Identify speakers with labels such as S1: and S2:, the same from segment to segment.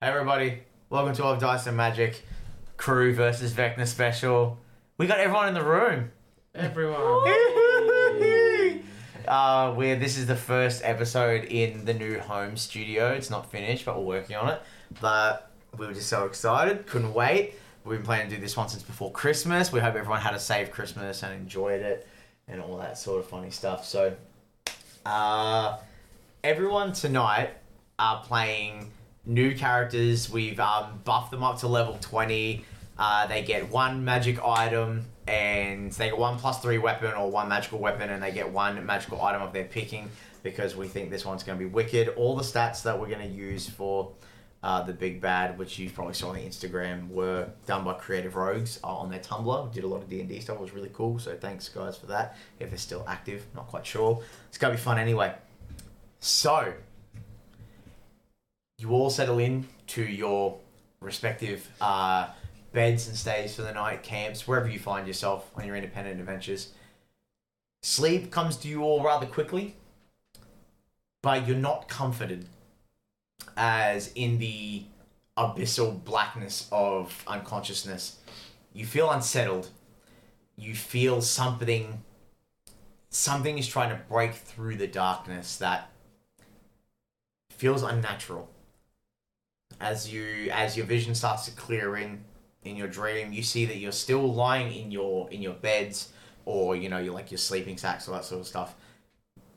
S1: Hey everybody, welcome to our Dyson Magic Crew versus Vecna special. We got everyone in the room.
S2: Everyone.
S1: uh, where this is the first episode in the new home studio. It's not finished, but we're working on it. But we were just so excited, couldn't wait. We've been planning to do this one since before Christmas. We hope everyone had a safe Christmas and enjoyed it and all that sort of funny stuff. So, uh, everyone tonight are playing new characters. We've um, buffed them up to level 20. Uh, they get one magic item and they get one plus three weapon or one magical weapon and they get one magical item of their picking because we think this one's going to be wicked. All the stats that we're going to use for uh, the big bad, which you probably saw on the Instagram, were done by Creative Rogues uh, on their Tumblr. We did a lot of D and D stuff. It was really cool. So thanks guys for that. If they're still active, not quite sure. It's gonna be fun anyway. So you all settle in to your respective uh, beds and stays for the night, camps, wherever you find yourself on your independent adventures. Sleep comes to you all rather quickly, but you're not comforted as in the abyssal blackness of unconsciousness. You feel unsettled. You feel something. Something is trying to break through the darkness that feels unnatural. As you as your vision starts to clear in in your dream, you see that you're still lying in your in your beds or you know you're like your sleeping sacks all that sort of stuff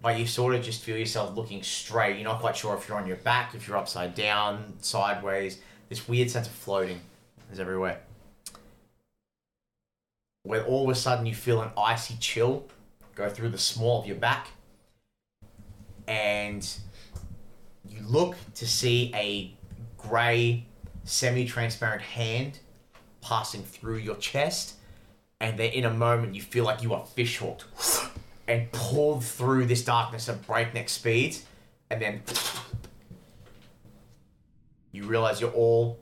S1: but you sort of just feel yourself looking straight. You're not quite sure if you're on your back, if you're upside down, sideways. This weird sense of floating is everywhere. Where all of a sudden you feel an icy chill go through the small of your back, and you look to see a grey, semi transparent hand passing through your chest, and then in a moment you feel like you are fishhooked and pulled through this darkness at breakneck speed, and then you realize you're all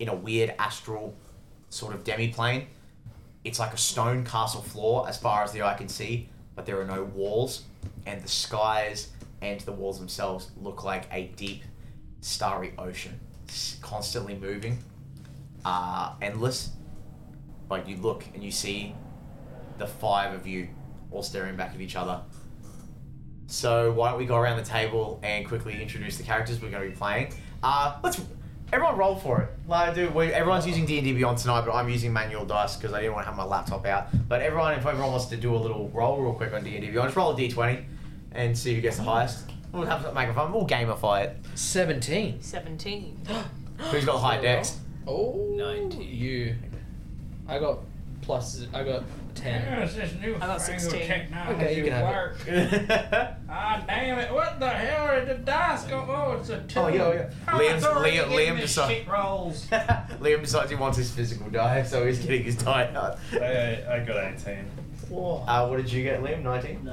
S1: in a weird astral sort of demi plane. It's like a stone castle floor as far as the eye can see, but there are no walls, and the skies and the walls themselves look like a deep, starry ocean, s- constantly moving, uh, endless. But you look and you see the five of you all staring back at each other. So why don't we go around the table and quickly introduce the characters we're going to be playing? Uh, let's everyone roll for it. Like I do, we, everyone's using D and D Beyond tonight, but I'm using manual dice because I didn't want to have my laptop out. But everyone, if everyone wants to do a little roll real quick on D and D Beyond, just roll a D twenty and see who gets the highest. We'll have make it fun. We'll gamify it.
S2: 17.
S3: 17.
S1: Who's got the high dex?
S2: Oh.
S4: 90.
S2: You. I got plus, I got 10.
S5: Yes, this new
S3: got
S5: fangled
S3: 16.
S5: technology
S2: Okay, you can have it.
S5: work. Ah, damn it! What the hell? Did the dice go? Oh, it's a two.
S1: Oh, yeah, yeah.
S5: Oh,
S1: Liam's-
S5: it's already
S1: Liam-
S5: giving
S1: Liam
S5: me
S1: decide-
S5: shit rolls.
S1: Liam decides he wants his physical die, so he's getting his die out.
S4: I, I, I got 18.
S1: Uh, what did you get, Liam? Nineteen.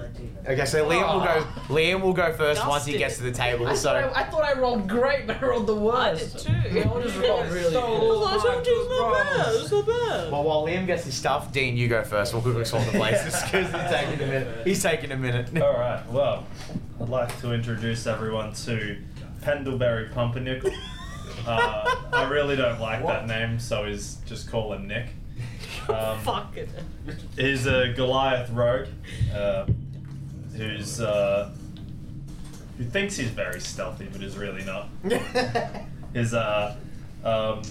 S1: Okay, so Liam will go.
S3: Aw.
S1: Liam will go first
S3: Dusted.
S1: once he gets to the table. So
S2: I thought I rolled great, but I rolled the
S3: I did too.
S2: Yeah, I just rolled really
S5: So-
S2: good.
S5: Well, I told you it's
S3: my best.
S1: well, while Liam gets his stuff, Dean, you go first. We'll quickly swap the places because he's taking a minute. He's taking a minute.
S4: Alright, well, I'd like to introduce everyone to Pendleberry Pumpernickel. Uh, I really don't like that name, so he's just call him Nick. Um,
S3: Fuck it.
S4: He's a Goliath rogue, uh, who's uh, who thinks he's very stealthy, but is really not. He's uh, um,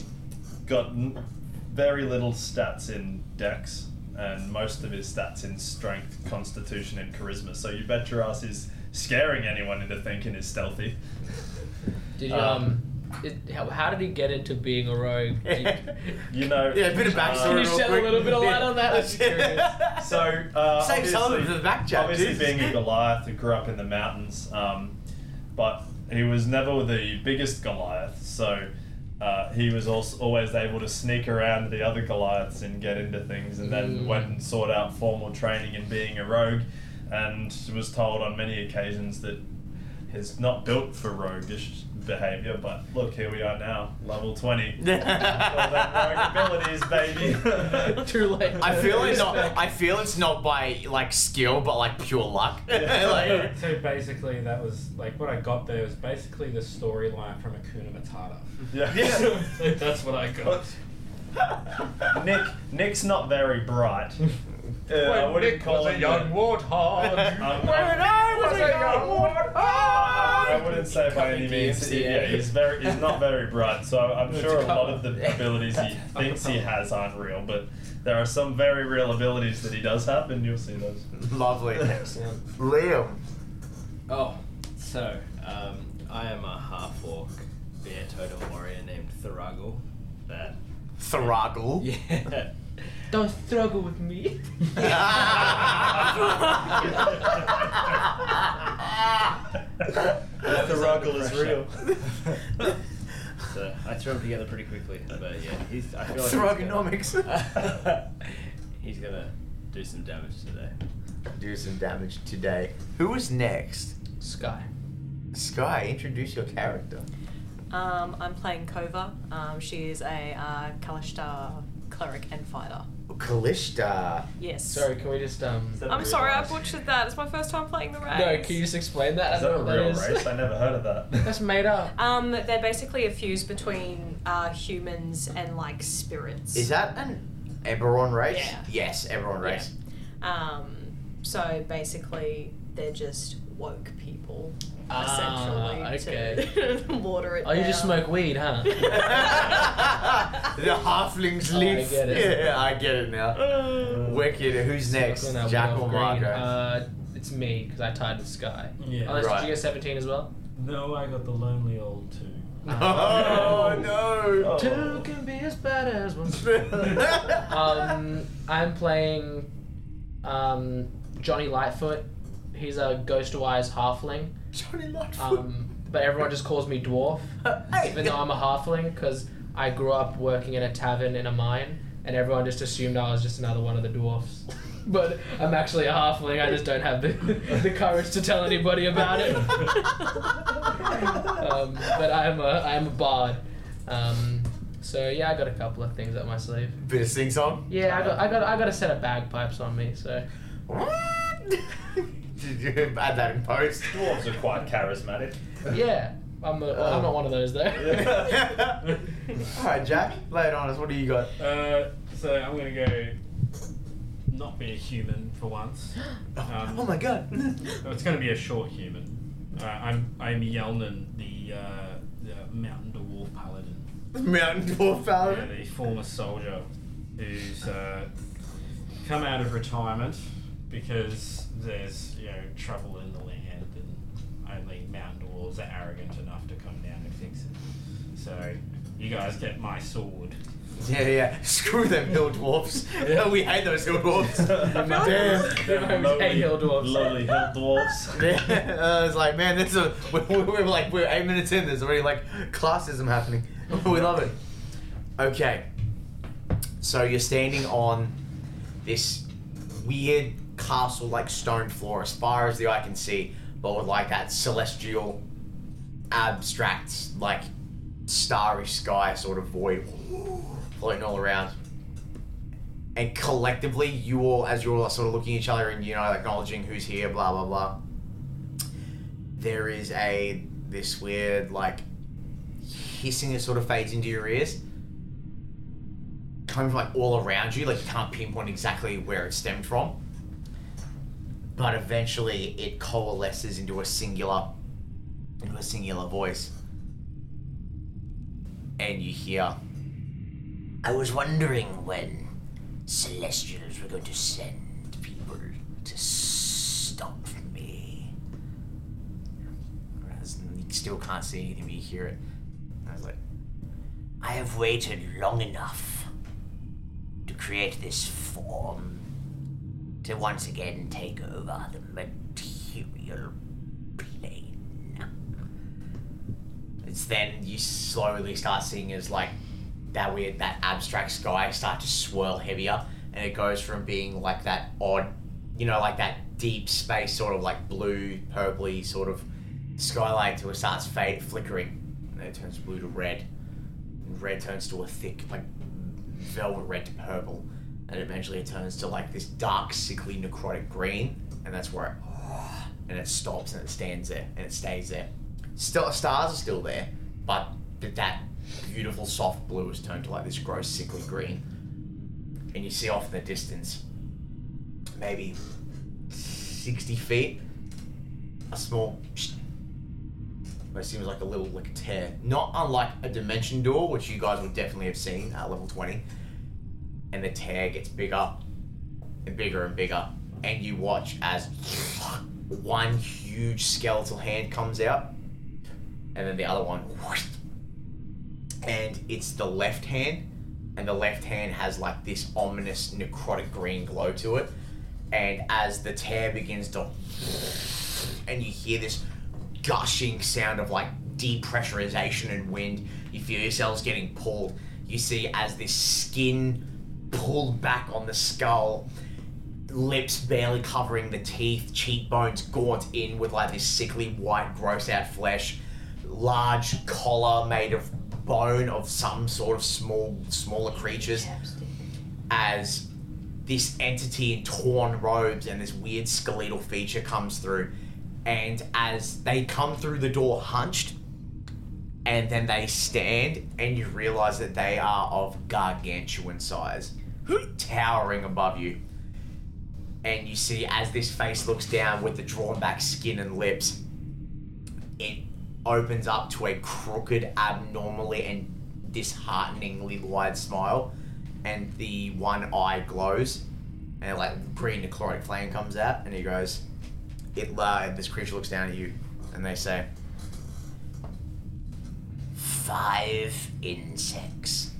S4: got n- very little stats in Dex, and most of his stats in Strength, Constitution, and Charisma. So you bet your ass he's scaring anyone into thinking he's stealthy.
S2: Did you, um, it, how, how did he get into being a rogue? Did you-
S4: You know.
S1: Yeah, a bit of backstory.
S2: Can
S4: uh,
S2: you
S1: real
S2: shed a
S1: quick.
S2: little bit of light on that? I'm just curious.
S4: So uh,
S1: Save some
S4: obviously-
S1: of the back chat,
S4: Obviously,
S1: Jesus.
S4: being a Goliath, who grew up in the mountains, um, but he was never the biggest Goliath. So uh, he was also always able to sneak around the other Goliaths and get into things, and then
S2: Mm.
S4: went and sought out formal training in being a rogue, and was told on many occasions that is not built for roguish behavior, but look, here we are now, level 20. Got that rogue abilities, baby.
S2: Too late.
S1: I feel it's not.
S2: Respect.
S1: I feel it's not by like skill, but like pure luck. Like-
S5: So basically, that was like what I got there was basically the storyline from Akuna Matata.
S4: yeah.
S5: Like, that's what I got.
S4: Nick, Nick's not very bright. Uh, I wouldn't call him the-
S5: warthog.
S4: Um,
S1: When I was a young
S4: I
S1: warthog.
S4: wouldn't say by any
S2: Cutting
S4: means.
S2: DMCA.
S4: Yeah, he's very, he's not very bright. So I'm sure a lot of the abilities he
S2: That's
S4: thinks he has aren't real, but there are some very real abilities that he does have, and you'll see those.
S1: Lovely.
S3: Excellent.
S1: Liam.
S3: Oh, so um, I am a half orc bear totem warrior named Thragal. That
S1: Throggle.
S3: yeah.
S2: Don't struggle with me.
S3: That
S4: the
S3: was
S4: ruggle
S3: under
S4: is real.
S3: pressure. So I threw them together pretty quickly, but yeah, he's. I feel like
S1: Throgonomics.
S3: He's gonna, he's gonna do some damage today.
S1: Do some damage today. Who was next?
S2: Sky.
S1: Sky, introduce your character.
S6: Um, I'm playing Kova. Um, she is a uh, Kalashtar cleric and fighter.
S1: Callista.
S6: Yes.
S2: Sorry, can we just um?
S4: that
S6: I'm sorry, I
S4: Realize.
S6: butchered that. It's my first time playing the race.
S2: No, can you just explain that?
S4: Is
S2: I
S4: that a
S2: don't know
S4: real
S2: what that is.
S4: race? I never heard of that.
S2: That's made up.
S6: Um, they're basically a fuse between uh, humans and like spirits.
S1: Is that an Eberron race?
S6: Yeah.
S1: Yes, Eberron
S6: Yeah.
S1: race.
S6: Um, so basically, they're just woke people.
S2: Ah,
S6: essentially,
S2: okay.
S6: To water it.
S2: Oh, you just
S6: down.
S2: smoke weed, huh?
S1: the halflings
S2: Oh, I
S1: live.
S2: get it.
S1: Yeah, I get it now. Wicked. Who's next?
S2: Smoking that
S1: Jack
S2: weed
S1: or
S2: off
S1: Marco?
S2: green. Uh, it's me because I tied with Sky.
S5: Yeah.
S2: Unless
S1: Right.
S2: did you get 17 as well?
S5: No, I got the lonely old two.
S2: Uh,
S1: oh no!
S2: Two can be as bad as one.
S1: um,
S2: Oh. um, I'm playing um, Johnny Lightfoot. He's a ghost-wise halfling.
S1: Johnny Lightfoot.
S2: Um, but everyone just calls me dwarf, even though I'm a halfling, because I grew up working in a tavern in a mine, and everyone just assumed I was just another one of the dwarfs. But I'm actually a halfling. I just don't have the, the courage to tell anybody about it. Um, but I'm a I'm a bard. Um, so yeah, I got a couple of things up my sleeve.
S1: Bit of sing song.
S2: Yeah, I got I got I got a set of bagpipes on me. So
S1: Did you add that in post?
S4: Dwarves are quite charismatic.
S2: yeah, I'm a, well, I'm not one of those though.
S1: Alright, Jack, lay it on us. What do you got?
S5: Uh, so I'm gonna go. Not be a human for once. Um,
S1: oh my god.
S5: Oh, It's going to be a short human. Uh, I'm I'm Yelnan, the, uh, the mountain dwarf paladin,
S1: Mountain Dwarf
S5: uh,
S1: Paladin.
S5: the former soldier who's uh, come out of retirement because there's you know trouble in the land and only mountain dwarves are arrogant enough to come down and fix it. So you guys get my sword.
S1: Yeah, yeah. Screw them hill dwarfs. we hate those hill dwarfs. Damn.
S4: Them
S2: Okay, hill dwarves.
S4: Lowly hill dwarves.
S1: Yeah, I was like, man, this is we're, we're like we're eight minutes in. There's already like classism happening. we love it. Okay, so you're standing on this weird castle-like stone floor, as far as the eye can see, but with like that celestial, abstract, like starry sky sort of void floating all around. And collectively, you all, as you all are sort of looking at each other and you know acknowledging who's here, blah blah blah there is a this weird like hissing that sort of fades into your ears coming from like all around you like you can't pinpoint exactly where it stemmed from but eventually it coalesces into a singular into a singular voice and you hear i was wondering when celestials were going to send people to stop me Whereas you still can't see anything, but you hear it. And I was like, I have waited long enough to create this form to once again take over the material plane. It's then you slowly start seeing as like that weird, that abstract sky start to swirl heavier, and it goes from being like that odd, you know, like that deep space sort of like blue, purpley sort of skylight to it starts fade flickering, and it turns blue to red. And red turns to a thick, like velvet red to purple, and eventually it turns to like this dark, sickly, necrotic green, and that's where it and it stops and it stands there and it stays there. Still, stars are still there, but th- that beautiful soft blue has turned to like this gross, sickly green. And you see off in the distance, maybe 60 feet, a small what seems like a little like tear, not unlike a dimension door, which you guys would definitely have seen at level 20. And the tear gets bigger and bigger and bigger, and you watch as one huge skeletal hand comes out, and then the other one, and it's the left hand, and the left hand has like this ominous necrotic green glow to it, and as the tear begins to, and you hear this gushing sound of like depressurization and wind. You feel yourselves getting pulled. You see as this skin pulled back on the skull, lips barely covering the teeth, cheekbones gaunt in with like this sickly white, gross out flesh, large collar made of bone of some sort of small, smaller creatures. As this entity in torn robes and this weird skeletal feature comes through and as they come through the door hunched and then they stand and you realize that they are of gargantuan size towering above you and you see as this face looks down with the drawn back skin and lips it opens up to a crooked abnormally and dishearteningly wide smile and the one eye glows and like green necrotic flame comes out and he goes it uh, this creature looks down at you and they say five insects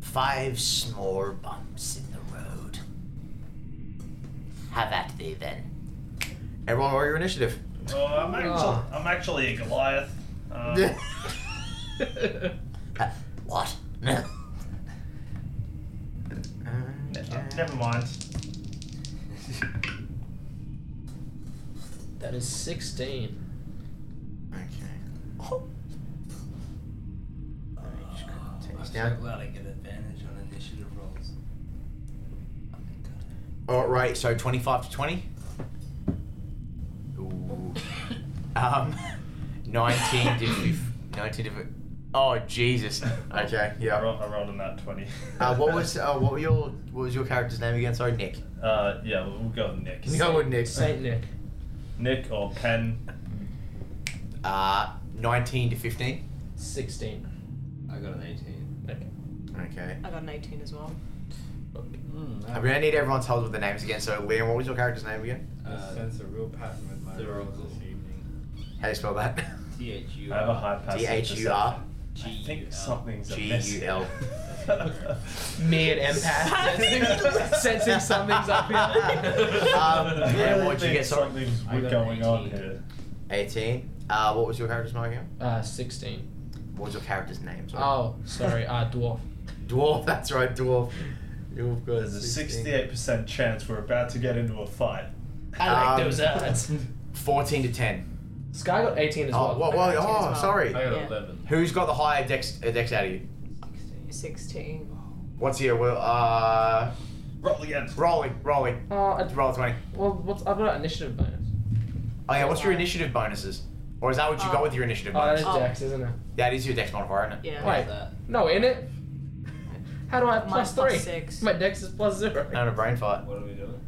S1: five small bumps in the road have at thee then everyone roll your initiative
S4: Oh, I'm,
S2: Ah.
S4: actually, I'm actually a Goliath. Um,
S1: Uh, what no
S4: never mind.
S2: That is 16.
S1: okay Let me just quickly take
S3: I'm
S1: this
S3: so
S1: down.
S3: glad I get advantage on initiative rolls.
S1: All right, so twenty-five to twenty. Ooh. Um, nineteen. Did you? Nineteen. Did you, oh Jesus. Okay.
S4: I
S1: Yeah.
S4: rolled, I rolled in that 20.
S1: Uh, what was uh, what were your what was your character's name again? Sorry, Nick.
S4: Uh, yeah, we'll, we'll go with Nick.
S1: You go with Nick.
S2: Saint Nick.
S4: Nick or Pen.
S1: Uh, nineteen to fifteen.
S2: 16.
S3: I got an 18.
S2: Okay.
S1: Okay.
S6: I got an 18 as well.
S5: Hmm,
S1: I'm gonna need everyone's help with the names again. So Liam, what was your character's name again?
S3: Uh,
S5: sense a real pattern with my
S3: they're all
S5: rolls this
S3: cool.
S5: evening.
S1: How do you spell that?
S3: T H U
S4: I have a high passive
S1: D H U R
S4: perception. I
S3: G U
S4: think
S3: L.
S4: something's
S1: G
S4: amiss.
S1: U L.
S2: Me and Empath sensing, sensing something's up here.
S1: Um,
S4: I
S1: yeah,
S4: really
S1: what'd you
S4: think
S1: get, sorry?
S4: Something's
S3: I got
S4: going on
S3: 18.
S4: here.
S1: Eighteen. Uh, what was your character's name again?
S2: Uh, 16.
S1: What was your character's name? Sorry.
S2: Oh, sorry, uh, dwarf.
S1: Dwarf, that's right, dwarf. You've got
S4: There's a 68% chance we're about to get into a fight.
S2: I like
S1: Um,
S2: those odds.
S1: 14 to 10.
S2: Sky got 18 as
S1: Oh, whoa,
S2: well.
S1: whoa,
S6: as
S1: oh,
S6: well.
S1: sorry.
S5: I got
S6: Yeah.
S5: 11.
S1: Who's got the higher dex, uh, dex out of you?
S6: 16.
S1: What's here? Well, uh,
S4: Roll again.
S1: rolling, rolling.
S2: Oh, I,
S1: Roll 20.
S2: well, what's, I've got an initiative bonus.
S1: Oh, yeah, what's your initiative bonuses? Or is that what you got with your initiative
S2: Oh, that
S1: bonus?
S2: is
S6: Oh.
S2: Dex, isn't it?
S1: That is your dex modifier, isn't it?
S6: Yeah.
S2: Wait,
S3: that.
S2: no, in it? How do I have
S6: Mine
S2: plus
S6: plus
S2: three?
S6: six.
S2: My Dex is plus zero.
S1: Not a brain fight.
S3: What are we doing?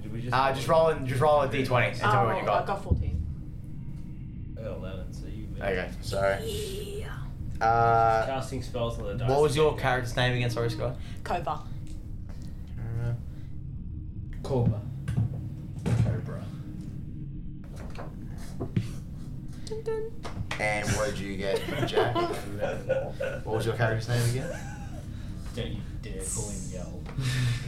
S3: Did we just?
S1: Uh, just roll in, just roll a d20 and
S6: Oh,
S1: tell me what you
S6: I
S1: got.
S6: got 14.
S3: I got 11, so you. made it.
S1: Okay, sorry. Uh,
S3: Casting spells on the dice.
S1: what was your character's name again? Sorry, Scott.
S6: Cobra.
S1: Uh,
S2: Cobra.
S4: Cobra.
S6: Dun, dun.
S1: and what did you get, Jack? what was your character's name again?
S5: Don't you dare call him Yell.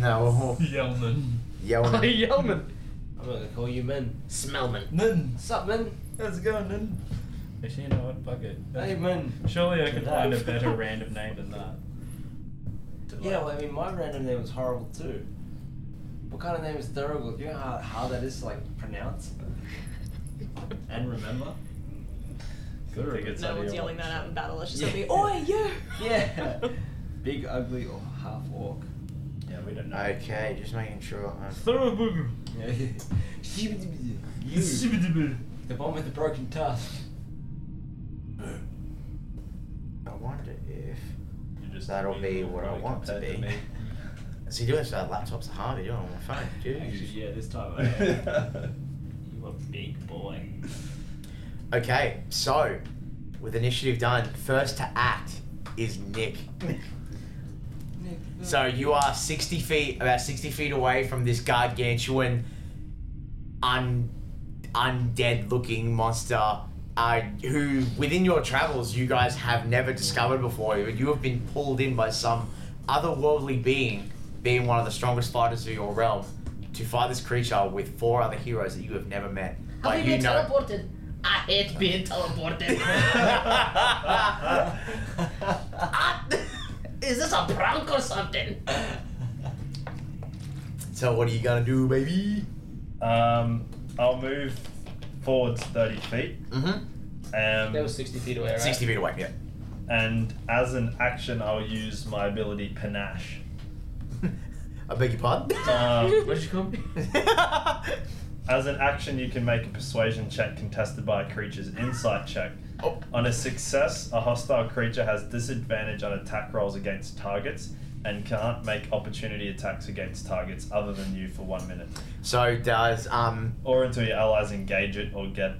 S1: No,
S5: Yellman.
S1: yelling.
S2: Yeoman.
S3: I'm not gonna call you men.
S2: Smellman.
S5: Nun.
S3: Sup, men?
S5: How's it going, Nun? Actually, you know what? Fuck it.
S3: Hey, men.
S5: Surely I could
S3: Good luck.
S5: find a better random name than that.
S3: Yeah, well, I mean, my random name was horrible too. What kind of name is Thorogood? You know how, how that is to like pronounce
S5: And remember?
S4: Good thing it's
S6: No
S4: under
S6: one's
S4: your
S6: yelling
S4: watch,
S6: that out
S4: so-
S6: in battle. It's just gonna
S3: Yeah.
S6: be, oi, you!
S3: Yeah. Big, ugly, or half orc.
S4: Yeah, we don't know.
S1: Okay, just making sure. Um, I'm...
S4: Throw a booger.
S3: Yeah. you. The one with the broken tusk.
S1: I wonder if.
S4: You just
S1: That'll
S4: mean
S1: be
S4: you're
S1: what I
S4: really
S1: want to
S4: compared
S1: be. Is he doing so? That laptop's hard. He's doing it on my phone.
S3: Actually,
S1: Jeez.
S3: yeah, this time I
S4: me.
S3: You a big boy.
S1: Okay, so with initiative done, first to act is Nick. So you are sixty feet, about sixty feet away from this gargantuan, un, undead-looking monster, uh, who within your travels you guys have never discovered before. But you have been pulled in by some otherworldly being, being one of the strongest fighters of your realm, to fight this creature with four other heroes that you have never met. but
S2: Have you
S1: you
S2: been
S1: know.
S2: teleported? I hate being teleported. Ah, Is this a prank or something?
S1: so what are you gonna do, baby?
S4: um, I'll move forwards 30 feet.
S1: Mm-hmm.
S4: Um,
S2: That was 60 feet away, right?
S1: Sixty feet away. Yeah.
S4: and as an action, I'll use my ability Panache.
S1: I beg your pardon.
S4: Um,
S2: What'd you call me?
S4: as an action, you can make a persuasion check contested by a creature's insight check.
S1: Oh.
S4: On a success, a hostile creature has disadvantage on attack rolls against targets and can't make opportunity attacks against targets other than you for one minute,
S1: so does um.
S4: or until your allies engage it or get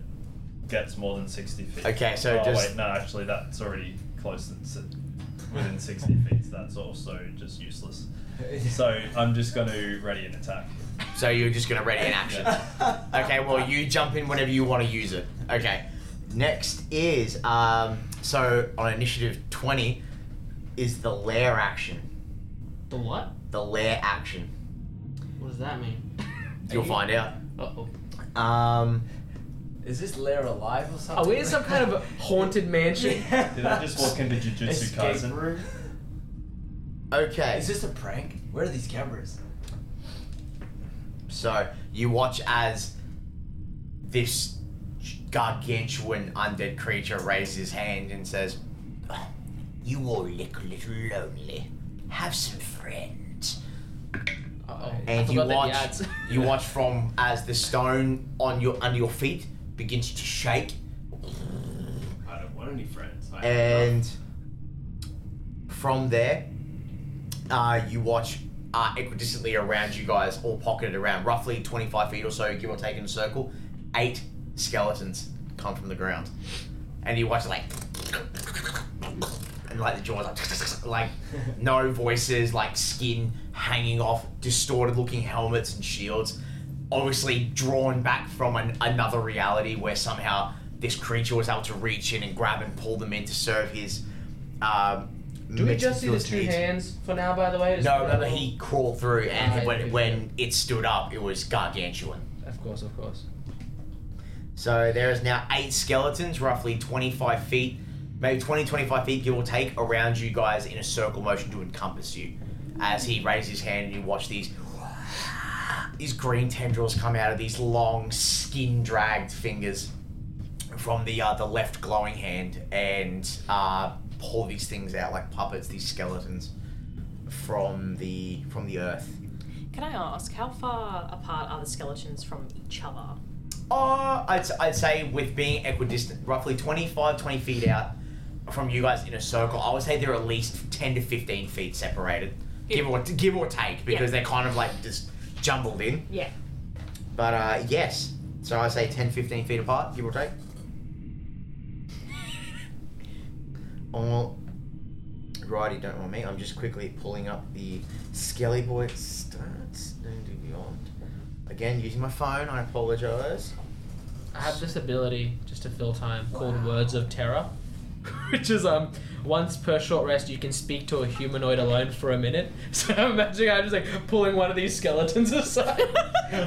S4: gets more than sixty feet.
S1: Okay, so
S4: oh,
S1: does-
S4: wait, no, actually, that's already close. It's within sixty feet. So that's also just useless. So I'm just going to ready an attack.
S1: So you're just gonna ready an action. Okay. Well, you jump in whenever you want to use it. Okay. Next is um. So on initiative twenty, is the lair action.
S2: The what?
S1: The lair action.
S2: What does that mean?
S1: You'll find out.
S2: Uh-oh.
S1: Um.
S3: Is this lair alive or something?
S2: Are Oh, we in some kind of haunted mansion?
S4: Did I just walk into Jujutsu
S3: Escape
S4: Kaisen?
S3: room?
S1: Okay.
S3: Is this a prank? Where are these cameras?
S1: So you watch as this gargantuan undead creature raises his hand and says, "You all look a little lonely. Have some friends."
S2: Uh-oh. I
S1: And you
S2: forgot that
S1: watch,
S2: ads-
S1: you watch from as the stone on your under your feet begins to shake,
S3: I don't want any friends. I
S1: and from there, uh, you watch uh, equidistantly around you guys, all pocketed around roughly 25 feet or so, give or take in a circle, eight skeletons come from the ground. And you watch like, and like the jaws, like, like no voices, like skin hanging off, distorted looking helmets and shields, obviously drawn back from an, another reality where somehow this creature was able to reach in and grab and pull them in to serve his. Um,
S2: Do we just see the
S1: meticulous
S2: two
S1: needs.
S2: hands for now, by the way? Just
S1: No,
S2: for
S1: remember
S2: now?
S1: he crawled through, and
S2: Ah,
S1: when
S2: yeah.
S1: when it stood up, it was gargantuan.
S2: Of course, of course.
S1: So there is now eight skeletons, roughly 25 feet, maybe 20, 25 feet, give or take, around you guys in a circle motion to encompass you. As he raises his hand and you watch these these green tendrils come out of these long, skin-dragged fingers from the uh, the left glowing hand and uh, pull these things out like puppets, these skeletons from the from the earth.
S6: Can I ask, how far apart are the skeletons from each other?
S1: Uh, I'd, I'd say with being equidistant, roughly 25, 20 feet out from you guys in a circle, I would say they're at least 10 to 15 feet separated, give, or, give or take, because they're kind of like just jumbled in.
S6: Yeah.
S1: But uh, yes, so I'd say 10, 15 feet apart, give or take. All Oh, righty, don't want me. I'm just quickly pulling up the Skelly Boy stats. and Beyond. Again, using my phone, I apologize.
S2: I have this ability just to fill time called Words of Terror, which is um once per short rest you can speak to a humanoid alone for a minute. So I'm imagining I'm just like pulling one of these skeletons aside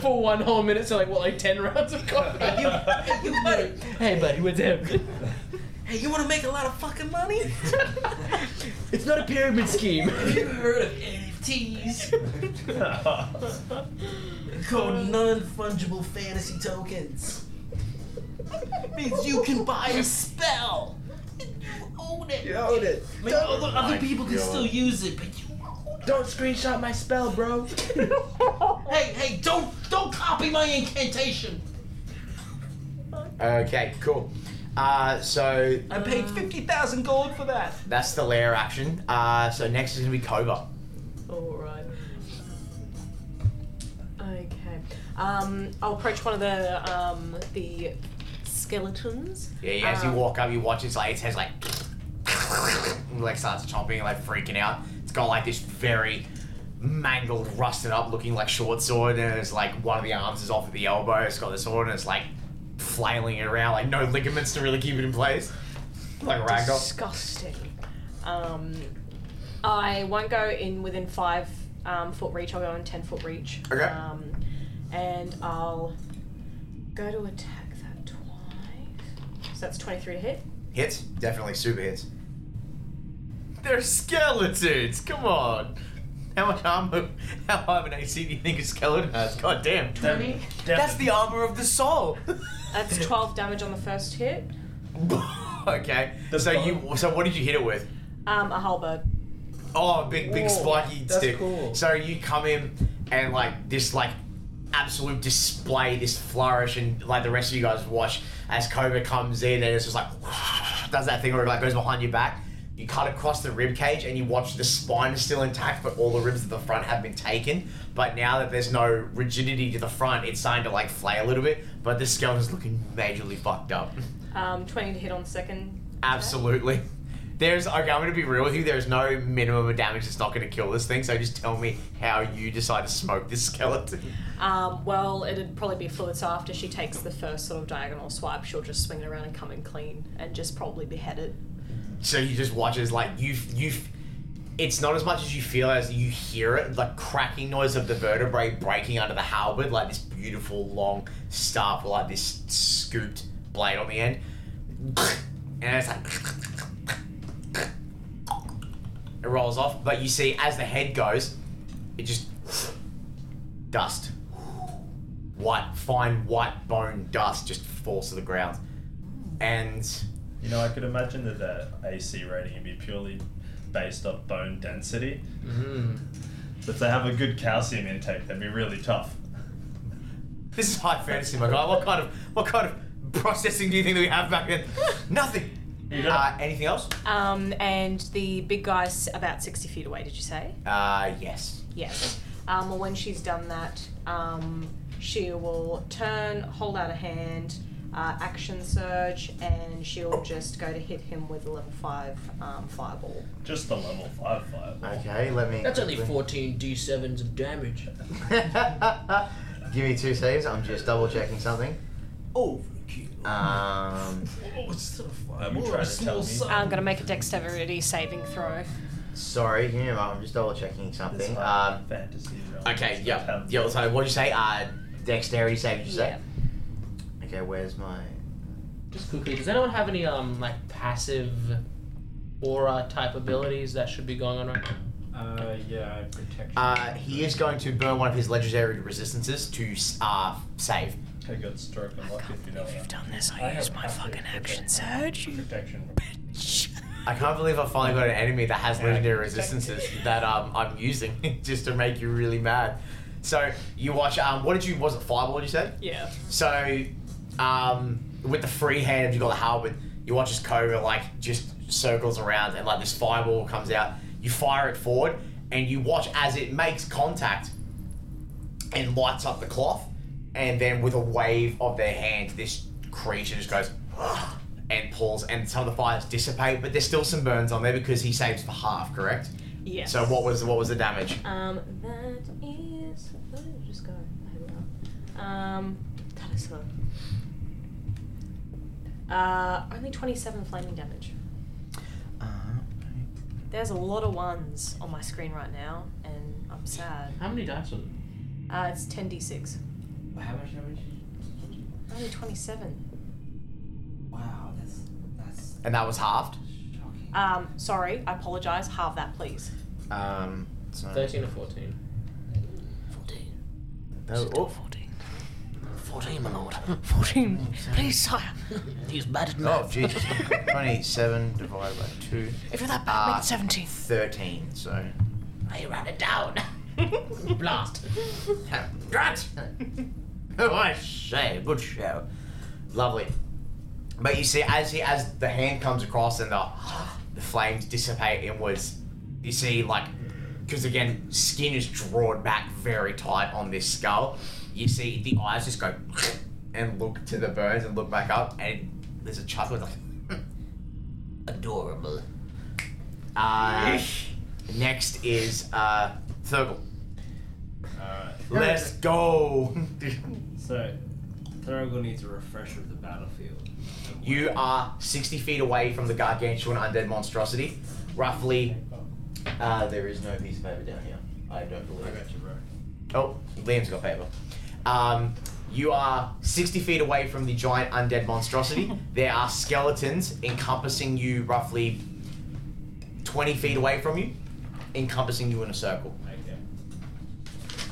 S2: for one whole minute. So like what like ten rounds of combat.
S4: You-
S1: you buddy.
S2: Hey buddy, what's happening?
S1: Hey, you want to make a lot of fucking money?
S2: it's not a pyramid scheme.
S3: heard of NFTs?
S4: That's
S3: They're called non fungible fantasy tokens. means you can buy a spell. You own it.
S1: You own it.
S3: I mean, other, other
S1: my
S3: people can
S1: God.
S3: still use it, but you own it.
S2: Don't screenshot my spell, bro.
S3: Hey, hey, don't don't copy my incantation.
S1: Okay, cool. Uh, so
S3: I paid fifty thousand gold for that.
S1: that's the lair action. Uh, so next is gonna be Cobra.
S6: Alright. Okay. Um, I'll approach one of the um, the skeletons.
S1: Yeah, yeah, as you
S3: Uh-huh.
S6: Um,
S1: walk up, you watch its like its head's like like starts chomping, like freaking out. It's got like this very mangled, rusted up looking like short sword, and it's like one of the arms is off at the elbow. It's got the sword, and it's like flailing it around, like no ligaments to really keep it in place, like a ragdoll.
S6: Disgusting. Um, I won't go in within five um, foot reach. I'll go in ten foot reach.
S1: Okay.
S6: Um, and I'll go to attack that twice. So that's twenty-three to hit.
S1: Hits, definitely super hits. They're skeletons. Come on. How much armor? How high of an AC do you think a skeleton has? God damn.
S4: Twenty.
S1: That's the armor of the soul.
S6: That's twelve damage on the first hit.
S1: okay.
S4: That's
S1: so
S4: fine.
S1: you so what did you hit it with?
S6: Um, a halberd.
S1: Oh, big big
S2: Whoa,
S1: spiky
S2: that's
S1: stick.
S2: cool.
S1: So you come in and like this like absolute display, this flourish, and like the rest of you guys watch as Cobra comes in and it's just like does that thing where it like goes behind your back. You cut across the rib cage and you watch the spine is still intact, but all the ribs at the front have been taken. But now that there's no rigidity to the front, it's starting to like flail a little bit. But the skeleton's looking majorly fucked up.
S6: Um, twenty to hit on the second. attack.
S1: Absolutely. There's okay. I'm gonna be real with you. There's no minimum of damage that's not gonna kill this thing. So just tell me how you decide to smoke this skeleton.
S6: Um, well, it'd probably be fluid, so after she takes the first sort of diagonal swipe, she'll just swing it around and come in clean and just probably behead it.
S1: So you just watch as like you you. It's not as much as you feel as you hear it, like cracking noise of the vertebrae breaking under the halberd, like this beautiful long staff with like this scooped blade on the end, and it's like it rolls off. But you see, as the head goes, it just dust, white, fine white bone dust just falls to the ground, and.
S4: You know, I could imagine that the AC rating would be purely based off bone density.
S2: mm.
S4: If they have a good calcium intake, that'd be really tough.
S1: This is high fantasy, my guy. What kind of what kind of processing do you think that we have back then? Nothing.
S4: You
S1: Uh,
S4: got
S1: anything else?
S6: Um, and the big guy's about 60 feet away, did you say?
S1: Uh, yes.
S6: Yes. Um, well, when she's done that, um, she will turn, hold out a hand, uh, action surge, and she'll just go to hit him with a level 5 um, fireball.
S4: just the level five fireball.
S1: Okay, let me.
S2: That's only 14 d7s of damage.
S1: Give me two saves. I'm just double checking something.
S3: Overkill.
S1: Um,
S3: oh, it's still a
S4: Um, you
S3: fireball.
S4: tried
S3: a
S4: to tell me.
S3: small sun.
S6: I'm going to make a dexterity saving throw.
S1: sorry, you know, I'm just double checking
S4: This
S1: something.
S4: high
S1: Um,
S4: fantasy realm.
S1: okay,
S4: Just
S1: yeah,
S4: have-
S1: yeah. So what'd you say? Uh, dexterity save. Did you say?
S6: Yeah.
S1: Okay, where's my?
S2: Just quickly, does anyone have any um like passive aura type abilities that should be going on right now?
S5: Uh, yeah, I protect.
S1: Uh, he is going to burn one of his legendary resistances to uh save.
S4: I got stroke and luck if you know that.
S6: done this.
S4: I used my fucking action
S6: surge.
S4: Protection.
S1: I can't believe I finally got an enemy that has
S4: Yeah.
S1: legendary resistances that um, I'm using just to make you really mad. So you watch. Um, what did you? Was it fireball? You said.
S6: Yeah.
S1: So um, with the free hand, you got the halberd. You watch as Cobra like just circles around and like this fireball comes out. You fire it forward and you watch as it makes contact and lights up the cloth. And then with a wave of their hand, this creature just goes and pulls, and some of the fires dissipate. But there's still some burns on there because he saves for half, correct?
S6: Yes.
S1: So what was what was the damage?
S6: Um, that is. Where did it just go? Here we are. Um, that is low. Uh, only 27 flaming damage. There's a lot of ones on my screen right now, and I'm sad.
S2: How many dice was it?
S6: Uh, it's 10d6.
S3: How much damage?
S6: Only 27.
S3: Wow, that's that's
S1: And that was halved.
S3: shocking.
S6: Um, sorry, I apologize. Halve that, please.
S1: Um, so
S2: 13 or 14.
S6: 14.
S1: No, oh,
S6: 14. Fourteen, my lord.
S7: 14. Please, sire.
S6: He's bad at
S1: Oh,
S6: math.
S1: Jesus. 27 divided by 2.
S6: if you're that bad,
S1: Ah,
S6: make it seventeen.
S1: 13, so.
S6: I ran it down. Blast.
S1: Drat! oh, I say, good show. Lovely. But you see, as he as the hand comes across and the the flames dissipate inwards, you see like because again skin is drawn back very tight on this skull. You see the eyes just go and look to the burns and look back up, and there's a chuckle like
S6: Adorable.
S1: Uh, next is uh, Thurgle.
S5: Alright.
S1: Let's go.
S5: Uh, So, Thurgle needs a refresher of the battlefield.
S1: you are 60 feet away from the gargantuan undead monstrosity. Roughly, uh, there is no piece of paper down here. I don't believe. it.
S5: you, bro.
S1: Oh, Liam's got paper. Um, you are 60 feet away from the giant undead monstrosity. there are skeletons encompassing you roughly 20 feet away from you, encompassing you in a circle.
S5: Okay.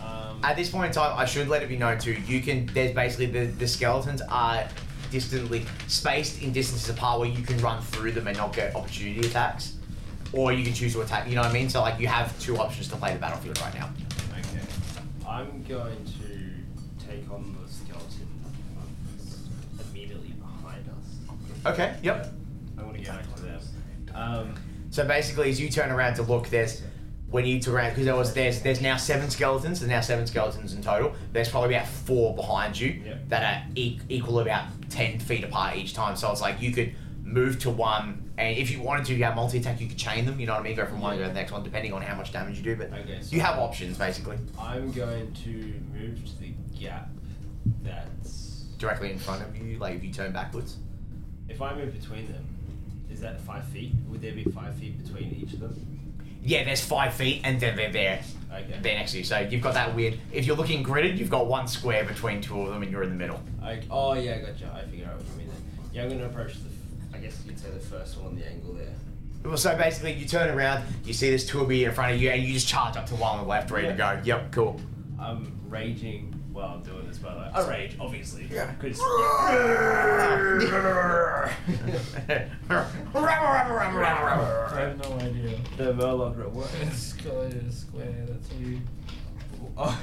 S5: Um,
S1: At this point in time, I should let it be known too. You can. There's basically the, the skeletons are distantly spaced in distances apart where you can run through them and not get opportunity attacks, or you can choose to attack. You know what I mean? So like you have two options to play the battlefield right now.
S5: okay. I'm going to take on the skeleton immediately behind us.
S1: Okay. Yep.
S5: I want to get back to them. Um,
S1: So basically, as you turn around to look, there's when you turn around because there was there's there's now seven skeletons. There's now seven skeletons in total. There's probably about four behind you
S5: Yep.
S1: that are e- equal about ten feet apart each time. So it's like you could move to one, and if you wanted to, you have multi attack. You could chain them. You know what I mean? Go from one to the next one, depending on how much damage you do. But
S5: Okay, so-
S1: you have options basically
S5: I'm going to move to the gap that's.
S1: directly in front of you. Like if you turn backwards,
S5: If I move between them, is that five feet? Would there be five feet between each of them?
S1: yeah, there's five feet, and then they're there.
S5: Okay.
S1: They're next to you. So you've got that weird. If you're looking gridded, you've got one square between two of them, and you're in the middle.
S5: I, oh yeah, gotcha. I figured out what you mean. Then. Yeah, I'm gonna approach the. f- I guess you could say the first one on the angle there.
S1: Well, so basically, you turn around, you see this two of you in front of you, and you just charge up to one on the left, ready
S5: Yeah.
S1: to go. Yep, cool.
S5: I'm raging while I'm doing this, by the way. I rage, obviously.
S1: Yeah.
S5: Because
S8: I have no idea.
S5: they're no longer at work.
S2: Escalator square, that's you.
S5: Oh,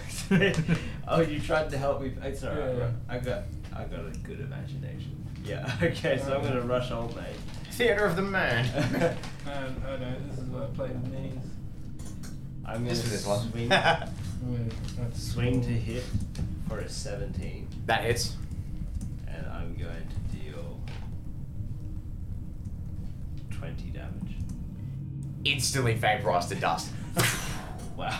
S5: oh, you tried to help me. It's alright,
S2: Yeah.
S5: bro. I got, I got a good imagination. Yeah. Okay, so I'm gonna
S1: Um,
S5: rush old mate.
S1: Theater of the man.
S2: Man, oh no, this is why I played with knees.
S5: I'm gonna
S1: This is this one.
S5: swing,
S1: that
S2: Wait, that's
S5: swing to hit for a 17,
S1: hits.
S5: and I'm going to deal 20 damage.
S1: Instantly vaporized to dust.
S5: Wow.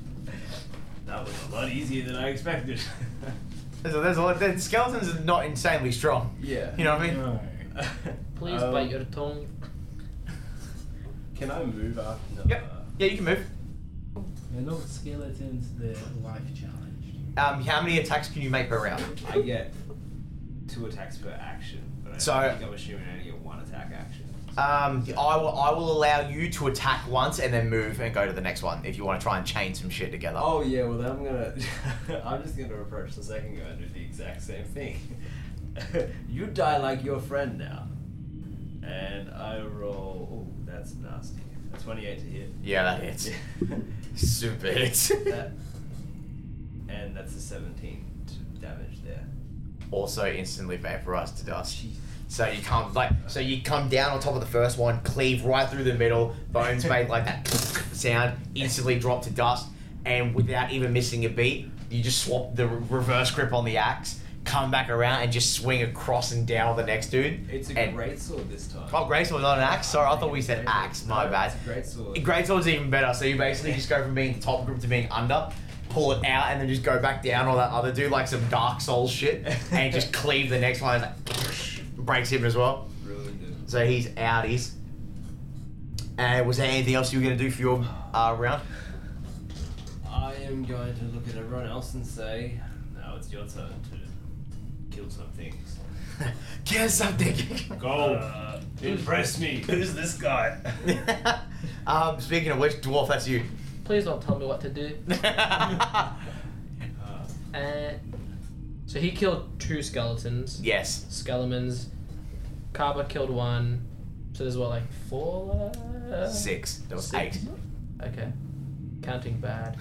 S5: that was a lot easier than I expected.
S1: There's a, there's a lot, the skeletons are not insanely strong.
S5: yeah.
S1: You know what I mean?
S2: Please
S5: Um,
S2: bite your tongue.
S5: Can I move up? No.
S1: Yep. Yeah, you can move.
S8: They're not skeletons, they're life challenged.
S1: Um, how many attacks can you make per round?
S5: I get two attacks per action, but I
S1: So-
S5: think I'm assuming I only get one attack action.
S1: Um, I will I will allow you to attack once and then move and go to the next one if you want to try and chain some shit together.
S5: Oh yeah, well then I'm gonna, I'm just gonna approach the second guy and do the exact same thing. you die like your friend now, and I roll. Oh, that's nasty. A 28 to hit.
S1: Yeah, that hits. Super hits.
S5: that, and that's a 17 to damage there.
S1: also instantly vaporized to dust. So you come like so you come down on top of the first one, cleave right through the middle, bones make like that sound, instantly drop to dust, and without even missing a beat, you just swap the re- reverse grip on the axe, come back around and just swing across and down the next dude.
S5: It's a
S1: and,
S5: great sword this time.
S1: Oh, great sword, not an axe. Sorry, I thought we said axe. My
S5: No,
S1: bad.
S5: It's a great sword.
S1: Great sword's even better. So you basically just go from being top group to being under, pull it out, and then just go back down or that other dude like some Dark Souls shit, and just cleave the next one. And like, breaks him as well.
S5: Really good.
S1: So he's outies. And was there anything else you were gonna do for your uh, round?
S5: I am going to look at everyone else and say, now it's your turn to kill some things.
S1: Get something.
S4: Go.
S5: Impress me.
S4: who's this guy?
S1: um, speaking of which, dwarf, that's you.
S2: Please don't tell me what to do.
S1: yeah,
S5: Uh,
S2: Uh, So he killed two skeletons.
S1: Yes.
S2: Skeletons. Kaba killed one. So there's what, like four? left?
S1: Six. That was
S2: Six.
S1: eight.
S2: Okay. Counting bad.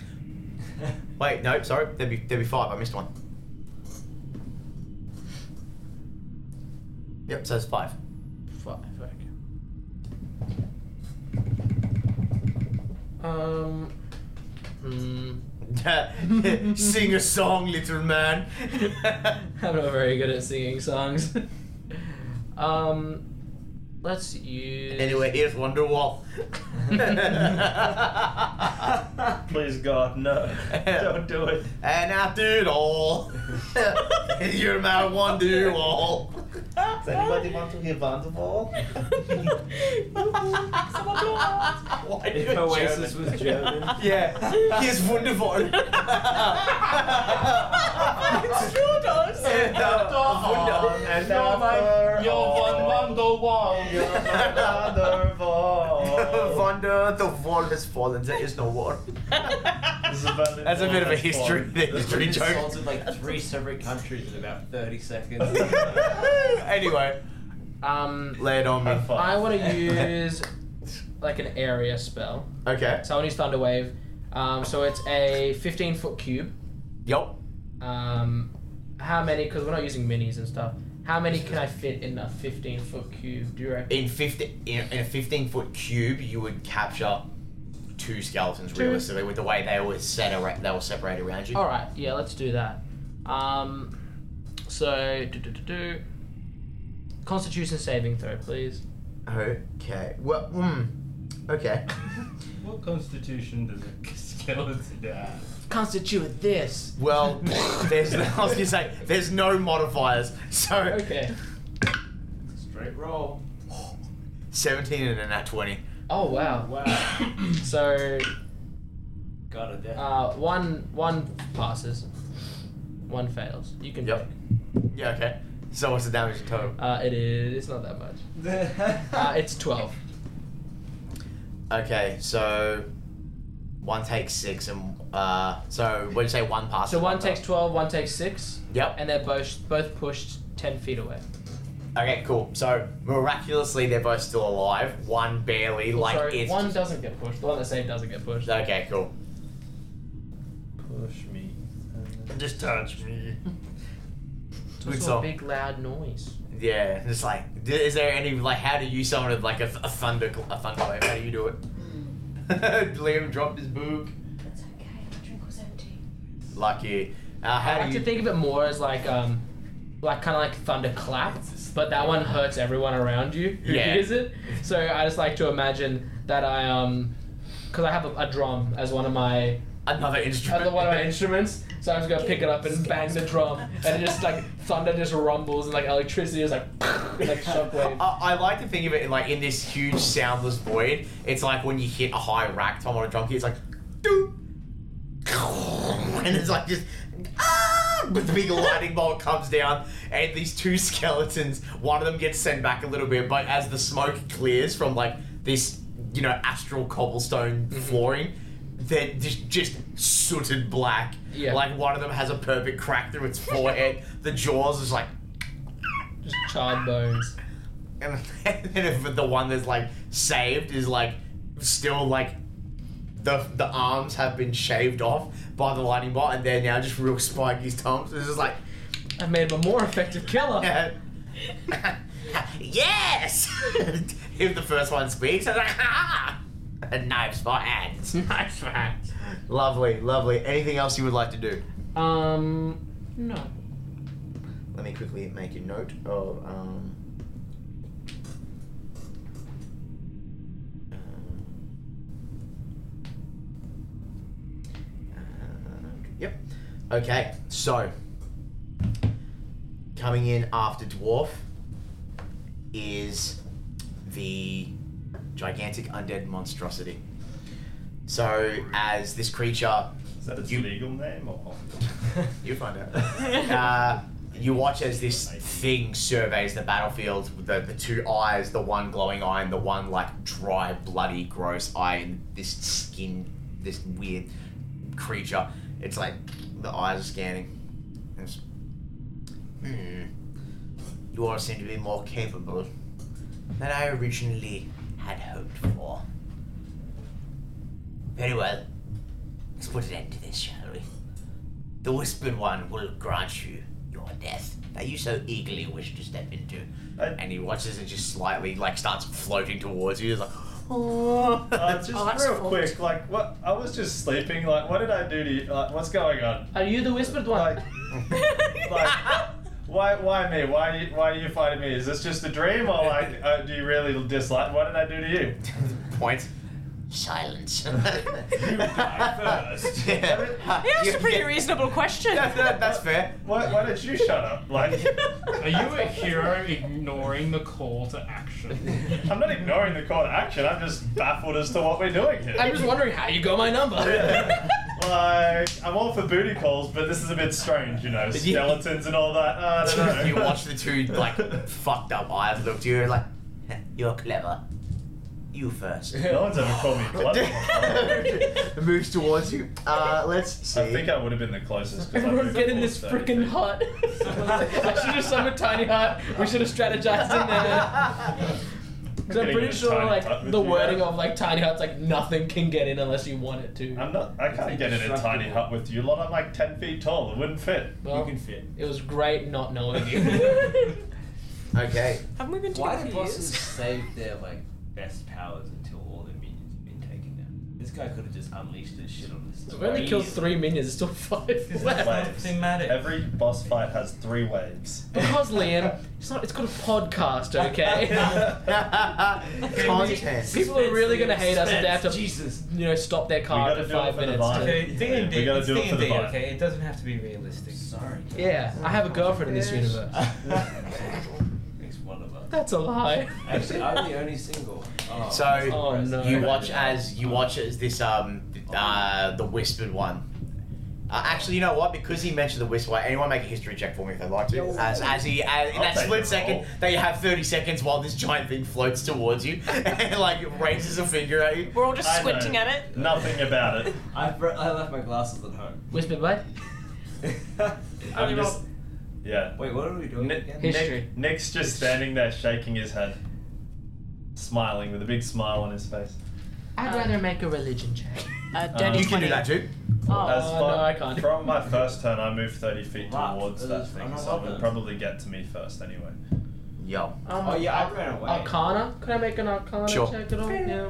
S1: Wait, no, sorry. There'd be, there'd be five. I missed one. Yep, so it's five.
S2: Five. Okay. Um. Hmm.
S1: Sing a song, little man.
S2: I'm not very good at singing songs. um, let's use.
S1: anyway, here's Wonderwall.
S4: Please God, no! Don't do it.
S1: And after it all, you're my Wonderwall. Does anybody want to hear Wonderwall? Why do
S3: If
S1: it
S3: Oasis
S1: German?
S3: was German.
S1: Yeah, here's Wunderwall.
S6: It's true, does.
S1: And, uh, Wunder- and after all- Wonder the wall has fallen. There is no war.
S4: This is about
S1: That's a bit of a
S4: that's
S1: history,
S4: fun.
S1: the history joke.
S3: insulted like three separate countries in about 30 seconds.
S1: anyway,
S2: Um,
S1: lay it on me.
S4: Have fun.
S2: I want to use like an area spell.
S1: Okay.
S2: So I want to use Thunder Wave. Um, so it's a 15 foot cube.
S1: Yup.
S2: Um, how many? Because we're not using minis and stuff. How many can I fit in a 15 foot cube? Do you reckon?
S1: In fifteen in, in a fifteen foot cube, you would capture two skeletons
S2: Two.
S1: realistically with the way they were set around, they were separated around you.
S2: All right, yeah, let's do that. Um, so do do do do. Constitution saving throw, please.
S1: Okay. Well. Mm, okay.
S5: What constitution does a skeleton have?
S2: Constitute this.
S1: Well, there's. I was gonna say there's no modifiers, so
S2: Okay.
S3: Straight roll.
S1: seventeen and a nat twenty.
S2: Oh wow.
S3: Wow.
S2: So
S3: Got it there.
S2: uh, one one passes, one fails. You can.
S1: Yep. Yeah. Okay. So what's the damage total?
S2: pick. Uh, it is. It's not that much. Uh, it's twelve.
S1: Okay, so one takes six, and uh, so what do you say? One passes.
S2: So one
S1: does?
S2: takes twelve, one takes six,
S1: Yep.
S2: and they're both both pushed ten feet away.
S1: Okay, cool. So miraculously, they're both still alive. One barely, like
S2: Sorry,
S1: it's.
S2: one doesn't get pushed. The one that saved doesn't get pushed.
S1: Okay, cool.
S5: Push me.
S4: Just touch me.
S2: It's
S1: Good
S2: also a
S1: song.
S2: big loud noise.
S1: Yeah, just like, d- is there any like, how do you summon it like a, th- a thunder, cl- a thunder wave? How do you do it?
S2: Hmm.
S1: Liam dropped his book.
S9: That's okay. My drink was empty.
S1: Lucky. Uh, how
S2: I
S1: do
S2: like
S1: you?
S2: to think of it more as like um, like kind of like thunderclap, but that one hurts everyone around you who
S1: Yeah.
S2: hears it. So I just like to imagine that I um, because I have a, a drum as one of my
S1: Another instrument.
S2: other one of my instruments, so I'm just gonna pick it up and bang the drum, and it just like thunder just rumbles and like electricity is like like shockwave.
S1: I, I like to think of it like in this huge soundless void. It's like when you hit a high rack tom on a drum kit. It's like, doop, and it's like just. Ah! But the big lightning bolt comes down, and these two skeletons, one of them gets sent back a little bit, but as the smoke clears from like this, you know, astral cobblestone
S2: Mm-hmm.
S1: flooring, they're just, just sooted black.
S2: Yeah.
S1: Like one of them has a perfect crack through its forehead. the jaws is like
S2: Just charred bones.
S1: and then if the one that's like saved is like still like the the arms have been shaved off by the lightning bolt and they're now just real spiky stumps. It's just like
S2: I made him a more effective killer.
S1: yes. if the first one speaks, I'm like ha! And knives for hands. Knives for hands. Lovely, lovely. Anything else you would like to do?
S2: Um, no.
S1: Let me quickly make a note of. Um, um, Yep. Okay, so coming in after Dwarf is the gigantic undead monstrosity. So, as this creature
S4: Is that its
S1: You- Oh,
S4: legal name or?
S1: you find out. uh, you watch as this thing surveys the battlefield with the, the two eyes, the one glowing eye and the one like dry, bloody, gross eye, and this skin, this weird creature. It's like the eyes are scanning. It's- Hmm. You all seem to be more capable than I originally had hoped for. Very well. Let's put an end to this, shall we? The Whispered One will grant you your death that you so eagerly wish to step into.
S4: I-
S1: and he watches it just slightly, like, starts floating towards you. He's like, oh.
S4: Uh, just
S6: Oh, that's
S4: real
S6: fucked.
S4: quick, like what? I was just sleeping. Like, what did I do to you? Like, what's going on?
S2: Are you the whispered one?
S4: Like, like, why? Why me? Why? Are you, why are you fighting me? Is this just a dream, or like, uh, do you really dislike? What did I do to you?
S1: Points.
S9: Silence.
S4: You die first.
S1: Yeah.
S6: Yeah, that's a pretty
S1: Yeah.
S6: reasonable question.
S1: That- that- that's fair.
S4: Why, why did you shut up? Like,
S5: Are you a hero ignoring the call to action?
S4: I'm not ignoring the call to action. I'm just baffled as to what we're doing here.
S2: I'm just wondering how you got my number.
S4: Yeah. like, I'm all for booty calls, but this is a bit strange, you know, skeletons and all that. I don't know.
S1: you watch the two like fucked up eyes look to you and like you're clever. You first.
S4: No one's ever called me clever.
S1: Moves towards you. Uh, let's see.
S4: I think I would have been the closest. 'cause I
S2: Everyone
S4: moved
S2: get in
S4: forward
S2: this
S4: 30.
S2: freaking hut. I should have summoned Tiny Hut. We should have strategized in there. Because I'm
S4: Getting
S2: pretty
S4: in a
S2: sure
S4: tiny hut
S2: like
S4: with
S2: the
S4: you
S2: wording
S4: guys.
S2: of like Tiny Hut's like nothing can get in unless you want it to.
S4: I'm not. I can't get in a tiny hut with you lot. I'm like ten feet tall. It wouldn't fit.
S2: Well,
S5: you can fit.
S2: it was great not knowing you.
S1: Okay.
S6: Haven't we been
S3: Why
S6: together
S3: do
S6: for
S3: bosses
S6: years?
S3: save their like best powers until all their minions have been taken down? This guy could have just unleashed his shit on this.
S2: We've only killed three minions, there's still five
S4: Waves.
S2: left.
S5: thematic.
S4: Every boss fight has three waves.
S2: Because Liam, it's not. It's called a podcast, okay?
S4: we
S1: Content.
S2: People are really gonna hate us if they have to,
S3: Jesus.
S2: you know, stop their car
S4: gotta
S2: after
S4: do it
S2: five
S4: for the
S2: minutes.
S4: vibe.
S2: to-
S10: Okay, D&D,
S4: We gotta
S10: it's
S4: do it for the
S10: D&D,
S4: vibe.
S10: okay? It doesn't have to be realistic.
S3: Sorry. guys.
S2: Yeah, I have a girlfriend in this universe.
S3: Makes one of us.
S2: That's a lie.
S3: Actually, I'm the only single. Oh,
S1: So
S3: that's
S2: Oh,
S3: depressing.
S2: no.
S1: you watch as you watch as this um uh the whispered one. Uh, actually, you know what? Because he mentioned the whisper, anyone make a history check for me if they'd like to. As, as he, as, in
S4: I'll
S1: that
S4: take
S1: split
S4: the
S1: second,
S4: roll.
S1: that you have 30 seconds while this giant thing floats towards you and like raises a finger at you.
S6: We're all just
S4: I
S6: squinting
S4: know.
S6: at it.
S4: Nothing about it.
S3: I, br- I left my glasses at home.
S2: Whisper, bud.
S4: I'm just. Yeah.
S3: Wait, what are we doing
S4: Ni-
S3: again?
S2: History.
S4: Nick, Nick's just standing there shaking his head, smiling with a big smile on his face.
S2: I'd rather make a religion check.
S6: Uh,
S4: Um,
S6: dirty
S1: You can do that too.
S6: Oh,
S4: As
S2: Oh,
S4: far-
S2: no, I can't.
S4: From my first turn, I moved 30 feet
S3: Wow,
S4: towards
S3: that
S4: that
S3: is-
S4: thing,
S3: I'm
S4: so
S3: not
S4: it'll
S3: bad.
S4: probably get to me first anyway.
S1: Yo.
S2: Um,
S3: Oh yeah, I ran away. Oh,
S2: Arcana? Could I make an Arcana
S1: Sure.
S2: check at all? Yeah.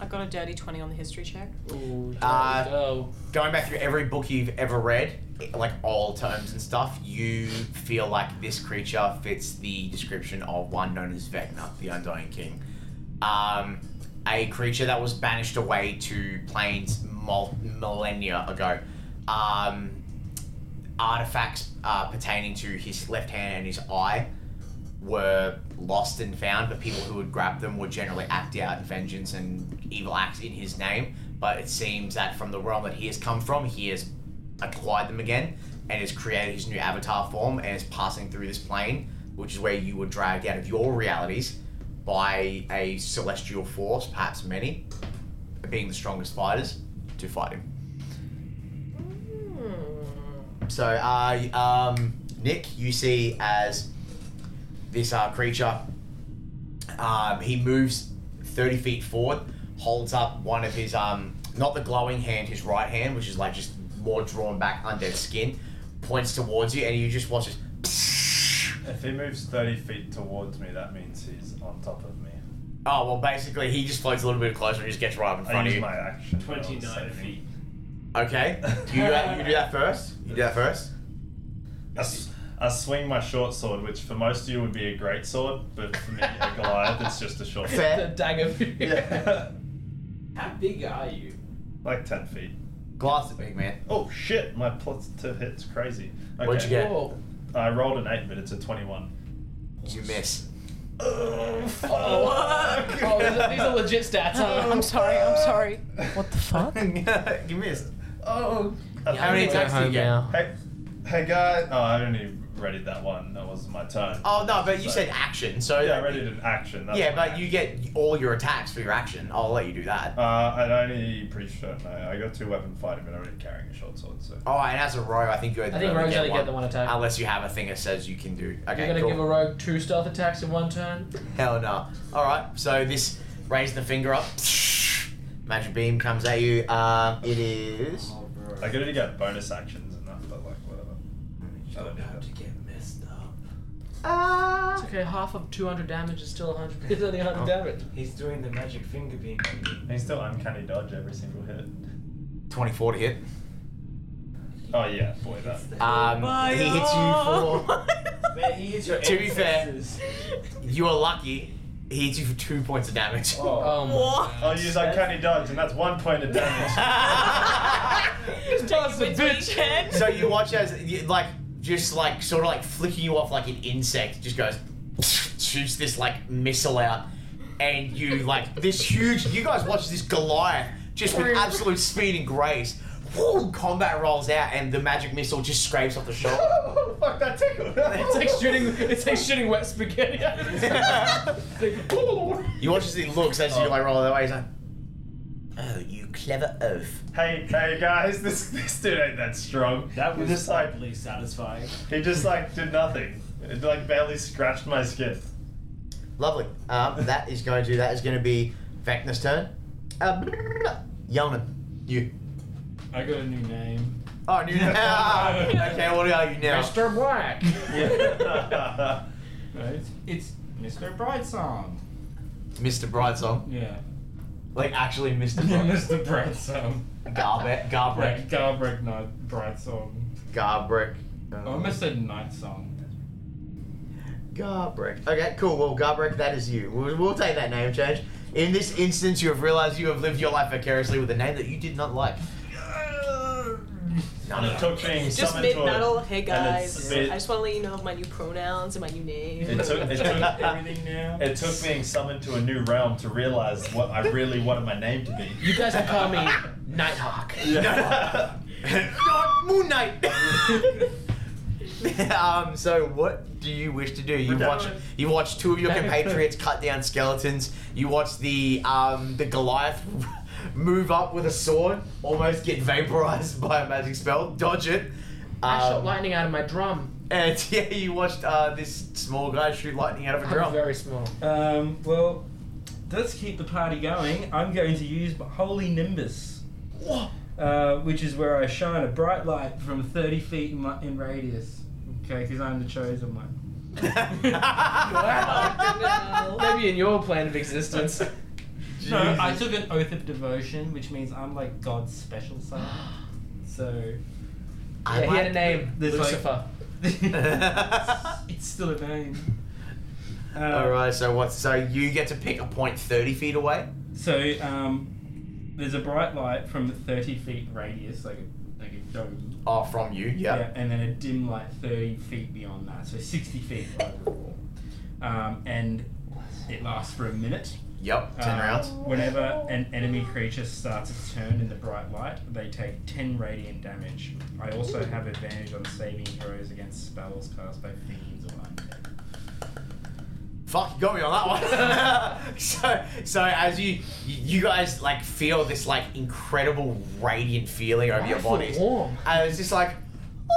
S6: I got a dirty 20 on the history check.
S2: Ooh,
S1: Uh,
S2: go.
S1: going back through every book you've ever read, like all terms and stuff, you feel like this creature fits the description of one known as Vecna, the Undying King. Um, a creature that was banished away to planes mul- millennia ago. Um, artifacts uh, pertaining to his left hand and his eye were lost and found, but people who would grab them would generally act out vengeance and evil acts in his name. But it seems that from the realm that he has come from, he has acquired them again and has created his new avatar form and is passing through this plane, which is where you were dragged out of your realities by a celestial force, perhaps many, being the strongest fighters, to fight him. So, uh, um, Nick, you see as this uh, creature, um, he moves 30 feet forward, holds up one of his, um, not the glowing hand, his right hand, which is like just more drawn back undead skin, points towards you, and you just watch this.
S4: If he moves 30 feet towards me, that means he's on top of me.
S1: Oh, well, basically, he just floats a little bit closer and just gets right up in
S4: I
S1: front of
S4: use
S1: you.
S4: my action. when I was
S5: 29
S4: saving.
S5: feet.
S1: Okay. You, uh, you do that first? You do that first?
S4: I, s- I swing my short sword, which for most of you would be a great sword, but for me, a Goliath, it's just a short sword.
S2: The
S1: Fair.
S2: dagger.
S4: Yeah.
S3: How big are you?
S4: like 10 feet.
S1: Glass is big, man.
S4: Oh shit, my plus to hit's crazy. Okay.
S1: What'd you get?
S2: Whoa.
S4: I rolled an 8, but it's a 21.
S1: You miss.
S4: Oh, fuck.
S2: Oh, these are, these are legit stats, huh?
S6: Oh, I'm sorry, I'm sorry. What the fuck?
S1: you missed.
S4: Oh.
S1: How many attacks do you get?
S4: Hey, hey guy. Oh, I only readied that one. That was my turn.
S1: Oh no, but you
S4: So-
S1: said action, so
S4: yeah, I
S1: like,
S4: readied an action. That's
S1: yeah,
S4: my
S1: but
S4: action.
S1: you get all your attacks for your action. I'll let you do that.
S4: Uh, and I only pretty sure no, I got two weapon fighting, but I'm already carrying a short sword. So
S1: Oh, and as a rogue, I think you.
S2: I think rogues only get the one attack.
S1: Unless you have a thing that says you can do. Okay,
S2: You're gonna
S1: cool.
S2: give a rogue two stealth attacks in one turn.
S1: Hell no. All right, so this raise the finger up. Magic beam comes at you. Um, it is.
S3: Oh, bro.
S4: I could only get bonus actions and that, but like whatever.
S3: You
S4: I don't
S3: don't
S4: need
S3: have
S4: that.
S3: to get messed up.
S2: It's okay. Half of 200 damage is still 100. It's only 100
S1: Oh.
S2: damage.
S3: He's doing the magic finger beam.
S4: And he's still uncanny dodge every single hit.
S1: Twenty-four to hit.
S4: Oh yeah, boy, that.
S2: Oh
S1: Um,
S3: My
S1: he hits you for.
S3: Man, he is your
S1: To be fair.
S3: ancestors.
S1: You are lucky. He hits you for two points of damage.
S4: Oh,
S2: Oh my.
S6: What?
S4: I'll use uncanny dodge, and that's one point of damage.
S6: Just toss a bitch head.
S1: so you watch as you- like just like sort of like flicking you off like an insect just goes shoots this like missile out and you like this huge you guys watch this goliath just with absolute speed and grace whoo, combat rolls out and the magic missile just scrapes off the shoulder
S4: oh, fuck that tickled.
S2: It's like shooting. It's like shooting wet spaghetti. out of his-
S1: you watch as he looks as you like roll that way he's like oh you clever oaf
S4: hey, hey guys, this this dude ain't that strong.
S3: That
S4: He
S3: was
S4: just
S3: just
S4: like
S3: satisfying.
S4: he just like did nothing. It like barely scratched my skin.
S1: lovely um, that is going to that is going to be Vecna's turn um, Yelnan you
S5: I got a new name.
S1: Oh, new now. okay, what are you now?
S2: Mr. Black.
S4: Yeah.
S5: Right? It's Mr. Brightsong.
S1: Mr. Brightsong.
S5: Yeah.
S1: Like, actually, Mr.
S5: Yeah,
S1: Brightsong.
S5: Mr. Brightsong.
S1: Garbe-
S5: Like
S1: Garbrick.
S5: Garbrick, not Brightsong.
S1: Garbrick.
S5: Oh, I
S3: Oh.
S5: almost said Night Song.
S1: Garbrick. Okay, cool. Well, Garbrick, that is you. We'll, we'll take that name change. In this instance, you have realized you have lived your life vicariously with a name that you did not like.
S4: And it took being
S6: Just
S4: summoned
S6: mid
S4: to a-
S6: metal. Hey guys, I just want to let you know of my new pronouns and my new name.
S4: It took, it, took,
S5: Everything now.
S4: it took being summoned to a new realm to realize what I really wanted my name to be.
S2: You guys can call me Nighthawk.
S4: Yeah.
S1: not Moon Knight. um. So, what do you wish to do? You watch. You watch two of your compatriots cut down skeletons. You watch the um the Goliath move up with a sword, almost get vaporized by a magic spell, dodge it.
S2: I shot
S1: Um,
S2: lightning out of my drum.
S1: and yeah, you watched uh, this small guy shoot lightning out of a
S2: I'm
S1: drum.
S2: very small.
S5: Um, well, let's keep the party going. I'm going to use my Holy Nimbus, uh, which is where I shine a bright light from 30 feet in, my, in radius. Okay, because I'm the chosen one.
S1: Oh,
S2: Maybe in your plane of existence.
S5: No, I took an oath of devotion, which means I'm like God's special son. So
S1: I
S2: Yeah, he had a
S1: might-
S2: name.
S5: There's like-
S2: Lucifer.
S5: it's still a name. Uh,
S1: All right. So what? So you get to pick a point thirty feet away.
S5: So um, there's a bright light from 30 feet radius, like a, like a dome.
S1: Oh, from you. Yeah.
S5: and then a dim light 30 feet beyond that, so 60 feet overall. Um, and it lasts for a minute.
S1: Yep. Ten
S5: Um,
S1: rounds.
S5: Whenever an enemy creature starts its turn in the bright light, they take 10 radiant damage. I also have advantage on saving throws against spells cast by fiends or undead.
S1: Fuck, you got me on that one. so, so as you, you guys like feel this like incredible radiant feeling over your
S2: I feel
S1: bodies.
S2: warm.
S1: And it's just like,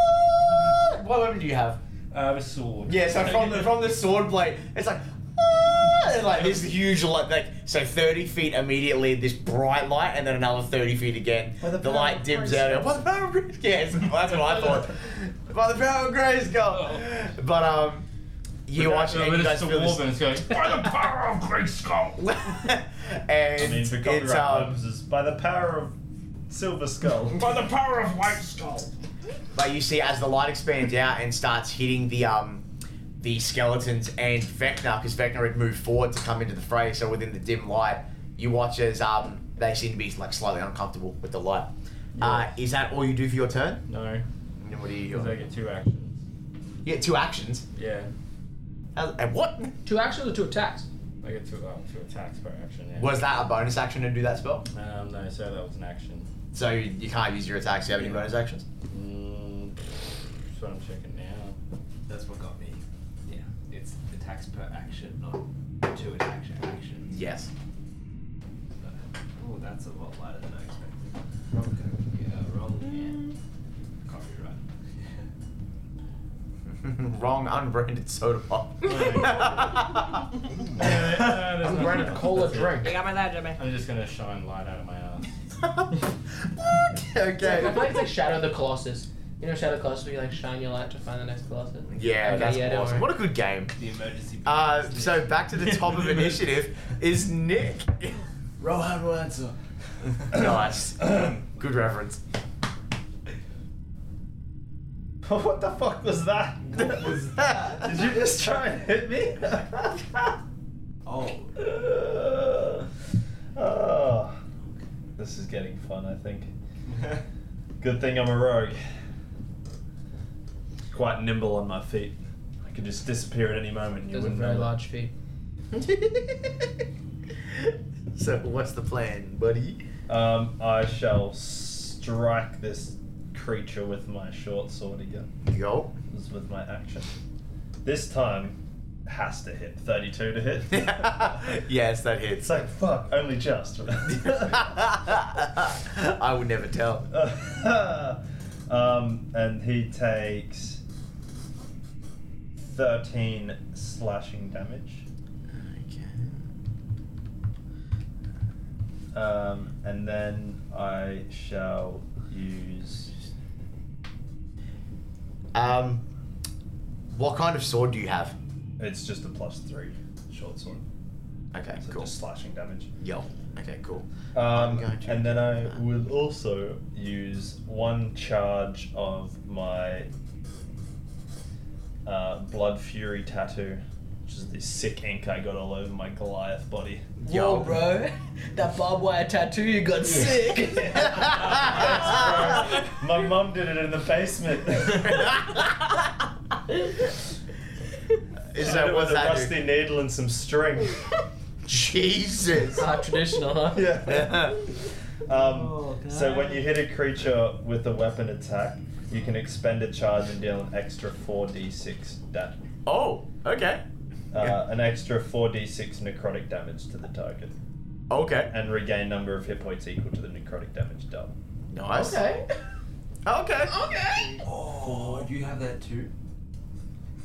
S1: "Ah." what weapon do you have?
S5: Uh, with sword.
S1: Yeah, so from the from the sword blade, it's like, "Ah," and, like this huge like like so thirty feet immediately this bright light, and then another thirty feet again. the light dims out. By the power of grace, yes, that's what I thought. By the power of grace, God.
S5: Oh.
S1: But um, you watch
S5: Uh,
S1: and
S5: but
S1: you guys
S5: it's
S1: feel this.
S5: dwarven, it's going, by the power of Grayskull!
S1: and
S4: I mean, for copyright
S1: it's um,
S4: purposes, by the power of Silver Skull.
S5: By the power of White Skull!
S1: but you see as the light expands out and starts hitting the um, the skeletons and Vecna, because Vecna had moved forward to come into the fray. So within the dim light, you watch as um, they seem to be like slightly uncomfortable with the light. Uh, is that all you do for your turn?
S5: No,
S1: And then what do you?
S5: because I
S1: You
S5: get two actions.
S1: get two actions.
S5: Yeah.
S1: How- And what
S2: Two actions or two attacks?
S5: I get two, um, two attacks per action. Yeah.
S1: was that a bonus action to do that spell?
S5: Um, no, so that was an action.
S1: So you, you can't use your attacks. You have any bonus actions?
S5: Mm, that's what I'm checking now.
S3: That's what got me. Yeah. It's attacks per action, not two attack actions.
S1: Yes.
S3: Oh, that's a lot lighter than I expected. Wrong computer, wrong hand. Copyright.
S1: Wrong unbranded soda pop.
S5: no, Uh, there's nothing
S2: Brandon,
S5: else.
S2: cola
S5: That's it.
S2: drink.
S6: You got my lad, Jimmy.
S5: I'm just gonna shine light out of my ass.
S2: I feel like it's
S1: okay.
S2: like Shadow of the Colossus. You know Shadow of the Colossus, where you like shine your light to find the next Colossus.
S1: Yeah,
S2: Okay,
S1: that's
S2: yeah, don't
S1: awesome.
S2: worry.
S1: What a good game.
S3: The emergency.
S1: Uh, so back to the top of initiative is Nick.
S3: Rohan will answer.
S1: nice. Good reference.
S4: what the fuck was that?
S1: What was that?
S4: Did you just try and hit me?
S3: Oh.
S4: oh. This is getting fun, I think. Good thing I'm a rogue. Quite nimble on my feet. I could just disappear at any moment. and You
S2: Those are
S4: wouldn't
S2: very
S4: know.
S2: large feet.
S1: so what's the plan, buddy?
S4: Um, I shall strike this creature with my short sword again.
S1: Go.
S4: This is with my action. This time has to hit. 32 to hit.
S1: yes, that
S4: It's
S1: hits.
S4: like, fuck, only just.
S1: I would never tell.
S4: um, and he takes 13 slashing damage. Um, and then I shall use.
S1: Um, what kind of sword do you have?
S4: It's just a plus three short sword.
S1: Okay,
S4: So
S1: cool.
S4: just slashing damage.
S1: Yo. Okay, cool. I'm
S4: Um,
S1: going to-
S4: and then I will also use one charge of my uh, Blood Fury tattoo, which is the sick ink I got all over my Goliath body.
S1: Yo,
S2: bro, that barbed wire tattoo you got sick.
S4: Thanks, bro. my mum did it in the basement.
S1: Is
S4: She did
S1: that
S4: it
S1: what
S4: with a
S1: that?
S4: rusty needle and some string.
S1: Jesus.
S2: Ah, traditional, huh?
S4: yeah. Um,
S2: Oh,
S4: so when
S2: God.
S4: you hit a creature with a weapon attack, you can expend a charge and deal an extra 4d6 da-
S1: oh, okay.
S4: uh, an extra 4d6 necrotic damage to the target,
S1: Okay.
S4: and regain number of hit points equal to the necrotic damage dealt.
S1: Nice.
S2: Okay.
S1: Okay.
S9: Okay.
S3: Oh, do you have that too?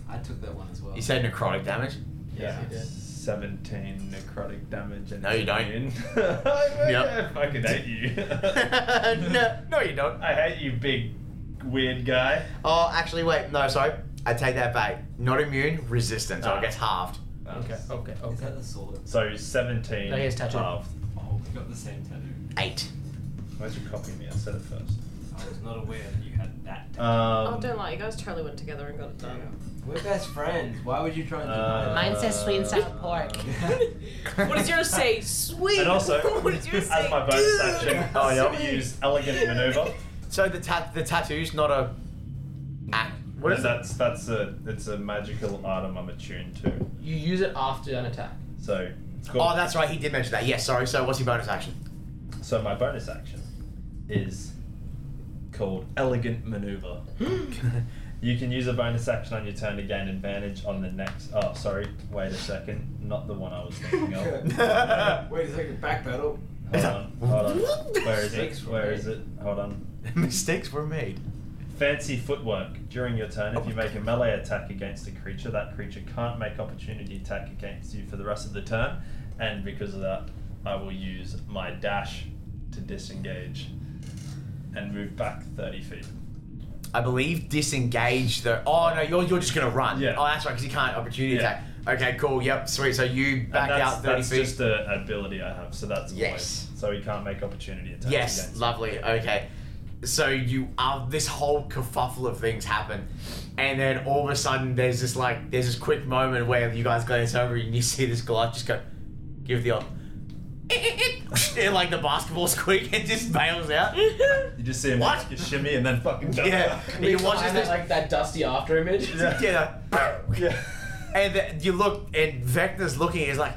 S3: I took that one as well.
S1: You said necrotic damage.
S4: Yeah,
S2: Yes, you did.
S4: 17 necrotic damage. And
S1: No, you don't.
S4: immune. I
S1: Yep.
S4: fucking hate you.
S1: no, no, you don't.
S4: I hate you, big weird guy.
S1: Oh, actually, wait. No, sorry. I take that back. Not immune, resistant, so
S4: Ah.
S1: it gets halved.
S2: Okay. Okay.
S3: Is
S2: Okay.
S3: that the sword?
S4: So 17.
S2: No, he has tattoo.
S4: halved.
S3: Oh, we got the same tattoo.
S1: Eight.
S4: Why'd you copy me? I said it first.
S3: I was not aware that you had that tattoo.
S4: Um,
S6: oh, don't lie. You guys totally went together and got it
S3: Yeah.
S6: done.
S3: We're best friends. Why would you try and
S4: Uh,
S3: deny
S9: Mine says sweet and sour pork.
S6: What does yours say? Sweet.
S4: And also,
S6: what does yours
S4: as
S6: say?
S4: my bonus
S6: Dude.
S4: action,
S1: Oh,
S4: I
S1: yeah.
S4: use elegant maneuver.
S1: So the tat the tattoo's not a. Ah, what
S4: No,
S1: is that?
S4: that's that's a it's a magical item I'm attuned to.
S2: You use it after an attack.
S4: So cool.
S1: Oh, that's right. He did mention that. Yes, sorry. So what's your bonus action?
S4: so my bonus action is called elegant maneuver. you can use a bonus action on your turn to gain advantage on the next. Oh, sorry. Wait a second. Not the one I was thinking of.
S3: it? Wait a second, backpedal.
S4: Hold on. Hold on. Where is it? Where is it? Hold on.
S1: Mistakes were made.
S4: Fancy footwork. During your turn, if you make a melee attack against a creature, that creature can't make opportunity attack against you for the rest of the turn, and because of that, I will use my dash to disengage and move back 30 feet.
S1: I believe disengage the. Oh no, you're, you're just gonna run.
S4: Yeah.
S1: Oh, that's right, because you can't opportunity
S4: Yeah.
S1: attack. Okay, cool. Yep, sweet. So you
S4: And
S1: back
S4: that's,
S1: out thirty
S4: that's
S1: feet.
S4: just an ability I have, so that's
S1: Yes.
S4: always- So he can't make opportunity attacks
S1: yes,
S4: against
S1: lovely. Okay, so you are this whole kerfuffle of things happen, and then all of a sudden there's this like there's this quick moment where you guys glance over and you see this guy just go, give the old, and, like the basketball squeak and just bails out.
S4: You just see him
S1: What?
S4: like, shimmy and then fucking jump
S1: yeah,
S4: back.
S1: and you watch
S2: Behind
S1: this
S2: that, like that dusty after image.
S4: Yeah.
S1: yeah.
S4: Yeah.
S1: And the, you look, and Vecna's looking, he's like,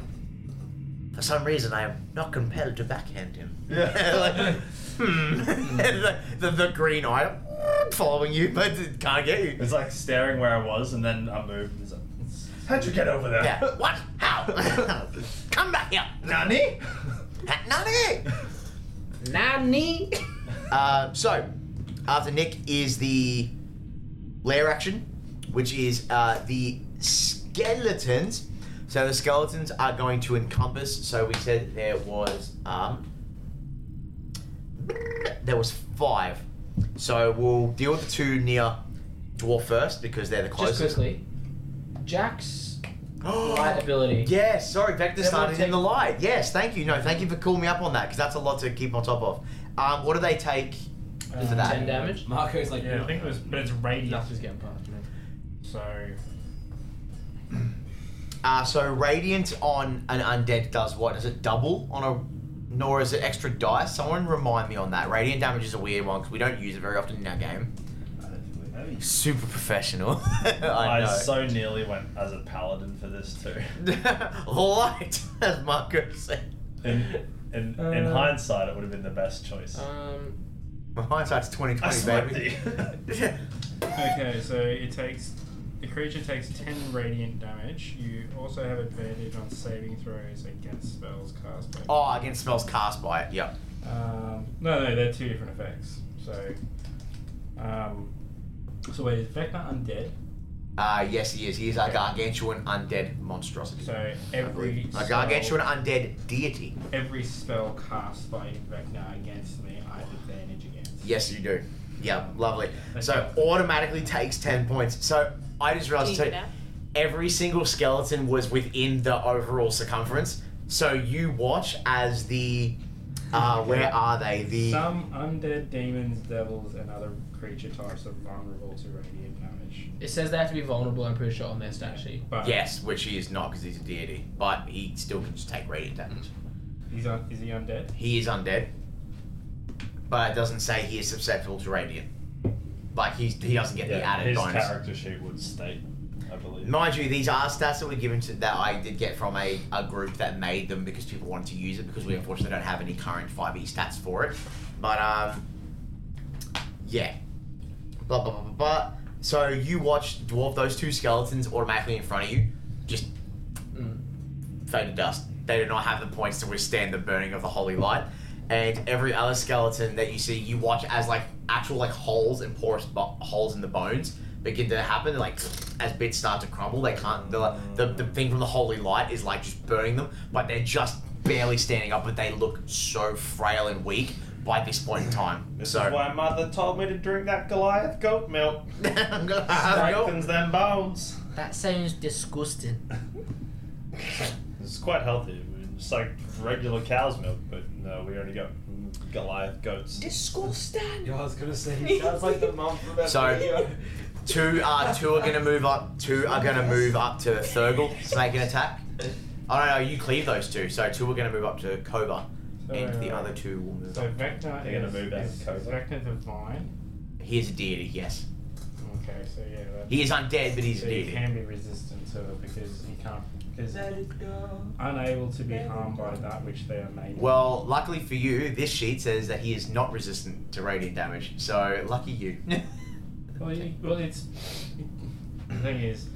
S1: for some reason, I am not compelled to backhand him.
S4: Yeah.
S1: like, hmm. the, the, the green eye. I'm following you, but it can't get you.
S4: It's like staring where I was, and then I moved. And it's like, How'd you get over there?
S1: Yeah. What? How? Come back here.
S4: Nani?
S1: Nani!
S2: Nani?
S1: Uh, so, after Nick is the lair action, which is uh, the skeletons. So the skeletons are going to encompass. So we said there was um, there was five. So we'll deal with the two near dwarf first because they're the
S2: Just
S1: closest.
S2: quickly, Jack's light ability.
S1: Yes, sorry, Vector
S2: Then we'll
S1: started in
S2: take-
S1: the light. Yes, thank you. No, thank you for calling me up on that because that's a lot to keep on top of. Um, what do they take?
S5: Uh,
S1: for that?
S2: Ten damage.
S3: Marco's like,
S5: Yeah, I think it was, but it's radiant,
S2: Nothing's getting past me.
S5: so
S1: Uh, so radiant on an undead does what? Does it double on a, nor is it extra dice? Someone remind me on that. Radiant damage is a weird one because we don't use it very often in our game.
S3: I don't think we have any.
S1: Super professional. I know.
S4: so nearly went as a paladin for this too.
S1: Light, as Marco said.
S4: In in, in
S2: Uh,
S4: hindsight, it would have been the best choice.
S1: Uh,
S2: Um,
S1: My hindsight's twenty
S4: I
S1: twenty,
S4: slapped
S1: baby.
S4: you.
S5: Okay, so it takes the creature takes ten radiant damage. You also have advantage on saving throws against spells cast by.
S1: oh, against spells cast by it. Yep.
S5: Um, no, no, they're two different effects. So, um, so wait, is Vecna undead?
S1: Uh, yes, he is. He is a
S5: Okay.
S1: gargantuan undead monstrosity.
S5: So
S1: I
S5: every
S1: believe. a
S5: spell-
S1: gargantuan undead deity.
S5: every spell cast by Vecna against me, I have advantage against.
S1: Yes, you do. Yeah, lovely.
S5: Okay.
S1: So automatically takes ten points. So I just
S6: Can you
S1: realized
S6: do
S1: so
S6: that?
S1: every single skeleton was within the overall circumference. So you watch as the uh, where are they? The
S5: Some undead demons, devils, and other creature types are vulnerable to radiant damage.
S2: it says they have to be vulnerable. I'm pretty sure on their stat sheet.
S5: But
S1: yes, which he is not because he's a deity, but he still can just take radiant damage.
S5: he's un- is he undead?
S1: He is undead, but it doesn't say he is susceptible to radiant. Like he's, he doesn't get the
S4: Yeah,
S1: added
S4: his
S1: bonus.
S4: character sheet would state, I believe.
S1: Mind you, these are stats that were given to that I did get from a, a group that made them because people wanted to use it because we unfortunately don't have any current 5e stats for it. But um yeah. Blah blah blah blah blah. So you watch dwarf those two skeletons automatically in front of you, just
S2: Mm.
S1: fade to dust. They do not have the points to withstand the burning of the holy light. And every other skeleton that you see, you watch as like actual like holes and porous bo- holes in the bones begin to happen. Like as bits start to crumble, they can't. The, like, the the thing from the holy light is like just burning them, but they're just barely standing up. But they look so frail and weak by this point in time.
S4: This is
S1: So
S4: why mother told me to drink that Goliath goat milk.
S1: I'm gonna have to go.
S4: Strengthens them bones.
S9: That sounds disgusting.
S4: It's quite healthy. It's like regular cow's milk, but no, we only got Goliath goats.
S9: Disgusting.
S3: Yeah, I was gonna say, he sounds like the mum from that
S1: Sorry.
S3: video.
S1: Two uh, two are gonna move up. Two are gonna move up to Thurgle to make an attack. Oh no, no, you cleave those two. So two are gonna move up to Cobra, and the other two will move.
S5: So
S1: Up.
S5: Vecna
S4: They're gonna
S5: is,
S4: move out
S5: is,
S4: Cobra.
S5: is Vecna divine?
S1: He is a deity. Yes,
S5: Okay, so yeah, that's
S1: he is undead, but he's a
S5: so he
S1: deity.
S5: can be resistant to it because he can't because unable to be harmed by that which they are made.
S1: Well, luckily for you, this sheet says that he is not resistant to radiant damage. So lucky you.
S5: well, you, well, it's the thing is,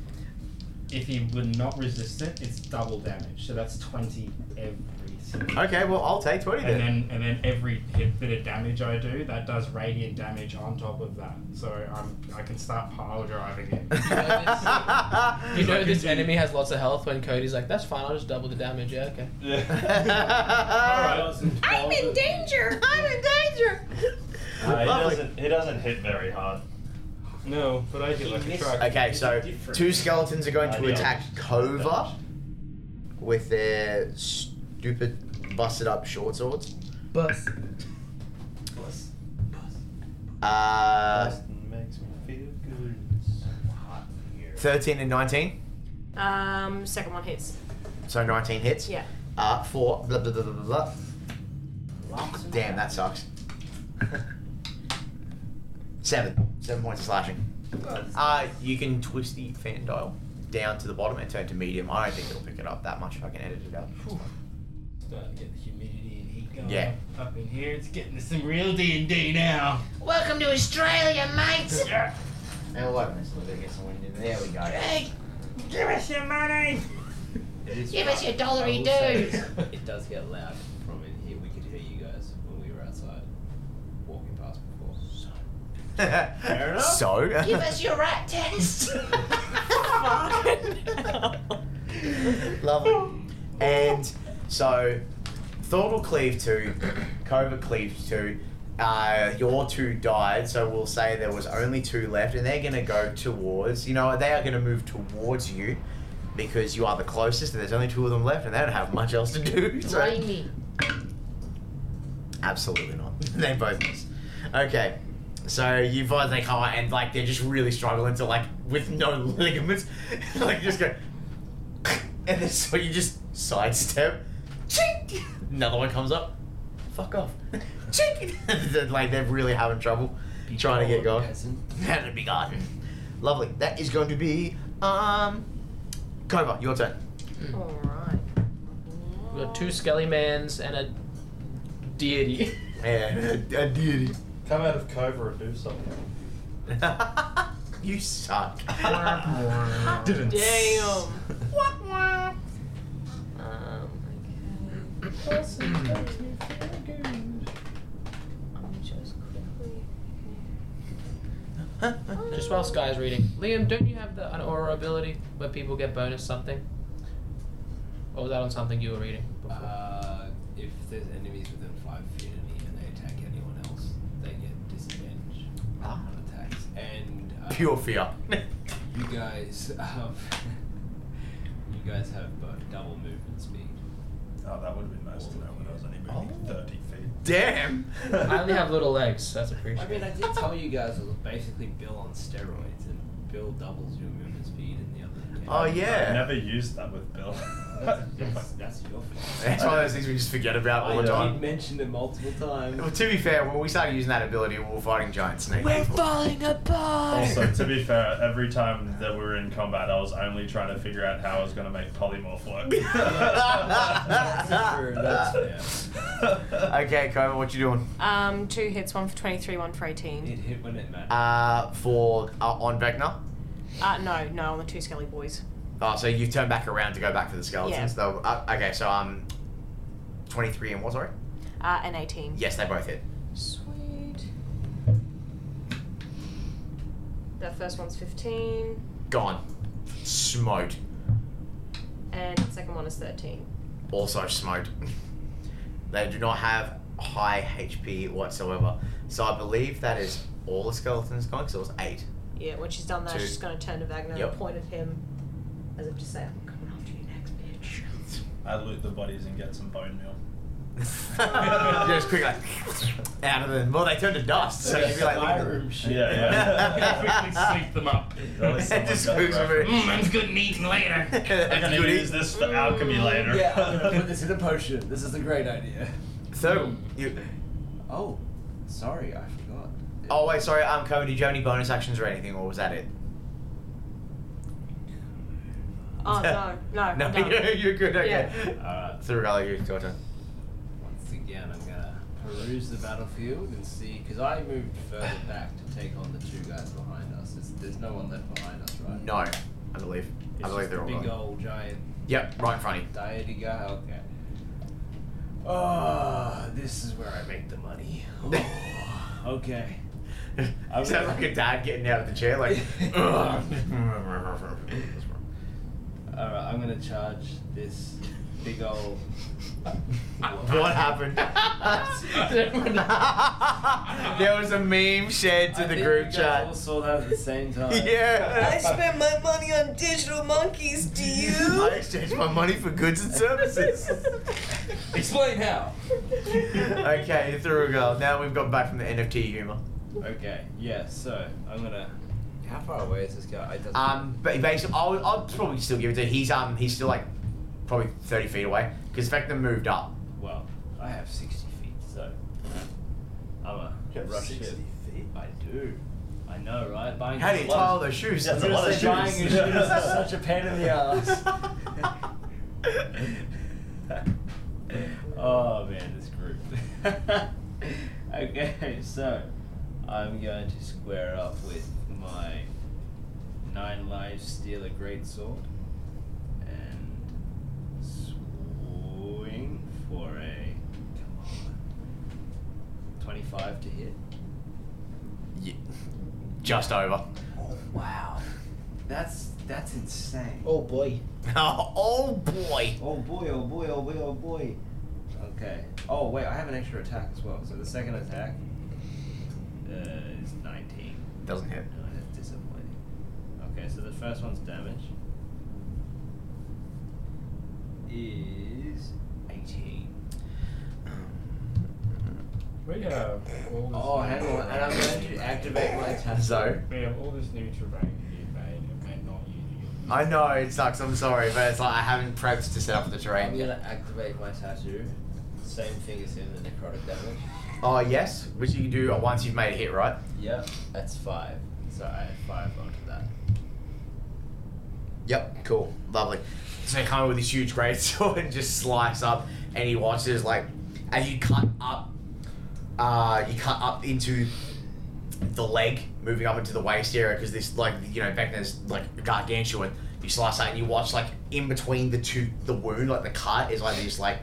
S5: if he were not resistant, it's double damage. So that's twenty every. single-
S1: okay, well I'll take twenty then.
S5: And then, and then every hit bit of damage I do, that does radiant damage on top of that. So I'm, I can start pile driving it.
S2: You know
S5: I
S2: this
S5: can do-
S2: enemy has lots of health. When Cody's like, "That's fine. I'll just double the damage." Yeah, okay.
S4: Alright.
S6: I'm in danger! I'm in danger!
S4: Uh, he,
S1: Lovely.
S4: doesn't, he doesn't hit very hard.
S5: No, but I do like a truck.
S1: Okay, so two skeletons are going
S4: Uh,
S1: to
S4: the
S1: attack
S4: others.
S1: Kova with their stupid, busted up short swords.
S2: Bus.
S3: Plus,
S1: Uh,
S4: Austin makes me feel good.
S3: hot in here.
S1: 13 and 19.
S6: Um, second one hits.
S1: So 19 hits.
S6: Yeah.
S1: Uh, 4. Blah, blah, blah, blah, blah, blah.
S3: Lumps in
S1: Damn, that sucks. 7. 7 points of slashing. Uh, you can twist the fan dial down to the bottom and turn to medium. I don't think it'll pick it up that much. I can edit it out.
S5: Starting to get the humidity and heat. going
S1: Yeah.
S5: up in here. It's getting to some real D and D now.
S9: Welcome to Australia, mates.
S1: And what? Let's look at some wind in there. We go.
S9: Hey,
S5: Give us your money.
S3: It is
S9: give us your dollary
S3: I will
S9: dues.
S3: say It does get loud from in here. We could hear you guys when we were outside walking past before. So
S1: Fair
S5: enough.
S1: So.
S9: Give us your rat test.
S1: Lovely. And so, Thord will cleave to, Covert cleaves to. Uh, your two died, so we'll say there was only two left, and they're gonna go towards. You know, they are gonna move towards you because you are the closest, and there's only two of them left, and they don't have much else to do. So.
S9: Blame me.
S1: Absolutely not. they both miss. Okay. So you both they come out and like they're just really struggling to like with no ligaments. like just go and then so you just sidestep. Chink Another one comes up. Fuck off. Chink They're, like they're really having trouble trying to get going. That'd be garden. Lovely. That is going to be um Cobra, your turn.
S6: Alright.
S2: We got two skelly mans and a deity.
S1: And a deity.
S4: Come out of Cobra and do something.
S1: you suck.
S4: Didn't.
S6: Damn.
S1: Um,
S2: Just while Sky's reading, Liam, don't you have the an aura ability where people get bonus something? Or was that on something you were reading? Before?
S3: Uh, if there's enemies within five feet of me and they attack anyone else, they get disadvantage
S2: Ah.
S3: on attacks. And uh,
S1: Pure fear.
S3: you guys, um, you guys have both double movement speed.
S4: Oh, that would have been nice to know when I was only moving
S1: Oh.
S4: 30 feet.
S1: Damn.
S2: I only have little legs, so that's
S3: I
S2: appreciated.
S3: mean, I did tell you guys it was basically Bill on steroids, and Bill doubles your movement speed in the other.
S1: Oh
S4: I
S1: yeah.
S4: never used that with Bill.
S3: That's, that's, that's your fault.
S1: It's one of those things we just forget about all
S3: I
S1: the
S3: did
S1: time.
S3: mention it multiple times.
S1: Well, to be fair, when we started using that ability, we were fighting giant snake people.
S9: falling apart.
S4: also, to be fair, every time that we were in combat, I was only trying to figure out how I was going to make polymorph work.
S3: That's true, that's
S1: okay, Cobra, what you doing?
S6: Um, two hits, one for 23, one for 18.
S3: It hit when it mattered.
S1: Uh, for uh, on Vecna.
S6: Uh, no, no, on the two skelly boys.
S1: Oh, so you turn back around to go back to the skeletons.
S6: Yeah.
S1: Though, uh, okay, so um, twenty-three and what? Sorry.
S6: Uh, and 18.
S1: Yes, they both hit.
S6: Sweet. That first one's 15,
S1: Gone. Smoked.
S6: and the second one is 13.
S1: also smoked. they do not have high HP whatsoever. So I believe that is all the skeletons gone because it was eight.
S6: Yeah, when she's done that,
S1: Two.
S6: she's going to turn to Wagner
S1: Yep.
S6: and point at him as if to say, I'm coming after you next, bitch.
S4: I loot the bodies and get some bone meal.
S1: Just quick, like, out of them. Well, they turned to dust. So you'd be like, look at them.
S5: shit.
S4: Yeah,
S1: yeah.
S5: Quickly sleep them up.
S4: At least someone
S1: Just
S4: got the
S1: goes over
S4: reference.
S5: Mmm, that's good and eating later.
S4: I'm
S1: That's
S4: going
S1: good.
S4: to use this for alchemy later.
S3: Yeah, I'm gonna put this in a potion. This is a great idea.
S1: So, you,
S3: Oh, sorry, I forgot.
S1: oh wait, sorry, um, Coven, did you have any bonus actions or anything, or was that it?
S6: Oh, no, no,
S1: No,
S6: I'm done.
S1: you're, you're good. Okay. Uh,
S3: Alright,
S1: So, Regala, you your turn.
S3: once again, I'm gonna peruse the battlefield and see, because I moved further back to take on the two guys behind us. It's, there's no one left behind us, right?
S1: No, I believe.
S3: It's
S1: I believe
S3: just
S1: they're
S3: the
S1: all
S3: big
S1: gone.
S3: old giant
S1: Yep, right in front of you.
S3: deity guy. Okay. Ah, this is where I make the money. Oh, okay. I
S1: Sounds
S3: would-
S1: like a dad getting out of the chair, like. "Ugh."
S3: Alright, I'm gonna charge this big old.
S1: what happened? there was a meme shared to
S3: I
S1: the
S3: think
S1: group
S3: you guys all
S1: chat.
S3: saw that at the same time.
S1: Yeah.
S6: spent my money on digital monkeys, do
S1: I exchanged my money for goods and services.
S3: Explain how.
S1: okay, you threw a girl. Now we've gone back from the NFT humor.
S3: Okay, yeah, so I'm gonna. How far away is this guy? It doesn't-
S1: Um, but basically, I'll, I'll probably still give it to. He's um, he's still like probably thirty feet away because Vecna moved up.
S3: well, I have 60 feet, so. I'm a rush it.
S4: feet.
S3: I do. I know, right? Buying
S1: How do you tie all those shoes?
S4: That's
S3: I'm
S4: a lot
S3: gonna
S4: of
S3: say buying
S4: shoes.
S3: your shoes is such a pain in the ass. oh man, this group. okay, so I'm going to square up with my nine lives stealer greatsword and swing for a come on, twenty-five to hit.
S1: Yeah. Just over.
S3: Oh wow, that's that's insane.
S2: Oh boy.
S1: oh boy.
S3: Oh boy, oh boy, oh boy, oh boy. Okay. Oh wait, I have an extra attack as well. So the second attack uh, is 19.
S1: Doesn't hit.
S3: No, that's disappointing. Okay, so the first one's damage is 18.
S5: We have all this new
S3: Oh, hang on, and I'm going to activate my attack.
S1: So
S5: We have all this new terrain you made and we're not using it.
S1: I know it sucks. I'm sorry, but it's like I haven't prepped to set up the
S3: I'm
S1: terrain.
S3: going to activate my tattoo. Same thing as him, the necrotic damage.
S1: Oh yes, which you can do uh, once you've made a hit, right?
S3: Yep, that's five. So I have five onto that.
S1: Yep. Cool. Lovely. So you come in with this huge great sword and just slice up, and he watches like as you cut up, uh, you cut up into the leg, moving up into the waist area because this like you know back there's like gargantuan. You slice that and you watch like in between the two the wound, like the cut is like this like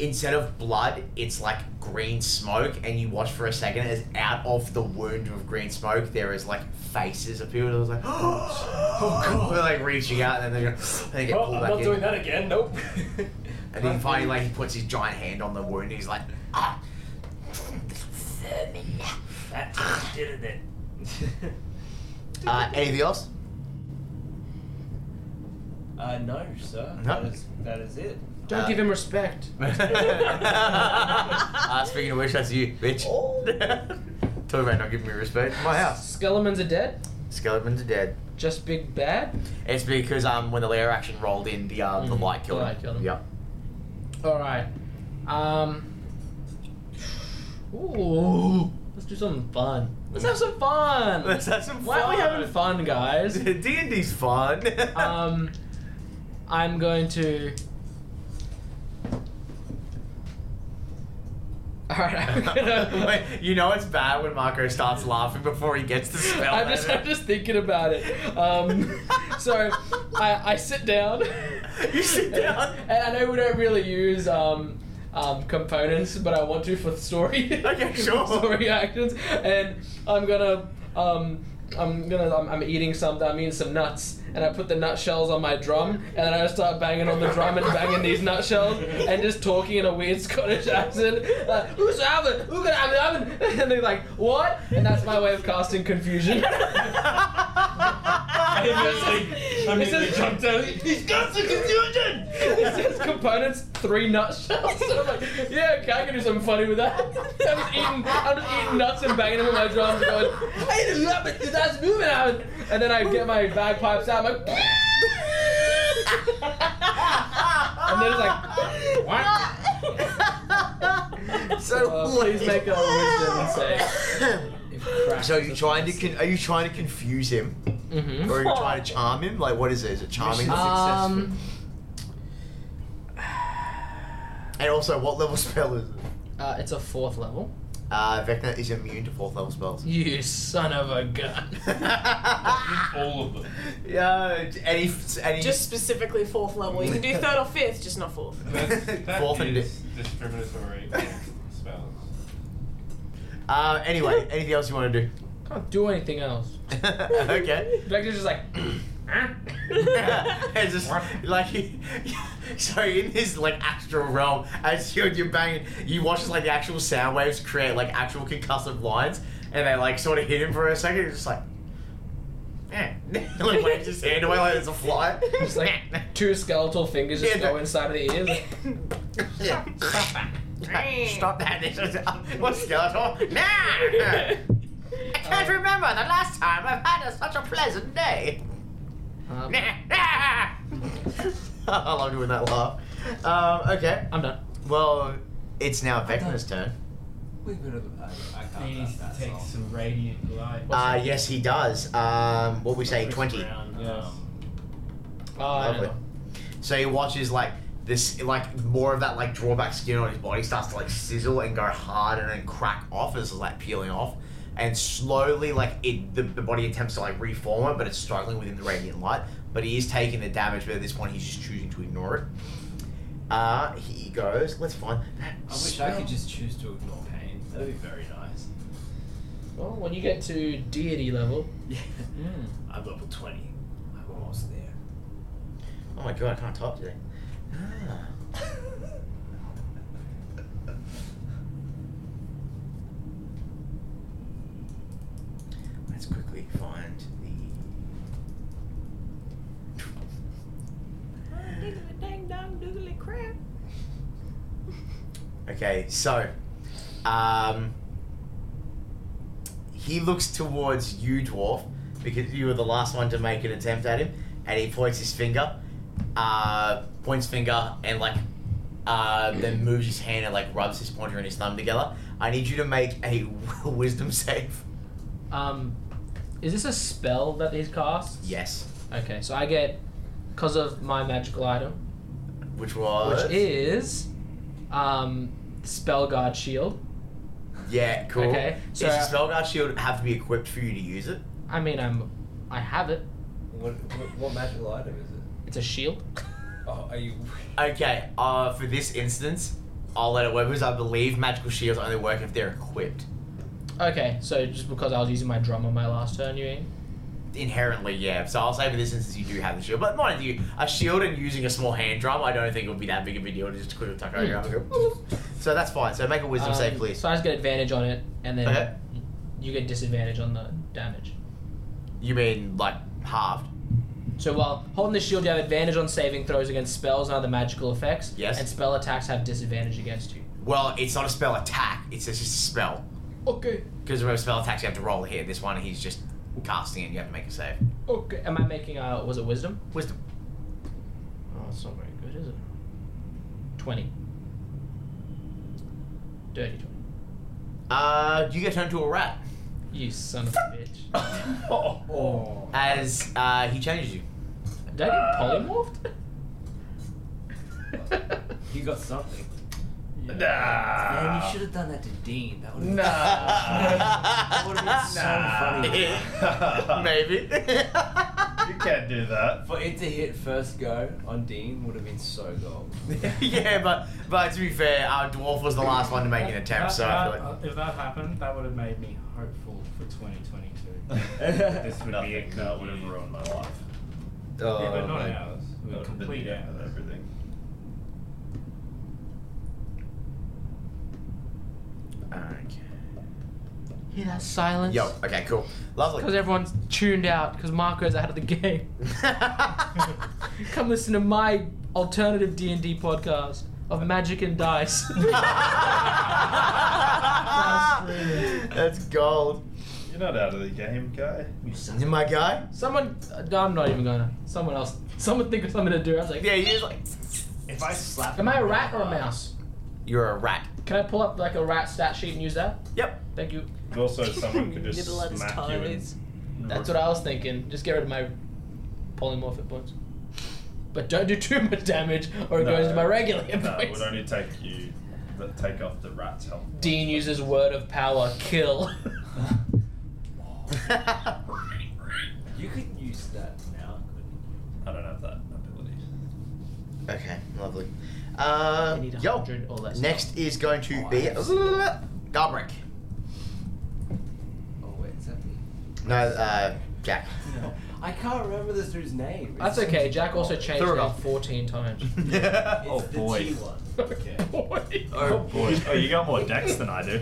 S1: instead of blood, it's like green smoke, and you watch for a second as out of the wound of green smoke, there is like faces of people that was like, oh god, they're like reaching out, and then they go, and they
S2: Oh,
S3: Oh,
S1: get pulled back in.
S5: that again, nope.
S1: And then finally, like he puts his giant hand on the wound, and he's like, ah, vermin.
S3: That did it then.
S1: Uh, anything else?
S3: Uh, no, sir.
S1: No.
S3: That is that is it.
S2: Don't
S1: Uh,
S2: give him respect.
S1: uh, speaking of which, that's you, bitch.
S2: Oh.
S1: Talk about not giving me respect. My house.
S2: Skeletons are dead.
S1: Skeletons are dead.
S2: Just big bad.
S1: It's because um when the layer action rolled in, the um the
S2: Mhm,
S1: light killed
S2: the
S1: him.
S2: light killed him.
S1: Yep.
S2: All right. Um. Ooh. Let's do something fun. Let's have some fun.
S1: Let's have some
S2: Why are we having
S1: fun.
S2: fun, guys?
S1: D and D's fun.
S2: um, I'm going to. All right, I'm gonna.
S1: Wait, you know it's bad when Marco starts laughing before he gets the spell.
S2: I'm just, I'm just thinking about it. Um, so I, I sit down.
S1: You sit down?
S2: And, I know we don't really use um, um, components, but I want to for story.
S1: Okay, sure.
S2: story actions, and I'm gonna. Um, I'm gonna. I'm, I'm eating some. I'm eating some nuts, and I put the nutshells on my drum, and then I start banging on the drum and banging these nutshells, and just talking in a weird Scottish accent. Like, who's having? Who's gonna have an oven? And they're like, what? And that's my way of casting confusion.
S5: I immediately, I immediately
S2: says-
S5: jumped out. He's got some confusion!
S2: It says components three nutshells. And I'm like, yeah, okay, I can do something funny with that. I'm just eating, I'm just eating nuts and banging them with my drums, and going, hey, the rabbit, the that's moving out. And then I get my bagpipes out. I'm like, and then it's like,
S1: so
S2: uh, please make a wisdom save.
S1: So are you trying to con- are you trying to confuse him
S2: Mm-hmm.
S1: or are you trying to charm him? Like what is it? Is it charming?
S3: Mission
S2: Um,
S1: and also, what level spell is it?
S2: uh, it's a fourth level.
S1: Uh, Vecna is immune to fourth level spells.
S2: You son of a gun.
S4: All of them.
S1: yeah, any any
S6: Just specifically fourth level. You can do third or fifth, just not fourth.
S5: That's, that
S1: Fourth and
S5: is discriminatory spells.
S1: Uh, anyway, anything else you want to do?
S2: Can't do anything else.
S1: okay.
S2: Vector's just like,
S1: it's just like he- so in this like astral realm, as you're, you're banging, you watch like the actual sound waves create like actual concussive lines, and they like sort of hit him for a second. It's just like, eh. like waves his hand away like there's a fly.
S2: just like
S1: Eh.
S2: two skeletal fingers just
S1: Yeah,
S2: go
S1: that-
S2: inside of the ears. like,
S1: Yeah. Stop that. Stop that. This is- What's Skeletor? Nah! I can't remember the last time I've had a, such a pleasant day.
S2: um,
S1: Nah, nah. I love doing that laugh. Um, okay.
S2: I'm done.
S1: Well, it's now Vecna's turn.
S3: We could have. I, I
S5: He
S3: can't.
S5: needs to
S3: That's
S5: take some radiant light.
S1: Uh, yes, he does. Um, what we say,
S5: Chris
S1: 20.
S5: Brown,
S3: Yes.
S2: Uh,
S5: um,
S1: Lovely. So he watches like this like more of that like drawback skin on his body starts to like sizzle and go hard and then crack off as it's like peeling off and slowly like it the, the body attempts to like reform it but it's struggling within the radiant light but he is taking the damage but at this point he's just choosing to ignore it uh he goes let's find that
S3: I wish I
S1: spell.
S3: could just choose to ignore pain. That'd be very nice.
S2: Well, when you get to deity level,
S3: Yeah. I'm level 20. I'm almost there.
S1: oh my god I can't type today ah. Let's quickly find the.
S6: Ding dong doodly crap.
S1: Okay, so, um, he looks towards you, dwarf, because you were the last one to make an attempt at him, and he points his finger, uh, points finger, and like, uh, then moves his hand and like rubs his pointer and his thumb together. I need you to make a wisdom save.
S2: um, is this a spell that he casts?
S1: Yes,
S2: Okay, so I get because of my magical item,
S1: which was
S2: which is um, spell guard shield.
S1: yeah, cool.
S2: Okay, so- uh,
S1: Does your spellguard shield have to be equipped for you to use it?
S2: I mean, I'm I have it.
S3: What, what, what magical item is it?
S2: It's a shield.
S3: Oh, are you.
S1: Okay, uh, for this instance, I'll let it work because I believe magical shields only work if they're equipped.
S2: Okay, so just because I was using my drum on my last turn, you mean?
S1: Inherently, yeah. So I'll say for this instance, you do have the shield. But mind you, a shield and using a small hand drum, I don't think it would be that big of a deal to just quickly tuck over your arm and go. boop. So that's fine. So make a wisdom
S2: Um,
S1: save, please.
S2: So I just get advantage on it, and then
S1: Okay.
S2: you get disadvantage on the damage.
S1: You mean like halved?
S2: So while holding the shield, you have advantage on saving throws against spells and other magical effects.
S1: Yes.
S2: And spell attacks have disadvantage against you.
S1: Well, it's not a spell attack. It's just a spell.
S2: Okay.
S1: Because remember, spell attacks you have to roll here. This one, he's just casting it. You have to make a save.
S2: Okay. Am I making uh was it wisdom?
S1: Wisdom.
S2: Oh, it's not very good, is it? Twenty. Dirty twenty.
S1: Uh, you get turned to a rat
S2: You son of a bitch.
S3: Oh.
S1: as uh, he changes you.
S2: Did I get polymorphed?
S3: You got something. Man, you
S4: Nah.
S3: should have done that to Dean. That would have
S4: Nah.
S3: would have been so funny.
S1: Maybe.
S4: you can't do that.
S3: For it to hit first go on Dean would have been so gold.
S1: yeah, but but to be fair, our dwarf was the last one to make an attempt, so I feel like.
S5: if that happened, that would have made me hopeful for 2022.
S4: this would
S5: Nothing.
S4: be a, that would have ruined my life.
S5: yeah, but not
S1: my-
S5: ours. We're
S4: That would've been
S5: complete
S4: the end of
S5: ours.
S4: everything.
S1: Okay.
S2: Hear that silence?
S1: Yo, okay, cool.
S2: Because
S1: Lovely.
S2: everyone's tuned out because Marco's out of the game. Come listen to my alternative D and D podcast of Magic and Dice.
S1: That's gold.
S4: You're not out of the game, guy.
S1: You my guy?
S2: someone, uh, I'm not even gonna. Someone else. Someone think of something to do. I was like,
S1: Yeah, you're like.
S3: If I slap
S2: am I a rat or a mouse?
S1: You're a rat.
S2: Can I pull up like a rat stat sheet and use that?
S1: Yep.
S2: Thank you.
S4: Also, someone could just
S6: Nibble at his
S4: smack you and
S6: toes.
S2: That's what I was thinking. Just get rid of my polymorphic points. But don't do too much damage or it
S4: No.
S2: goes to my regular hit
S4: No, it
S2: points.
S4: would only take you, but take off the rat's help.
S2: Dean uses word of power, kill.
S3: You could use that now, couldn't
S4: I don't have that ability.
S1: okay, lovely. Uh,
S2: I need a
S1: yo,
S2: hundred or less. Oh,
S1: next is going to be. Garbrick.
S3: you? Oh, wait, is that me?
S1: No, uh, Jack.
S3: No. I can't remember this dude's name. It's
S2: That's okay. Jack also changed
S1: Throw it
S2: it
S1: off.
S2: 14 times.
S3: It's
S4: Oh,
S3: the
S4: boy.
S3: T one. Okay.
S2: Boy.
S4: Oh boy! Oh, you got more decks than I do.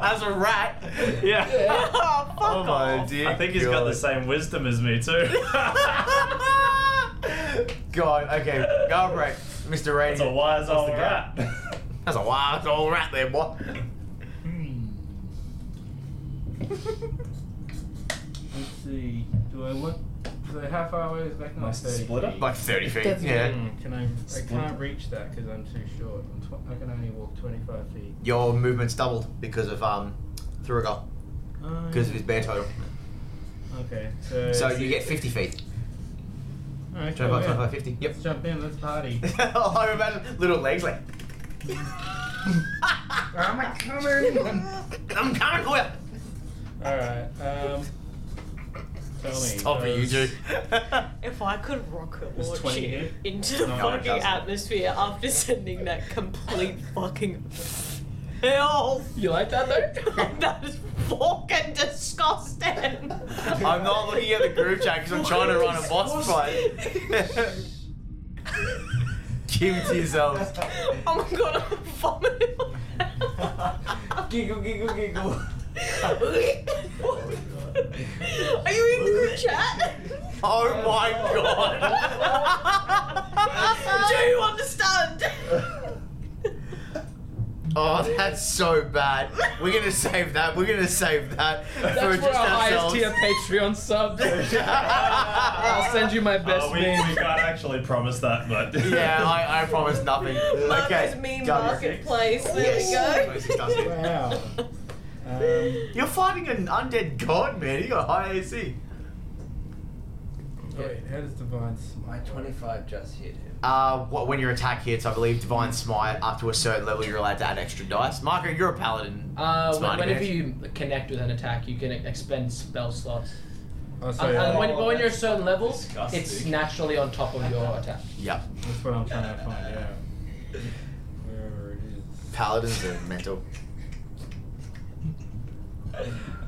S1: As a rat.
S4: Yeah.
S1: oh, fuck
S4: Oh my
S1: off.
S4: I think he's got the same wisdom as me too.
S1: God, okay. Go break. Mr.
S4: That's a
S1: Radio.
S4: wise old
S1: the guy?
S4: rat.
S1: That's a wild old rat there, boy.
S5: Let's see. Do I look? So how far away is back now?
S4: My
S5: 30
S4: splitter?
S5: feet.
S1: Like 30 feet.
S6: That's
S1: yeah.
S5: Hmm, Can I? I
S4: Splinter.
S5: can't reach that because I'm too short. I'm tw- I can only walk 25 feet.
S1: Your movement's doubled because of um, Thurigal, because of his bear totem.
S5: Okay. So.
S1: So you get 50 feet.
S5: Okay,
S1: 25,
S5: yeah.
S1: 25, 50. Yep.
S5: Let's jump in. Let's party.
S1: oh, I imagine little legs like.
S5: I'm a coming.
S1: I'm coming for you.
S5: All right. Um, tell me.
S1: Stop it, you
S5: does-
S1: two.
S6: If I could rocket
S5: It's 20
S6: launch
S5: here.
S6: into the
S5: No, it
S6: fucking
S1: doesn't.
S6: atmosphere after sending that complete fucking hell.
S2: You like that though?
S6: that is fucking disgusting.
S1: I'm not looking at the group chat because I'm trying to run a boss fight. Keep it to yourselves.
S6: Oh my god, I'm vomiting.
S3: giggle, giggle, giggle.
S6: Are you in the group chat?
S1: Oh my
S6: Do
S1: god.
S6: you understand?
S1: Oh, that's so bad. We're gonna save that. We're gonna save that for
S2: That's
S1: just
S2: for our highest
S1: ourselves.
S2: tier Patreon sub. I'll send you my best
S4: Uh, we, we
S2: meme.
S4: can't actually promise that, but
S1: yeah, I, I promise nothing.
S6: Mama's
S1: okay.
S6: meme
S1: done.
S6: marketplace. There
S1: Yes.
S6: we go.
S5: Wow. Um,
S1: You're fighting an undead god, man. You got high AC.
S5: wait, how does divine smite?
S3: My 25 just hit him.
S1: Uh, what, when your attack hits, I believe Divine Smite, up to a certain level, you're allowed to add extra dice. Marco, you're a paladin.
S2: Uh, when-
S1: Smart
S2: whenever
S1: advantage.
S2: you connect with an attack, you can expend spell slots.
S5: Oh,
S2: Um,
S5: sorry,
S2: and
S5: uh,
S2: when, but when you're a certain level,
S3: disgusting.
S2: it's naturally on top of your attack.
S1: Yep.
S5: uh, that's what I'm trying to find out. Wherever it is.
S1: Paladins are mental.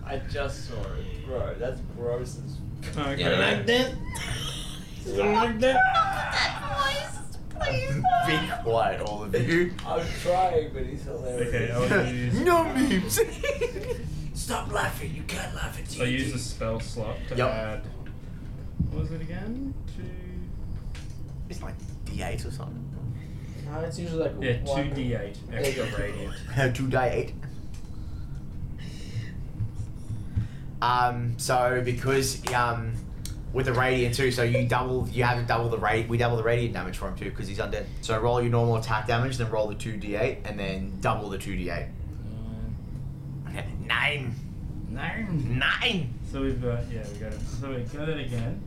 S3: I just saw it. Bro, that's gross as
S5: Okay.
S9: that?
S1: Be quiet, all of you.
S3: I'm trying, but he's hilarious.
S5: Okay, I'll use.
S1: no memes.
S3: Stop laughing, you can't laugh at
S4: Oh,
S5: So I use a spell slot to
S1: Yep.
S5: add. What was it again? Two.
S1: it's like D8 or something.
S2: No, it's usually like
S5: Yeah, two d8 extra
S2: There you go.
S5: radiant.
S1: How to die 8. Um, so because um, with the radiant too, so you double, you have to double the rate. We double the radiant damage for him too because he's undead. So roll your normal attack damage, then roll the two d8, and then double the two d8.
S5: Uh,
S1: Nine,
S5: Nine.
S1: nine.
S5: So we've got yeah we got it. So we got it again.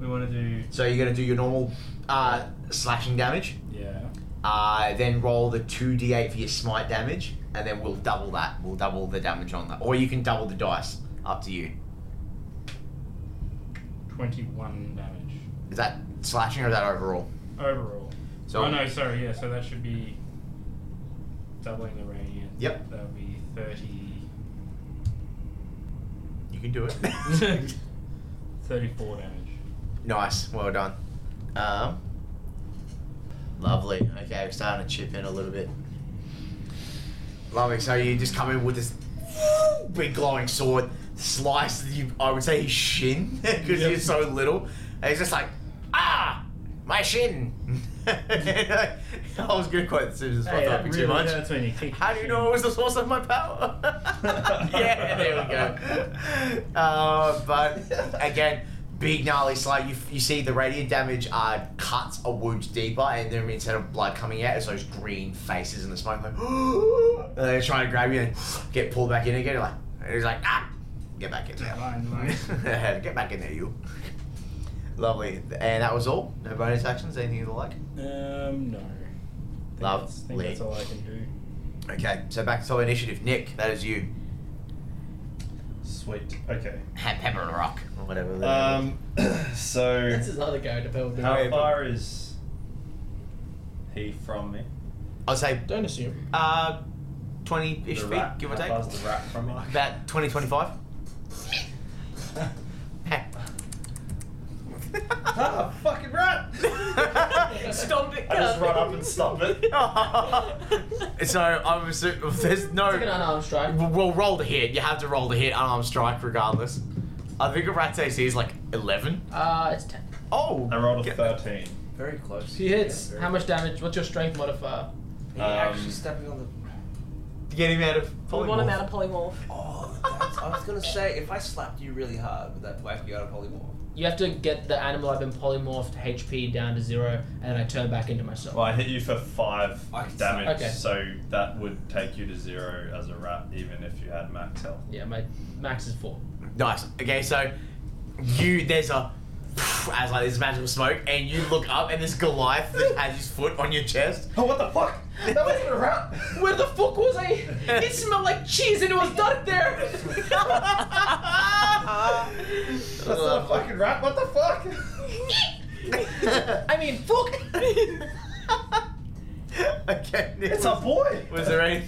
S5: We want to do
S1: So you're gonna do your normal uh, slashing damage.
S5: yeah.
S1: Uh, then roll the 2d8 for your smite damage, and then we'll double that. We'll double the damage on that. Or you can double the dice. Up to you.
S5: 21 damage
S1: Is that slashing or is that overall?
S5: overall.
S1: So-
S5: oh no, sorry, yeah, so that should be doubling the radiant.
S1: Yep.
S5: That would be 30,
S1: You can do it.
S5: 34 damage.
S1: nice. Well done. Um, lovely. Okay, we're starting to chip in a little bit. Lovely. So you just come in with this big glowing sword, slice you, I would say his shin, because
S5: Yep.
S1: he's so little. And he's just like, ah, my shin. I was going to quote this as well, not
S5: that
S1: too
S5: really
S1: much.
S5: hurts when you kick
S1: How do you know it was the source of my power? yeah, there we go. Uh, but again, big gnarly slide. You, you see the radiant damage uh, cuts a wound deeper, and then instead of blood coming out, it's those green faces in the smoke. Like, and they're trying to grab you and get pulled back in again. You're like, and he's like, ah, get back in there.
S5: Divine light.
S1: get back in there, you. Lovely. And that was all. No bonus actions, anything you like.
S5: Um, no. Think
S1: Lovely.
S5: that's- think that's all I can do.
S1: Okay, so back to solo initiative. Nick, that is you.
S4: sweet. Okay.
S1: Have pepper and rock or whatever.
S4: Um, so
S2: That's his other character build.
S4: how
S1: Okay, but-
S4: far is he from me?
S1: I'd say
S2: Don't assume.
S1: uh, 20 ish
S4: The
S1: feet,
S4: rat.
S1: give or
S4: How
S1: take.
S4: far's the rat from me?
S1: About 20 25.
S4: ah, fucking rat!
S6: Stop it,
S4: I just
S6: Gavin.
S4: run up and stop it.
S1: Oh. so I'm assuming there's
S2: It's like an
S1: no.
S2: unarmed strike.
S1: Well, roll the hit. You have to roll the hit, unarmed strike, regardless. I think a rat's AC is like 11.
S2: Uh, it's 10.
S1: Oh!
S4: I rolled a
S1: get-
S4: thirteen.
S3: Very close.
S2: He hits.
S3: Yeah, very
S2: How much
S3: close.
S2: damage? What's your strength modifier?
S3: He
S4: Um,
S3: actually stepping on the.
S1: Get him out of.
S6: We
S1: polymorph.
S6: want him out of polymorph.
S3: Oh, that's, I was gonna say if I slapped you really hard, would that whack you out of polymorph?
S2: You have to get the animal I've been polymorphed HP down to zero, and then I turn back into myself.
S4: Well, I hit you for five
S3: I can see.
S4: damage,
S2: Okay.
S4: so that would take you to zero as a rat, even if you had max health.
S2: Yeah, my max is four.
S1: Nice. Okay, so you there's a as like this magical smoke, and you look up, and this Goliath that has his foot on your chest.
S4: Oh, what the fuck? That wasn't even around.
S2: Where the fuck was I? It smelled like cheese and it was dark there.
S4: That's not a fucking rat. What the fuck?
S2: I mean, fuck.
S1: okay, Nick,
S4: It's a
S1: was,
S4: boy.
S1: was there any?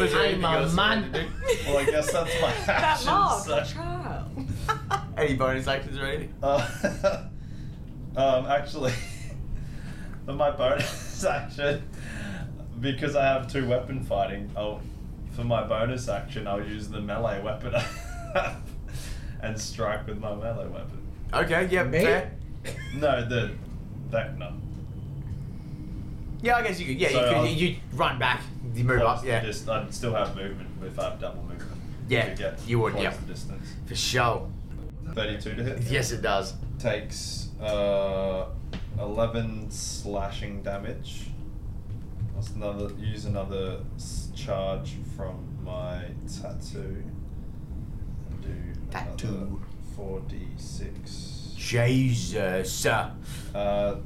S1: Was there anything
S2: I'm a
S1: else you wanted to
S2: man.
S1: do?
S4: Well, I guess that's my
S6: That
S4: action.
S6: mark,
S4: so-
S6: a child.
S1: Any bonus actions or anything?
S4: Uh, um, actually, my bonus action, because I have two weapon fighting, I'll, for my bonus action, I'll use the melee weapon I have and strike with my melee weapon.
S1: Okay, yeah,
S2: Me?
S1: fair.
S4: No, the Vecna.
S1: Yeah, I guess you could. Yeah,
S4: So
S1: you
S4: I'll-
S1: could. You, you run back, you move
S4: Close
S1: up.
S4: the
S1: Yeah,
S4: dis- I'd still have movement if I have double movement.
S1: Yeah,
S4: To get
S1: you would,
S4: close
S1: yeah.
S4: the distance.
S1: for sure.
S4: 32 to hit.
S1: Yes, it does.
S4: Takes uh, 11 slashing damage. That's another. Use another s- charge from my tattoo. And do
S1: Tattoo.
S4: 4d6.
S1: Jesus.
S4: Uh,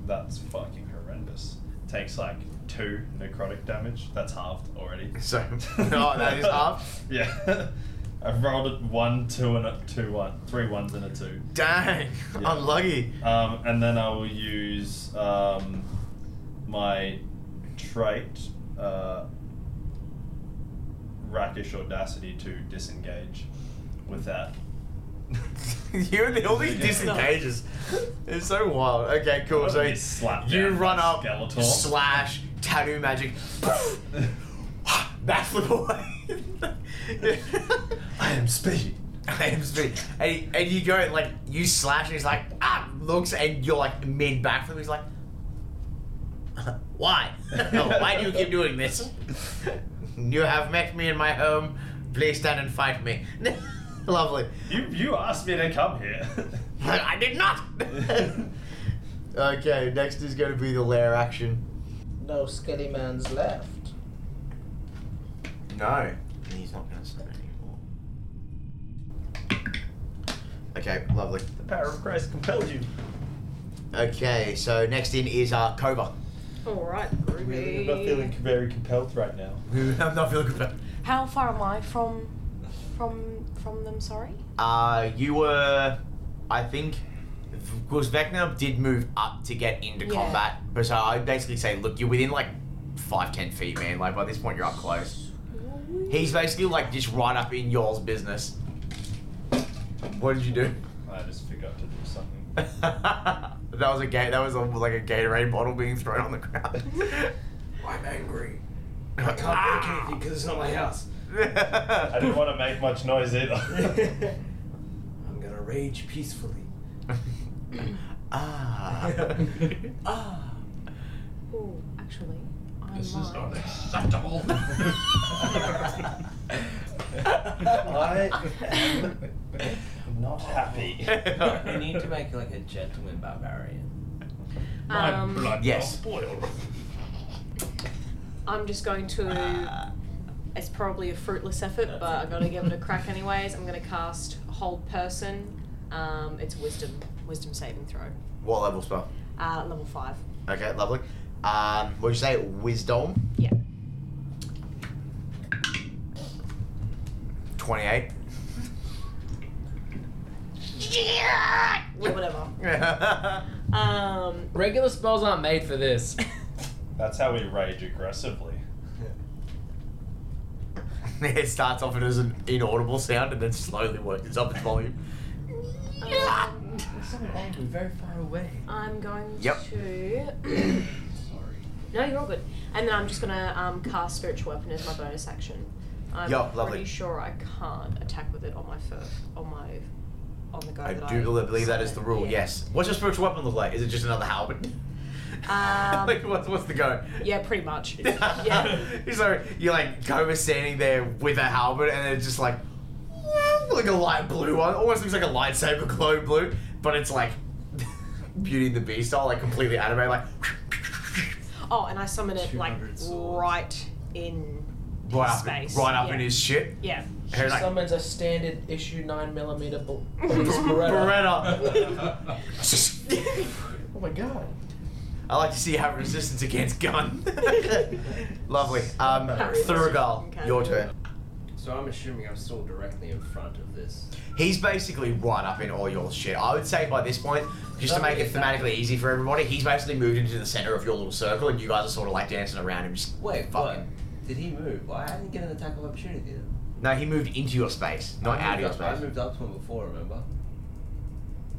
S4: that's fucking horrendous. Takes like two necrotic damage. That's halved already.
S1: So, oh, that is half.
S4: yeah. I've rolled it one, two, and a two, one, three ones and a two.
S1: Dang,
S4: Yeah.
S1: unlucky.
S4: Um, and then I will use um, my trait, uh, Rackish Audacity, to disengage with that.
S1: you and all these
S4: Yeah.
S1: disengages. It's so wild. Okay, cool.
S4: Let
S1: So
S4: me slap
S1: you
S4: down
S1: run
S4: my
S1: up,
S4: Skeletor.
S1: slash, tattoo magic, backflip away.
S4: I am speed.
S1: I am speed. And, and you go like you slash, and he's like ah looks, and you're like mid backflip. He's like, why? Oh, why do you keep doing this? You have met me in my home. Please stand and fight me. Lovely.
S4: You, you asked me to come here.
S1: I did not. okay, next is going to be the lair action.
S2: No skelly man's left.
S1: No. He's not going to stop anymore. Okay, lovely.
S4: the power of Christ compelled you.
S1: Okay, so next in is uh, Kova.
S6: Alright,
S4: Really, I'm not feeling
S6: groovy.
S4: very compelled right now.
S1: I'm not feeling good. about-
S6: How far am I from from from them, sorry?
S1: Uh, you were, I think, because Vecna did move up to get into
S6: Yeah.
S1: combat, but so I basically say, look, you're within like five, ten feet, man. Like by this point, you're up close. He's basically like just right up in y'all's business. What did you do?
S4: I just forgot to do something.
S1: that was a gate. That was a, like a Gatorade bottle being thrown on the ground.
S3: I'm angry. I can't break
S1: Ah!
S3: anything because it's not my house.
S4: I didn't want to make much noise either.
S3: I'm gonna rage peacefully.
S1: ah.
S3: Ah.
S6: Ooh, actually, I
S5: This is
S6: lied.
S5: not acceptable.
S4: I am not happy.
S3: You need to make like a gentleman barbarian.
S5: My
S6: Um,
S5: blood
S1: yes.
S5: will boil.
S6: I'm just going to. It's probably a fruitless effort, but I gotta give it a crack anyways. I'm gonna cast Hold Person. Um, it's Wisdom, Wisdom saving throw.
S1: What level spell?
S6: Uh, level five.
S1: Okay, lovely. Um, what'd you say? Wisdom?
S6: Yeah.
S1: 28.
S6: Yeah, whatever.
S1: yeah,
S6: Um,
S2: Regular spells aren't made for this.
S4: That's how we rage aggressively.
S1: it starts off as an inaudible sound and then slowly works up its volume.
S6: um,
S5: Angry, very far away.
S6: I'm going
S1: Yep.
S6: to.
S3: Sorry.
S6: No, you're all good. And then I'm just gonna um, cast Spiritual Weapon as my bonus action. I'm
S1: Yeah,
S6: pretty
S1: lovely.
S6: sure I can't attack with it on my fur, on my, on the go.
S1: I
S6: that
S1: do believe, believe that is the rule,
S6: Yeah.
S1: yes. What's your spiritual weapon look like? Is it just another halberd?
S6: Um,
S1: like, what's, what's the go?
S6: Yeah, pretty much. yeah.
S1: so you're like Cobra standing there with a halberd, and it's just like like a light blue one. Almost looks like a lightsaber glow blue, but it's like Beauty and the Beast style, like completely anime, like
S6: Oh, and I summon it like
S3: 200 swords.
S6: right in
S1: right up,
S6: space.
S1: right up in
S6: yeah.
S1: his shit.
S6: Yeah.
S2: She
S1: Her like,
S2: summons a standard issue 9mm bl- police Beretta.
S1: Beretta.
S2: Oh my god.
S1: I like to see you have resistance against gun. Lovely. Um, Thurgal, your turn.
S3: So I'm assuming I'm still directly in front of this.
S1: He's basically right up in all your shit. I would say by this point, just to make it thematically easy for everybody, he's basically moved into the center of your little circle, and you guys are sort of like dancing around him. Just
S3: Wait,
S1: fucking.
S3: what? Did he move? Well, I didn't get an attack of opportunity then.
S1: No, he moved into your space, not
S3: I
S1: out of
S3: moved
S1: your
S3: up- I
S1: space.
S3: moved up to him before, remember?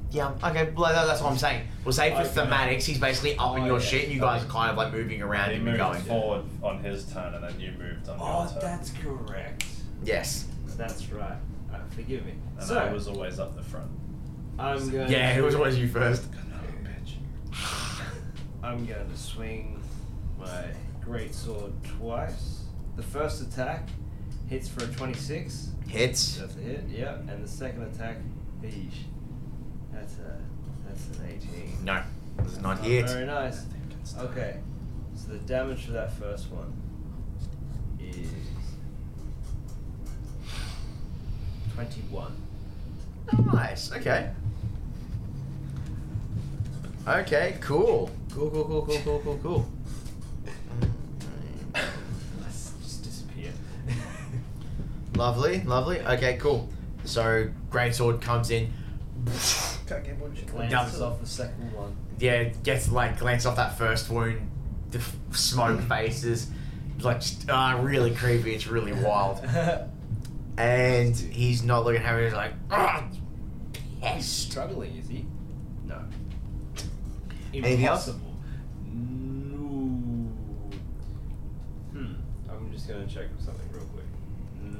S1: Yeah. Okay. Well, that- that's what I'm saying. We'll say for
S5: Okay.
S1: thematics, he's basically up in
S3: Oh,
S1: your
S3: yeah.
S1: shit, and you guys are kind of like moving around
S4: he
S1: him and
S4: moved
S1: going.
S4: forward on his turn, and then you moved on your
S3: Oh,
S4: turn.
S3: that's correct.
S1: Yes.
S3: That's right. Uh, forgive me.
S4: And
S3: So,
S4: I was always up the front.
S3: I'm going
S1: Yeah.
S3: to,
S1: It was always you first.
S3: I'm going to swing my great sword twice. The first attack hits for a 26.
S1: Hits.
S3: That's a hit, yeah. And the second attack, eesh. That's a that's an 18.
S1: No. This is not
S3: Not
S1: hit.
S3: Very nice. Okay. So the damage for that first one is twenty-one.
S1: Nice. Okay. Okay. Cool. Cool. Cool. Cool. Cool. Cool. Cool. Cool.
S3: Let's just disappear.
S1: Lovely. Lovely. Okay. Cool. So greatsword comes in.
S3: Glances off the second one.
S1: Yeah, gets like glance off that first wound. The f- smoke faces. Like just, ah, really creepy. It's really wild. And he's not looking happy. He's like, ah, pissed.
S3: Struggling, is he? No.
S1: Anything else?
S3: Impossible. No. Hmm. I'm just gonna check something real quick.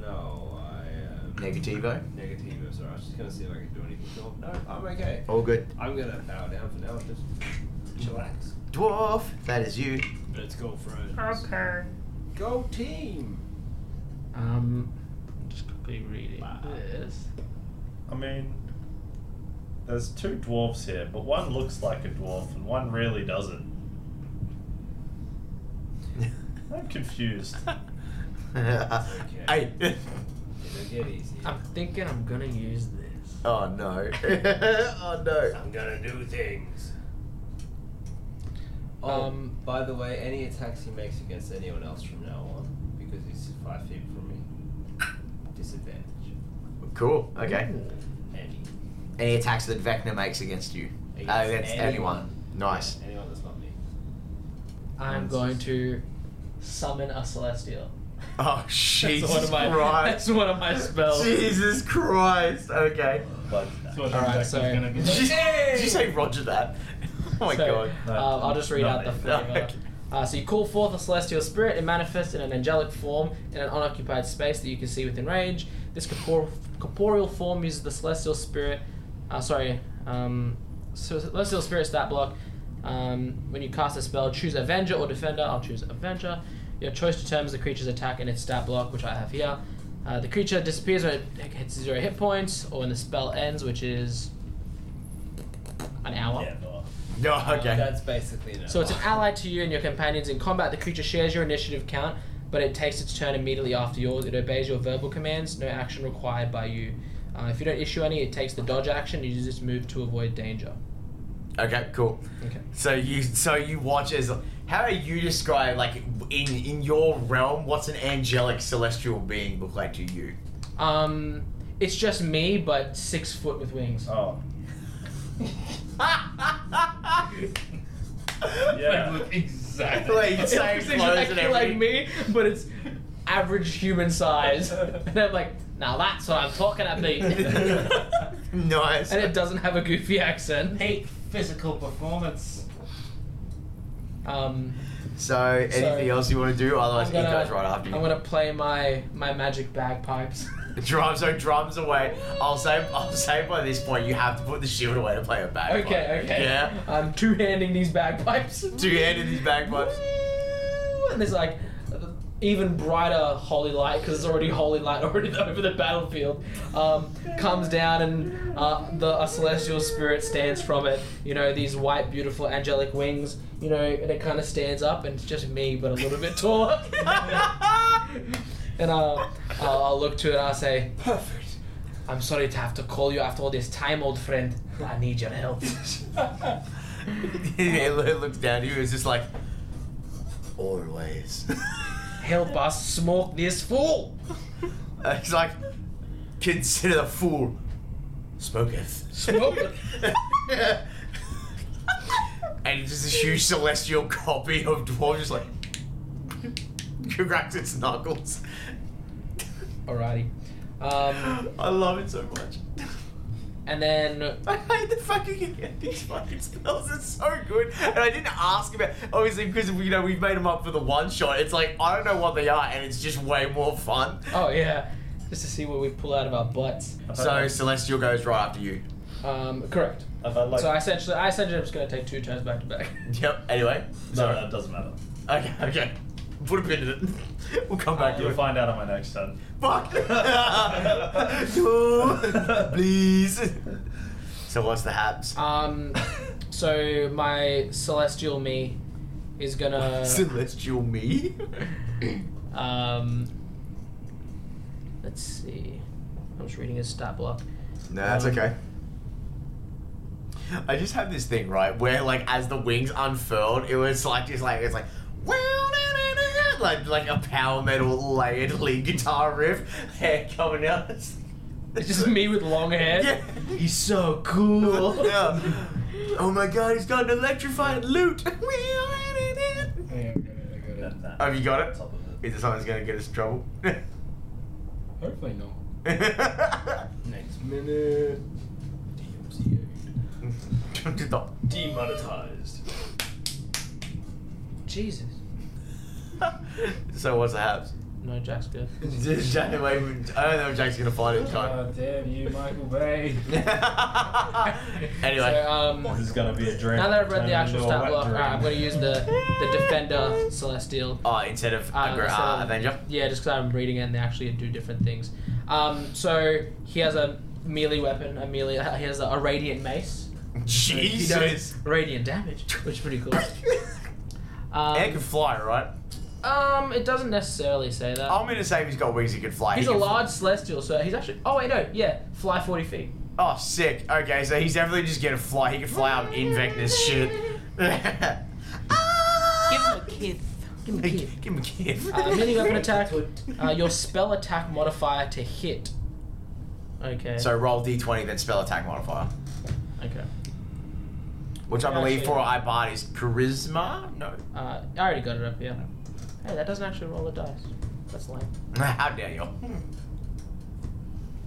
S3: No, I am.
S1: Negativo.
S3: Negativo, sorry. I was just gonna see if I could do anything. No, no, I'm okay.
S1: All good.
S3: I'm gonna bow down for now and just chillax.
S1: Dwarf. That is you.
S3: Let's go, friends. Okay. Go team!
S2: Um, I'm just quickly reading this.
S4: I mean, there's two dwarves here, but one looks like a dwarf and one really doesn't. I'm confused.
S1: Hey.
S3: It'll get easy.
S2: I'm thinking I'm gonna use this.
S1: Oh no. oh no.
S3: I'm gonna do things. Oh,
S2: Um,
S3: by the way, any attacks he makes against anyone else from now on, because he's five feet from me, disadvantage.
S1: Cool. Okay.
S3: Any.
S1: Any attacks that Vecna makes against you?
S3: Against
S1: Uh, against anyone.
S3: anyone.
S1: Nice.
S3: Anyone that's not me.
S2: I'm going to summon a celestial.
S1: Oh Jesus
S2: that's one of my
S1: Christ.
S2: that's one of my spells.
S1: Jesus Christ. Okay.
S4: But
S5: So what
S2: All right,
S5: Jack was
S2: sorry.
S5: gonna be
S1: Did you, did you say Roger that? Oh my
S2: So,
S1: god.
S4: No,
S2: uh, I'll just read out the
S1: no, no.
S2: flavor. Uh, so you call forth a celestial spirit and manifest in an angelic form in an unoccupied space that you can see within range. This corpor- corporeal form uses the celestial spirit. Uh, sorry, um, so celestial spirit stat block. Um, when you cast a spell, choose Avenger or Defender. I'll choose Avenger. Your choice determines the creature's attack and its stat block, which I have here. Uh, the creature disappears when it hits zero hit points, or when the spell ends, which is an hour.
S4: yeah, no.
S1: No, okay.
S3: That's basically no.
S2: So it's an ally to you and your companions in combat. The creature shares your initiative count, but it takes its turn immediately after yours. It obeys your verbal commands. No action required by you. Uh, if you don't issue any, it takes the dodge action. You just move to avoid danger.
S1: Okay, cool.
S2: Okay.
S1: So you so you watch as how do you describe like in in your realm what's an angelic celestial being look like to you?
S2: Um, it's just me, but six foot with wings.
S4: Oh,
S5: Like,
S4: yeah.
S5: look exactly.
S1: Like,
S2: It's
S1: same
S2: it's
S1: clothes and
S2: exactly like
S1: everything.
S2: me, but it's average human size. and I'm like, now that's what I'm talking about.
S1: nice.
S2: and it doesn't have a goofy accent.
S5: Peak physical performance.
S2: Um.
S1: So anything else you want to do? Otherwise,
S2: I'm gonna-
S1: he goes right after you.
S2: I'm gonna play my my magic bagpipes.
S1: Drums, so drums away. I'll say, I'll say by this point you have to put the shield away to play a
S2: okay,
S1: bagpipe.
S2: okay.
S1: Yeah.
S2: I'm two handing these bagpipes.
S1: Two handed these bagpipes.
S2: And there's like even brighter holy light because it's already holy light already over the battlefield. Um, comes down and uh, the a celestial spirit stands from it. You know these white beautiful angelic wings. You know and it kind of stands up and it's just me but a little bit taller. and I'll, I'll, I'll look to it and I'll say,
S1: Perfect.
S2: I'm sorry to have to call you after all this time, old friend. but I need your help.
S1: he lo- looks down at you. It's just like always.
S2: Help us smoke this fool!
S1: Uh, he's like, consider the fool smoketh.
S2: Smoketh.
S1: and it's just this huge celestial copy of dwarf, just like cracks its knuckles.
S2: Alrighty. Um,
S1: I love it so much.
S2: and then
S1: I hate the fucking yeah, these fucking spells. It's so good, and I didn't ask about obviously because you know we've made them up for the one shot. It's like I don't know what they are, and it's just way more fun.
S2: Oh yeah, just to see what we pull out of our butts.
S1: So Celestial goes right after you.
S2: Um, correct.
S4: I've had like.
S2: so I essentially, I essentially am just gonna take two turns back to back.
S1: Yep. Anyway,
S4: no, that doesn't matter.
S1: okay, okay. Put a pin in it. We'll come back to
S4: You'll
S1: it.
S4: find out on my next turn.
S1: Fuck. Two, please. So what's the haps?
S2: Um, so my celestial me is gonna
S1: Celestial me.
S2: um, let's see. I'm just reading his stat block.
S1: No, that's
S2: Um,
S1: okay. I just had this thing right where like as the wings unfurled, it was like just like it's like "Wow, na, na, na," like like a power metal layered lead guitar riff hair coming out. It's,
S2: It's just me with long hair.
S1: Yeah.
S2: He's so cool.
S1: Yeah. Oh my god, he's got an electrified lute. Have you got it?
S4: Top of it.
S1: Is it something that's gonna get us in trouble?
S5: Hopefully not.
S1: Just
S5: Next minute.
S3: DMCA.
S1: stop.
S3: Demonetized.
S2: Jesus.
S1: so what's the haps?
S2: No, Jack's good.
S1: Just Jack away from- I don't know if Jack's gonna find it in time.
S5: God Oh, damn you, Michael Bay.
S1: anyway,
S2: So, um,
S4: This is gonna be a dream.
S2: Now that I've read the
S4: Turn
S2: actual
S4: into a
S2: stat
S4: wet
S2: block,
S4: dream.
S2: alright, I'm going to use the, the Defender Celestial.
S1: oh, instead of
S2: Uh,
S1: Agra,
S2: instead
S1: uh,
S2: of-
S1: Avenger.
S2: Yeah, just because I'm reading it and they actually do different things. Um, so he has a melee weapon, a melee. He has a, a radiant mace. So he does
S1: Jesus.
S2: Radiant damage, which is pretty cool.
S1: Air can
S2: Um,
S1: fly, right?
S2: um, it doesn't necessarily say that.
S1: I'm gonna say if he's got wings, he can fly.
S2: he's
S1: He
S2: a
S1: can fly.
S2: large celestial, so he's actually. Oh wait, no, yeah, fly forty feet.
S1: Oh, sick. Okay, so he's definitely just gonna fly. He can fly up Invec this shit.
S9: Give him a kiss. Give him a kiss.
S1: Give him a gift.
S2: Uh, melee weapon attack. Uh, your spell attack modifier to hit. Okay.
S1: So roll d20, then spell attack modifier.
S2: Okay.
S1: Which I
S2: Yeah,
S1: believe
S2: shit.
S1: for Ibart is charisma? No.
S2: Uh, I already got it up here. Hey, that doesn't actually roll a dice. That's lame.
S1: How dare you?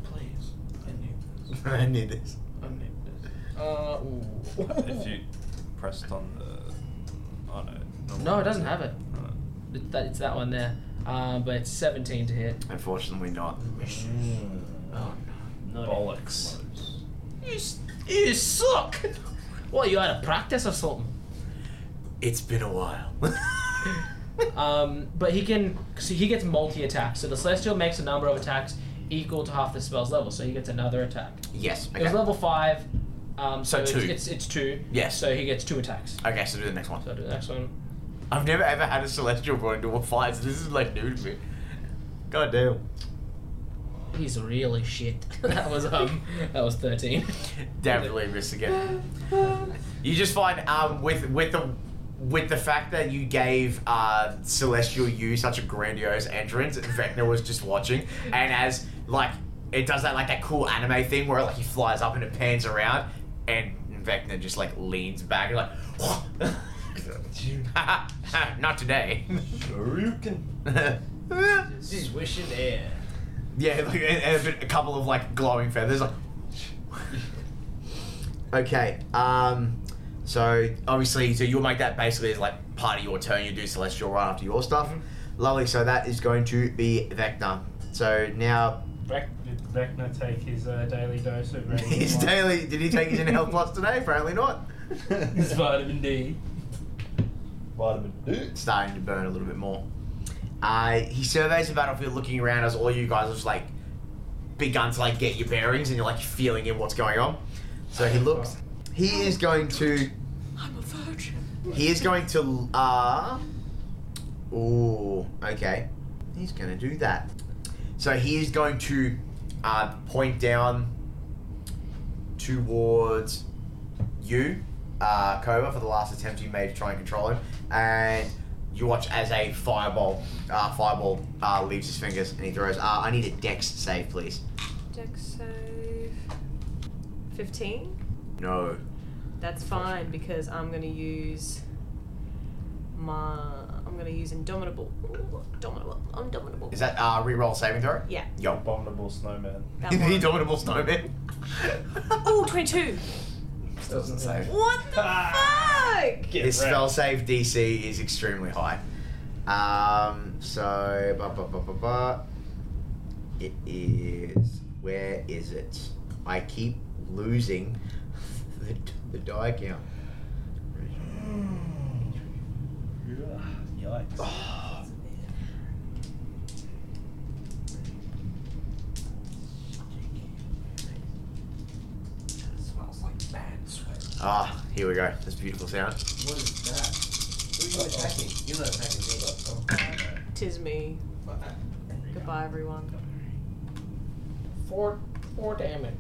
S2: Please. I need this.
S1: I need this.
S2: I need this. Uh,
S4: If you pressed on the. Oh no.
S2: No, it doesn't have it.
S4: Right.
S2: It- that- It's that one there. Um, but it's 17 to hit.
S1: Unfortunately, not.
S4: Mm.
S2: Oh,
S3: Not
S4: Bollocks.
S3: even close.
S2: no. You, s- you suck! What, you out of practice or something?
S1: It's been a while.
S2: Um, but he can. So he gets multi attacks. So the Celestial makes a number of attacks equal to half the spell's level. So he gets another attack.
S1: yes.
S2: It was
S1: Okay.
S2: level 5. Um,
S1: So
S2: so
S1: two.
S2: It's, it's, it's 2.
S1: Yes.
S2: So he gets 2 attacks.
S1: Okay, so do the next one.
S2: So I'll do the next one.
S1: I've never ever had a celestial go into a fire, so this is like new to me. God damn.
S2: He's really shit. that was um, that was thirteen.
S1: Definitely miss again. You just find um with with the with the fact that you gave uh, Celestial you such a grandiose entrance, Vecna was just watching, and as like it does that like that cool anime thing where like he flies up and it pans around, and Vecna just like leans back and like, not today.
S4: Sure you can.
S3: Swishing air.
S1: Yeah, like, and, and a, bit- a couple of like glowing feathers. Like, okay. Um, so obviously, so you'll make that basically as like part of your turn. You do celestial right after your stuff. Lovely. So that is going to be Vecna. So now
S5: Beck, did Beckner take his uh, daily dose of red?
S1: his daily. Did he take his in health plus today? Apparently not.
S5: His vitamin D.
S4: Vitamin D.
S1: It's starting to burn a little bit more. Uh, he surveys the battlefield, looking around as all you guys have just like begun to like get your bearings, and you're like feeling in what's going on. So he looks. He is going to.
S6: I'm a virgin.
S1: He is going to. Uh, ooh. Okay. he's going to do that. So he is going to uh, point down towards you, uh, Kova, for the last attempt you made to try and control him, and you watch as a fireball, uh, fireball uh, leaves his fingers and he throws. Uh, I need a dex save, please.
S6: Dex save. 15?
S1: No.
S6: That's fine because I'm going to use my. I'm going to use Indomitable. Ooh, Indomitable. Indomitable.
S1: Is that uh, reroll saving throw?
S6: Yeah.
S1: Yo.
S4: Abominable snowman.
S6: That
S1: the
S6: one.
S1: indomitable snowman.
S6: Ooh, 22.
S1: Still doesn't save.
S6: What the
S1: Ah.
S6: fuck?
S4: Get
S1: His
S4: wrecked.
S1: spell save DC is extremely high. Um, so, ba ba ba ba ba. It is. Where is it? I keep losing the, the die count.
S4: Yikes.
S3: smells like bad sweat.
S1: Ah, here we go. This beautiful sound.
S3: What is that? Who are you attacking? You're not attacking me.
S6: Tis me.
S3: But,
S6: Goodbye, everyone.
S2: Four, four damage.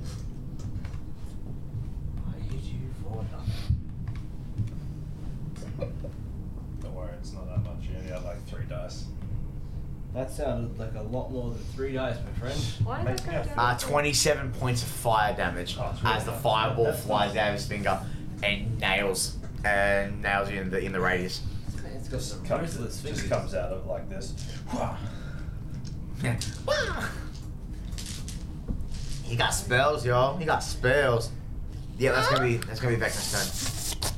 S3: I hit you for nothing.
S4: Don't worry, it's not that much. You only have like three dice.
S3: That sounded like a lot more than three dice, my friend.
S6: Why did
S4: Make me a
S6: that go down?
S1: Uh, 27 points of fire damage
S4: Oh, it's really
S1: as the
S4: nice.
S1: fireball
S4: That's
S1: flies
S4: nice.
S1: out of his finger and nails and nails you in the in the radius.
S3: This man's got some
S4: Comes,
S3: ruthless fingers.
S4: just comes out of like this.
S1: he got spells, y'all. He got spells. Yeah, that's gonna be that's gonna be Vecna's turn.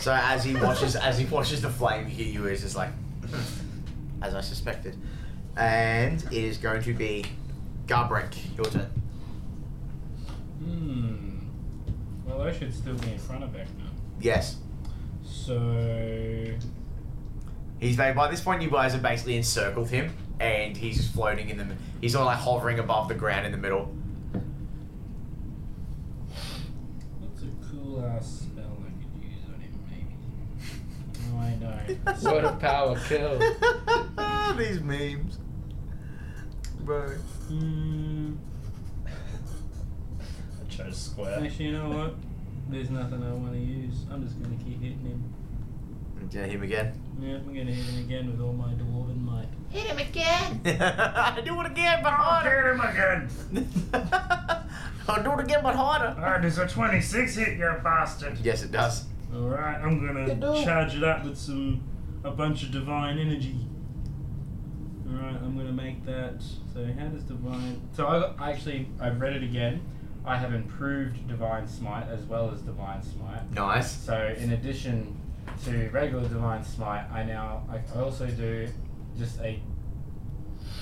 S1: So as he watches as he watches the flame hit you, is just like as I suspected, and it is going to be Garbrek. Your turn.
S5: Hmm. Well, I should still be in front of Vecna.
S1: Yes.
S5: So.
S1: He's ba- by this point, you guys have basically encircled him, and he's just floating in the. He's sort of like hovering above the ground in the middle.
S5: What's a cool ass spell I could use on him, maybe? Oh, I know.
S2: Word of power, kill.
S1: These memes, bro.
S5: Hmm.
S4: I chose square.
S5: Actually, you know what? There's nothing I want to use. I'm just going to keep hitting him.
S1: Get him again.
S5: Yeah, I'm going to hit him again with all my dwarven might.
S9: Hit him again.
S1: I do it again, but harder.
S4: him again!
S1: I'll do it again, but harder.
S5: Alright, does a 26 hit, you bastard?
S1: Yes, it does.
S5: Alright, I'm
S2: Good dog.
S5: gonna charge it up with some. a bunch of divine energy. Alright, I'm gonna make that. So, how does divine. So, I I actually. I've read it again. I have improved divine smite as well as divine smite.
S1: Nice.
S5: So in addition to regular divine smite, I now I also do just a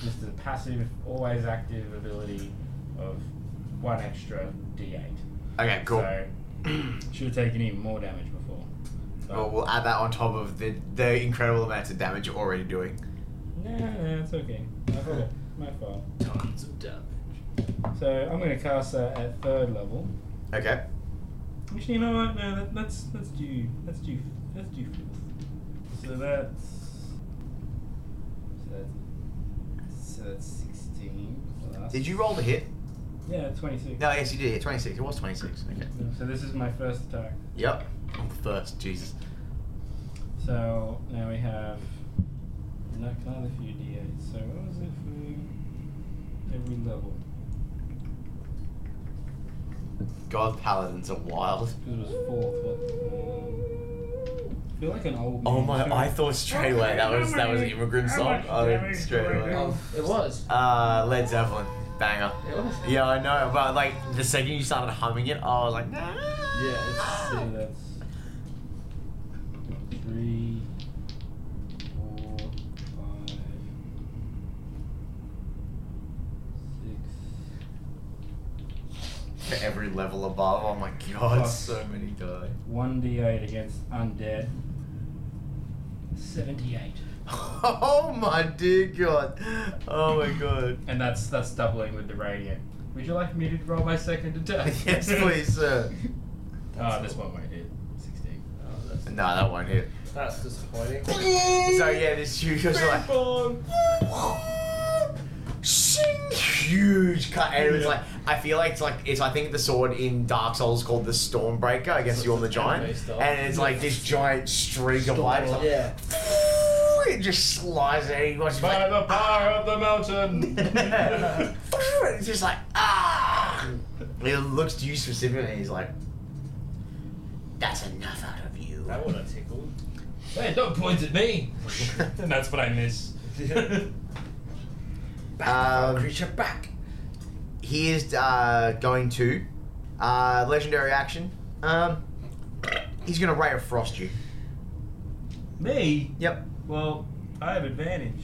S5: just a passive, always active ability of one extra d8.
S1: Okay, cool.
S5: So should have taken even more damage before. But,
S1: Well, we'll add that on top of the the incredible amounts of damage you're already doing.
S5: Nah, nah, it's okay. I forgot. My fault.
S3: Tons of damage.
S5: So I'm going to cast that at third level.
S1: Okay.
S5: Actually, you know what? No, that, that's that's due. That's due. That's due fourth. So that's so that's so that's sixteen. Plus.
S1: Did you roll the hit?
S5: Yeah, twenty-six.
S1: No, yes, you did. Yeah, 26. It was 26. Okay.
S5: So this is my first attack.
S1: Yep. I'm the first. Jesus.
S5: So now we have no- another few d8s. So what was it for every level?
S1: God, paladins are wild.
S5: Because it was fourth. What? Um, I feel like an old.
S1: Oh
S5: man
S1: my!
S5: too.
S1: I thought straight away that was that was an immigrant song. Oh, straight away.
S2: Oh, it was.
S1: Uh, Led Zeppelin, banger.
S2: It was.
S1: Yeah, I know. But like the second you started humming it, I was like, nah.
S3: Yeah,
S5: So
S1: Oh.
S5: that's three, four, five, six.
S1: For every level above, oh my god,
S5: Fuck.
S1: so many die.
S5: One d8 against undead. Seventy-eight.
S1: Oh my dear god. Oh my god.
S5: And that's that's doubling with the radiant. Would you like me to roll my second attack?
S1: yes, please, sir.
S5: Ah, this one won't hit. Sixteen.
S3: Oh, that's,
S1: No, that won't hit.
S3: that's disappointing.
S1: So yeah, this huge was like. huge cut, and it was
S4: Yeah.
S1: like I feel like it's like it's I think the sword in Dark Souls called the Stormbreaker against you on the
S3: it's anime
S1: giant,
S3: stuff.
S1: and it's like this giant streak of light. It's like,
S3: Yeah.
S1: It just slides at you. It's
S4: By
S1: like,
S4: the power of the mountain.
S1: it's just like ah. He looks to you specifically, and he's like, "That's enough out of you."
S3: That would have tickled.
S5: Hey, don't point at me! and that's what I miss.
S1: Um,
S3: Creature back.
S1: he is uh, going to uh, legendary action. Um, he's gonna ray of frost you.
S4: Me?
S1: Yep.
S4: Well, I have advantage.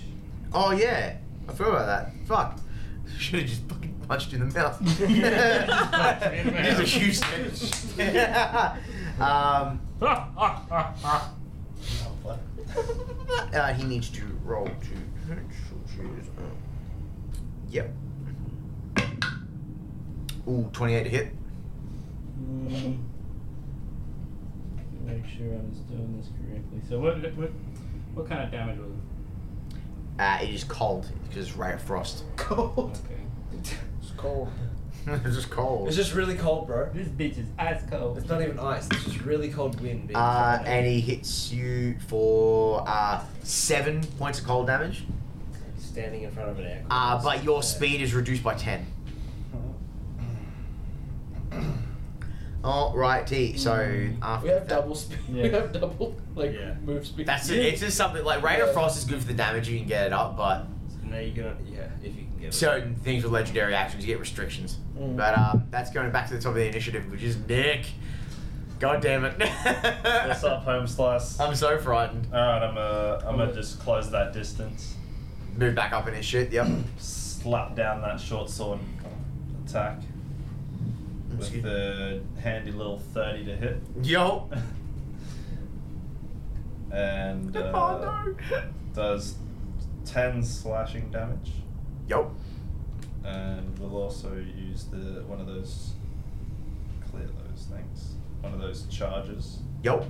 S1: Oh yeah, I forgot about that. Fuck. Should have just fucking punched you in the mouth.
S5: in the mouth.
S1: He's a huge bitch. um, uh, he needs to roll to. Yep. Ooh, 28 to hit.
S5: Mm. Make sure I was doing this correctly. So what what what kind of damage was it?
S1: Uh, it is cold because it's ray of frost.
S3: Cold.
S5: Okay.
S2: It's cold.
S1: it's just cold.
S3: It's just really cold, bro.
S5: This bitch is ice cold.
S3: It's not even ice. It's just really cold wind. being
S1: Uh,
S3: thrown at
S1: and he hits you for uh, seven points of cold damage.
S3: you. standing in front of an aircraft.
S1: Uh, but your speed is reduced by 10. Alrighty, so after
S2: Hmm. We
S1: that-
S2: have double speed. We
S5: Yeah.
S2: have double like
S3: Yeah.
S2: move speed.
S1: That's it. It's just something like Ray of Frost is good for the damage you can get it up, but
S3: So now you're gonna yeah, if you can get it.
S1: certain things with legendary actions you get restrictions.
S2: Mm.
S1: But um, that's going back to the top of the initiative, which is Nick. God damn it!
S4: What's up, home slice?
S1: I'm so frightened.
S4: Alright, I'm uh, I'm gonna just close that distance.
S1: Move back up in his shit. Yep.
S4: Slap down that short sword attack with the handy little 30 to hit.
S1: Yo.
S4: and uh,
S1: Oh no.
S4: does 10 slashing damage
S1: Yo.
S4: and we'll also use the one of those clear those things one of those charges
S1: Yo.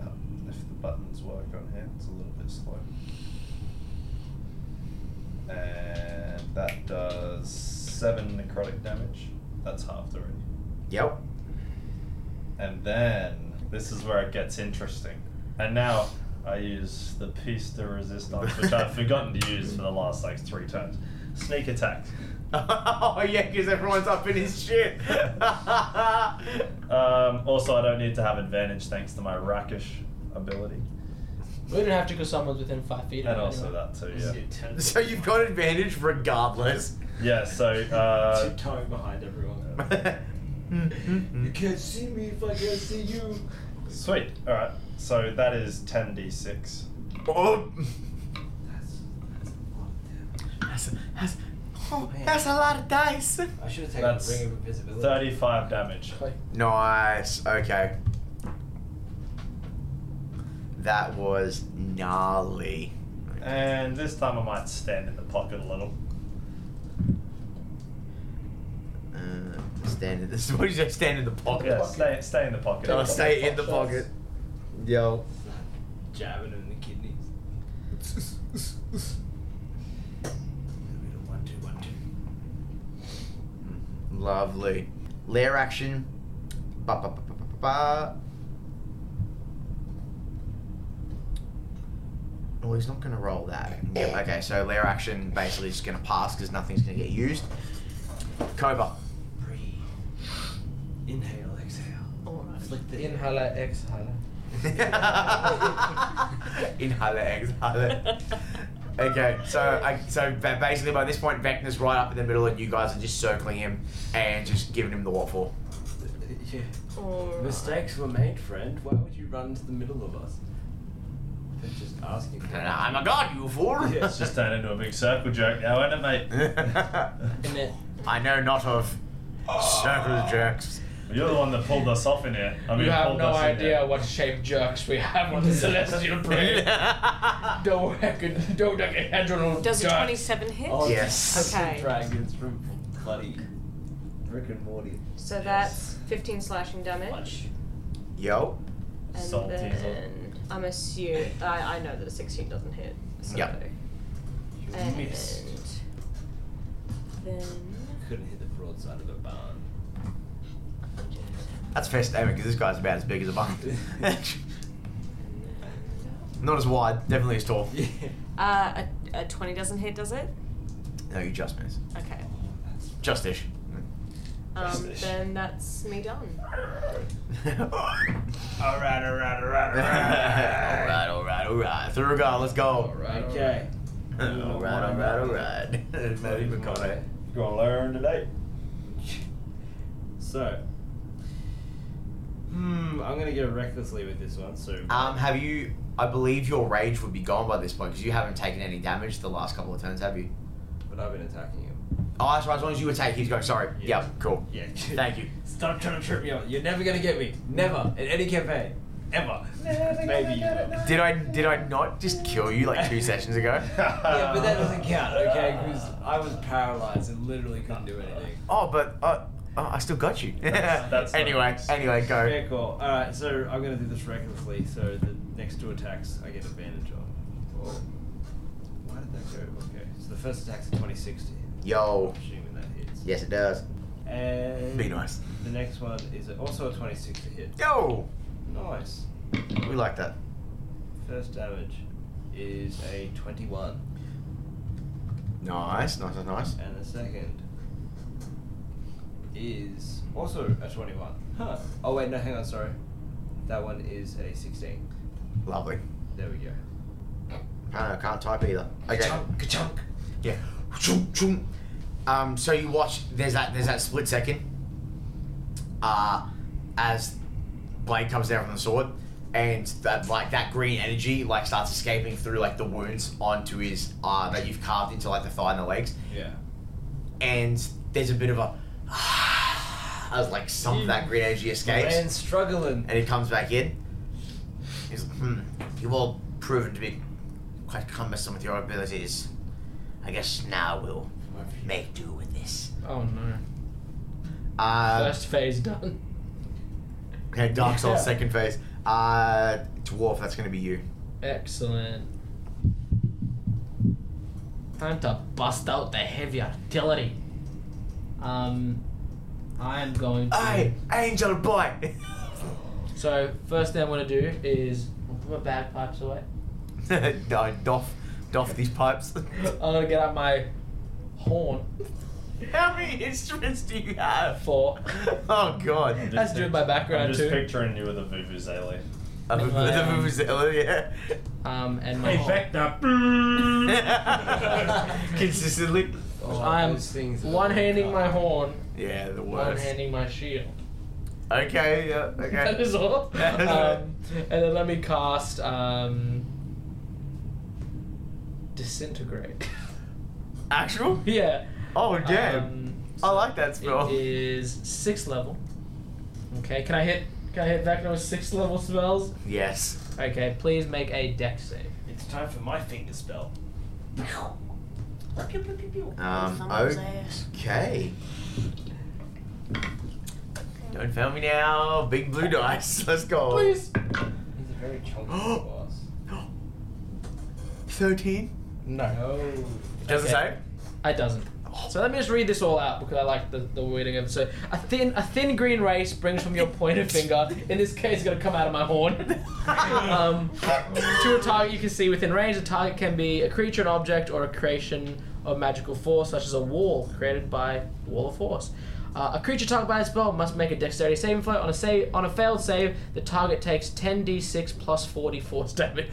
S4: um, if the buttons work on here it's a little bit slow and that does 7 necrotic damage that's halved already
S1: Yo.
S4: and then this is where it gets interesting. And now I use the piece de resistance, which I've forgotten to use for the last like three turns. Sneak attack.
S1: oh yeah, because everyone's up in his shit.
S4: Um, also, I don't need to have advantage thanks to my rakish ability,
S2: We don't have to because someone's within five feet.
S4: and
S2: of it
S4: also
S2: anyway.
S4: that too.
S3: Just
S4: Yeah.
S3: get ten-
S1: so you've got advantage regardless.
S4: Yeah. So uh,
S3: tiptoeing behind everyone. you
S1: you
S3: can't see me if I can't see you.
S4: sweet. All right. So that is ten d6.
S1: Oh,
S3: That's that's a lot
S1: that's, that's, oh, that's a lot of
S3: of damage. Man.
S1: dice.
S3: I should have taken
S4: That's
S3: the ring of invisibility.
S4: Thirty-five damage.
S2: Like,
S1: Nice. Okay. That was gnarly.
S4: And this time I might stand in the pocket a little.
S1: Uh, stand in this. What did you say? Stand in the pocket.
S4: Yeah. Stay, stay in the pocket.
S1: Oh, stay in the pocket. Yo.
S3: Jabbing in the kidneys. We don't want to, want to.
S1: Lovely. Lair action. Ba, ba, ba, ba, ba, ba, ba. Oh, he's not going to roll that. Yep, okay, so lair action basically is going to pass because nothing's going to get used. Cobra.
S3: Breathe. Inhale, exhale.
S6: Alright.
S3: Flick the
S2: inhaler, exhaler.
S1: Inhale, exhale. Okay, so I, so ba- basically by this point, Vecna's right up in the middle, and you guys are just circling him and just giving him the what for.
S3: Yeah.
S6: Alright.
S3: Mistakes were made, friend. Why would you run into the middle of us? They're just asking. for it.
S1: I'm a god, you fool!
S3: Yeah,
S4: It's just turned into a big circle joke now, isn't it, mate?
S2: And then
S1: I know not of circle jerks.
S4: You're the one that pulled us off in here. I mean,
S2: you have
S4: pulled
S2: no
S4: us in
S2: idea
S4: here.
S2: what shape jerks we have on the celestial plane. don't reckon, don't dodecahedral
S6: Does a
S2: jerk.
S6: 27 hit?
S3: Oh,
S1: Yes.
S3: fucking
S6: Okay.
S3: Dragons from bloody Rick and Morty.
S6: So that's 15 slashing damage.
S1: Yo.
S6: And
S4: Salty.
S6: then I'm assuming. I, I know that a 16 doesn't hit. So.
S1: Yep.
S3: You
S6: And.
S3: missed.
S6: Eleven.
S3: Couldn't hit the broadside of a barn.
S1: That's a fair statement because this guy's about as big as a barn. Not as wide, definitely as tall.
S3: Yeah.
S6: Uh, a, a twenty doesn't hit, does it?
S1: No, you just miss.
S6: Okay.
S1: Justish.
S6: Um,
S4: Justice.
S6: then that's me done.
S4: Alright, alright, alright,
S1: alright, alright, alright. Through guy, let's go.
S3: Right, okay.
S1: Alright, alright, alright. Matty McConaughey.
S4: You're gonna learn today.
S3: So. Hmm, I'm gonna go recklessly with this one, so.
S1: Um, have you? I believe your rage would be gone by this point because you haven't taken any damage the last couple of turns, have you?
S3: but I've been attacking him.
S1: Oh, that's right. As long as you attack, he's going. Sorry.
S3: Yeah.
S1: Yep. Cool.
S3: Yeah.
S1: Thank you.
S3: Stop trying to trip me up. You're never gonna get me. Never. In any campaign. Ever. Maybe you will.
S1: Did I? Did I not just kill you like two sessions ago?
S3: Yeah, but that
S1: Uh,
S3: doesn't count, okay? Because I was paralyzed and literally couldn't do anything.
S1: Oh, but uh, oh, I still got you.
S4: That's- that's
S1: anyway,
S4: nice.
S1: anyway, go.
S3: Fair call. Alright, so I'm gonna do this recklessly, so the next two attacks I get advantage on. Oh. Why did that go? Okay. So the first attack's a 26 to hit.
S1: Yo.
S3: I'm assuming that hits.
S1: Yes, it does.
S3: And
S1: Be nice.
S3: the next one is also a 26 to hit.
S1: Yo.
S3: Nice.
S1: We like that.
S3: First damage is a 21.
S1: Nice, nice, nice, nice.
S3: And the second is also a 21. Huh. Oh, wait, no, hang on, sorry. That one is a 16.
S1: Lovely.
S3: There we go.
S1: Uh, can't type either. Okay.
S3: Chunk, chunk.
S1: Yeah. Choom, choom. Um, so you watch. There's that. There's that split second. Uh, as blade comes down from the sword, and that like that green energy like starts escaping through like the wounds onto his uh that you've carved into like the thigh and the legs,
S3: Yeah.
S1: and there's a bit of a as like some of that green energy escapes,
S3: Man, struggling.
S1: and he comes back in. He's like, hmm, you've all proven to be quite cumbersome with your abilities. I guess now we'll make do with this.
S2: Oh no.
S1: Uh,
S2: First phase done.
S1: okay, Dark Souls
S3: Yeah.
S1: second phase. Uh, dwarf, that's gonna be you.
S2: Excellent. Time to bust out the heavy artillery. Um, I'm going to.
S1: Hey, angel boy.
S2: So first thing I want to do is put my bagpipes away.
S1: no, doff, doff these pipes.
S2: I'm gonna get out my horn
S1: How many instruments do you have?
S2: for.
S1: Oh god.
S2: That's doing my background
S4: I'm just
S2: too.
S4: picturing you with a vuvuzela.
S1: Uh, the
S2: Um,
S1: vuvuzela, Oh, yeah.
S2: Um, and my.
S5: Hey,
S2: horn.
S5: back up.
S1: Consistently.
S3: Oh,
S2: I'm
S3: those things are
S2: one handing
S3: hard.
S2: my horn,
S1: Yeah, the
S2: one
S1: worst.
S2: handing my shield.
S1: Okay, yeah, okay.
S2: That is all.
S1: That is all.
S2: um, and then let me cast um, disintegrate.
S1: Actual?
S2: yeah.
S1: Oh damn!
S2: Um,
S1: I like that spell.
S2: It is sixth level. Okay, can I hit? Can I hit Vecna with sixth level spells?
S1: Yes.
S2: Okay, please make a dex save.
S4: It's time for my finger spell.
S9: Pew, pew, pew, pew.
S1: Um.
S9: Someone's ass.
S1: Okay. Don't fail me now, big blue dice. Let's go.
S2: Please.
S3: He's a very chunky boss.
S1: Thirteen.
S2: No,
S3: No.
S1: Doesn't
S2: Okay. it doesn't. So let me just read this all out because I like the, the wording of it. So a thin a thin green ray springs from your pointer finger. In this case, it's gonna come out of my horn. um, to a target you can see within range. The target can be a creature, an object, or a creation of magical force, such as a wall created by Wall of Force. Uh, a creature targeted by a spell must make a dexterity saving throw. On a save, on a failed save, the target takes 10d6 plus 40 force damage.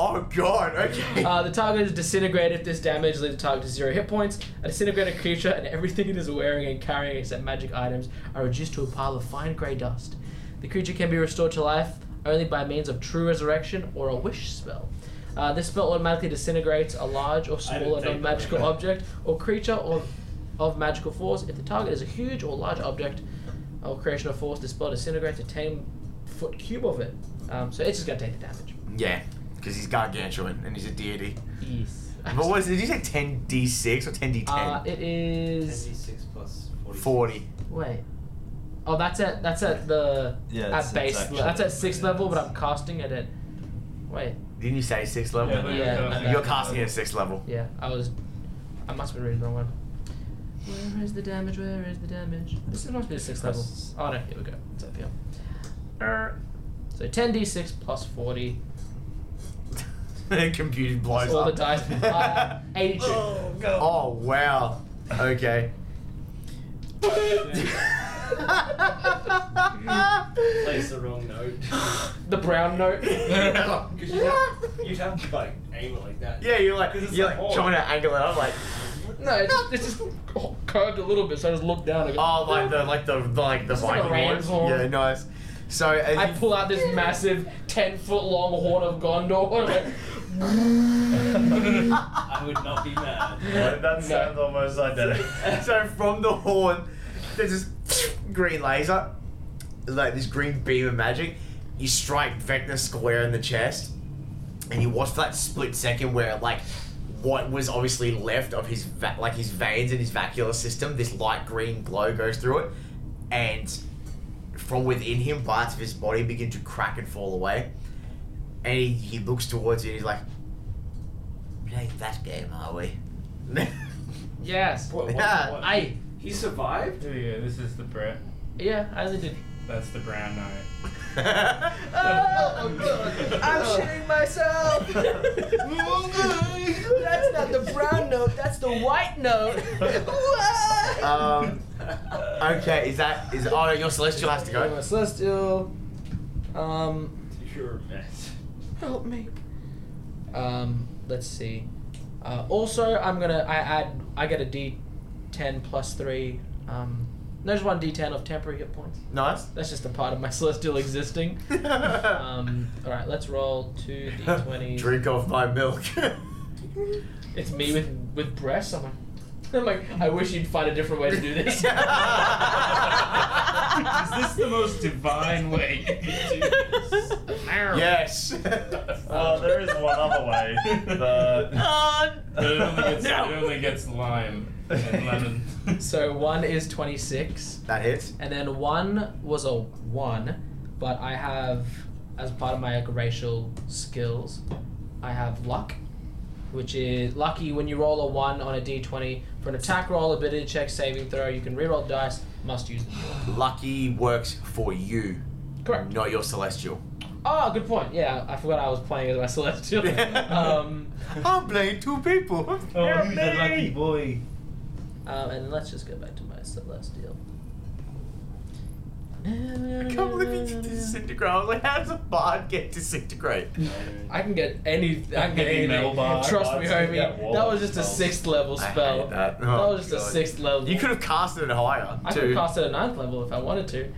S1: Oh god. Okay.
S2: Uh, the target is disintegrated. If this damage leaves the target to zero hit points, a disintegrated creature and everything it is wearing and carrying except magic items are reduced to a pile of fine grey dust. The creature can be restored to life only by means of true resurrection or a wish spell. Uh, this spell automatically disintegrates a large or
S4: didn't
S2: smaller
S4: take that
S2: non-magical
S4: one.
S2: object or creature or of magical force. If the target is a huge or large object or creation of force, the spell disintegrates a ten foot cube of it. Um, so it's just gonna take the damage.
S1: yeah, because he's gargantuan and he's a deity.
S2: Yes.
S1: But what did you say? Ten d six or ten d
S2: Uh,
S1: ten?
S2: it is
S3: 10d6 plus 46.
S1: Forty.
S2: wait. Oh, that's at that's at the
S4: Yeah,
S2: at base. le- that's at sixth level, but I'm casting it at. Wait.
S1: Didn't you say sixth level?
S5: Yeah, but
S2: Yeah,
S5: you're
S2: my
S5: casting-
S1: You're casting it at sixth level.
S2: Yeah, I was. I must have been reading the wrong one. Where is the damage? Where is the damage? This is must be the sixth level. Oh no, here we go. It's up here. Err. So 10d6 plus 40.
S1: the computer blows
S2: All the
S1: up.
S2: dice. Uh, 82.
S4: Oh, God.
S1: oh wow. Okay.
S3: Plays the wrong note.
S2: The brown note.
S3: Because you'd have, you'd have to like aim it like that.
S1: yeah, you're like
S3: it's
S1: you're
S3: a
S1: like
S3: hole.
S1: trying to angle it. I'm like,
S2: no, it's just, it's just curved a little bit, so I just look down and go.
S1: oh, like the like the like the
S2: It's like a
S1: Viking
S2: ram's horn.
S1: Yeah, nice. So uh, as
S2: I
S1: you-
S2: pull out this massive 10 foot long horn of Gondor. and I'm like,
S3: I would not be mad.
S4: Like, that sounds almost identical.
S1: so from the horn, there's this green laser, like this green beam of magic. You strike Vecna square in the chest, and you watch that split second where like what was obviously left of his va- like his veins and his vacuolar system, this light green glow goes through it, and from within him, parts of his body begin to crack and fall away. And he, he looks towards you and he's like, playing that game, are we?
S2: yes.
S3: What, what,
S1: Yeah,
S3: what?
S2: I.
S3: He survived?
S5: Yeah, this is the Brit.
S2: Yeah, I only did.
S5: That's the brown note.
S2: Oh, God. I'm shooting myself. that's not the brown note, that's the white note.
S1: um, okay, is that is oh no, your celestial has to go.
S2: Celestial. Um,
S3: You're a mess.
S2: help me. Um, let's see. Uh, also, I'm gonna. I add. I get a D10 plus three. Um, there's one D10 of temporary hit points.
S1: Nice.
S2: That's just a part of my celestial existing. Um, all right, let's roll two D20s.
S1: Drink off my milk.
S2: It's me with with breasts. I'm like, I'm like, I wish you'd find a different way to do this.
S5: Is this the most divine way you can do this?
S1: yes.
S2: Oh,
S4: Well, Uh, there is one other way. The,
S5: But it only gets, it only gets lime and lemon.
S2: So one is 26,
S1: that hits.
S2: and then one was a one, but I have, as part of my like, racial skills, I have luck, which is lucky when you roll a one on a d20 for an attack roll, ability check, saving throw. You can reroll dice. Must use. Them.
S1: Lucky works for you,
S2: Correct.
S1: not your celestial.
S2: Oh, good point. Yeah, I forgot I was playing as my celestial. um,
S1: I'm playing two people.
S5: Oh, who's the lucky boy?
S2: Um, and let's just go back to my Celestial.
S1: I can't believe you did disintegrate. I was like, how does a bard get disintegrate?
S2: I can get any. I can get
S5: Heavy metal
S2: anything.
S5: bar,
S2: Trust me,
S4: bars,
S2: homie.
S4: yeah, wall
S2: That was just a
S4: spells.
S2: sixth level
S1: I hate
S2: spell.
S1: that. Oh,
S2: was just a
S1: God.
S2: sixth level.
S1: You could have cast it higher
S2: I could
S1: too.
S2: cast it at ninth level if I wanted to.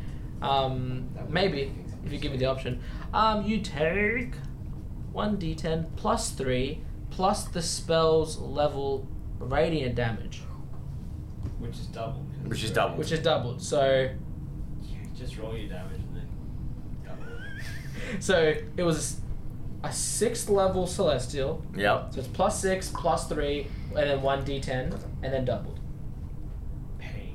S2: Um, maybe if you give me the option. Um, you take one d10 plus three plus the spell's level radiant damage,
S3: Which is double.
S1: Which is double.
S2: which is doubled. So
S3: You just roll your damage and then double it.
S2: So it was a sixth level celestial.
S1: Yep.
S2: So it's plus six, plus three, and then one d10, and then doubled.
S3: Pain.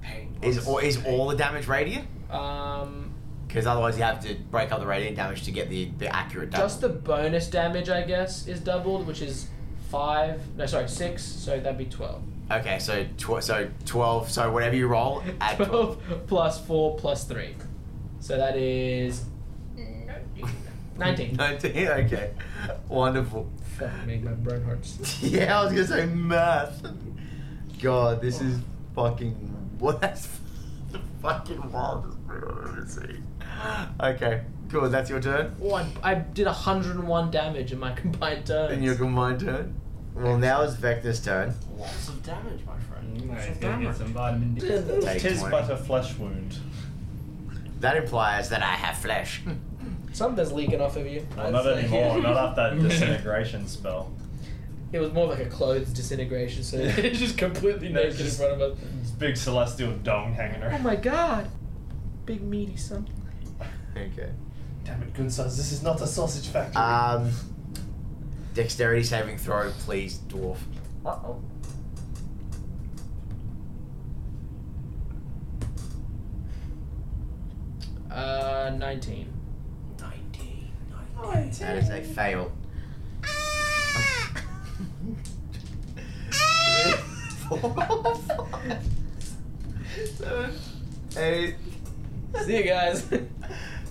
S3: Pain.
S1: Is all, is all the damage radiant?
S2: Um,
S1: Because otherwise you have to break up the radiant damage to get the, the accurate damage.
S2: just the bonus damage, I guess, is doubled, which is five. No, sorry, six. So that'd be twelve.
S1: okay, so tw- so twelve. So whatever you roll, add twelve.
S2: Twelve plus four plus three. So that is nineteen.
S1: Nineteen. Okay, wonderful.
S2: Fuck me, my brain hurts.
S1: Yeah, I was gonna say math. God, this is fucking what? That's the fucking wildest thing I've ever seen. Okay, cool. That's your turn.
S2: Oh, I, I did 101 damage in my combined turns.
S1: And your combined turn. Well, now it's Vector's turn.
S3: Lots of damage, my friend.
S5: No, he's gonna get some vitamin D.
S1: Take
S4: tis
S1: twenty.
S4: but a flesh wound.
S1: That implies that I have flesh.
S2: Something's leaking off of you.
S4: Well, not
S3: That's like-
S4: anymore. Not after that disintegration spell.
S2: It was more like a clothes disintegration, so it's just completely
S4: No,
S2: naked
S4: just-
S2: in front of us.
S4: This big celestial dong hanging
S1: Oh
S4: around.
S2: god! Big meaty something.
S1: okay.
S4: Damn it, Gunsaz, this is not a sausage factory.
S1: Um, dexterity saving throw, please, dwarf.
S2: Uh oh. Uh, 19.
S3: 19.
S1: That is a fail. four, five, seven, eight.
S2: See you guys.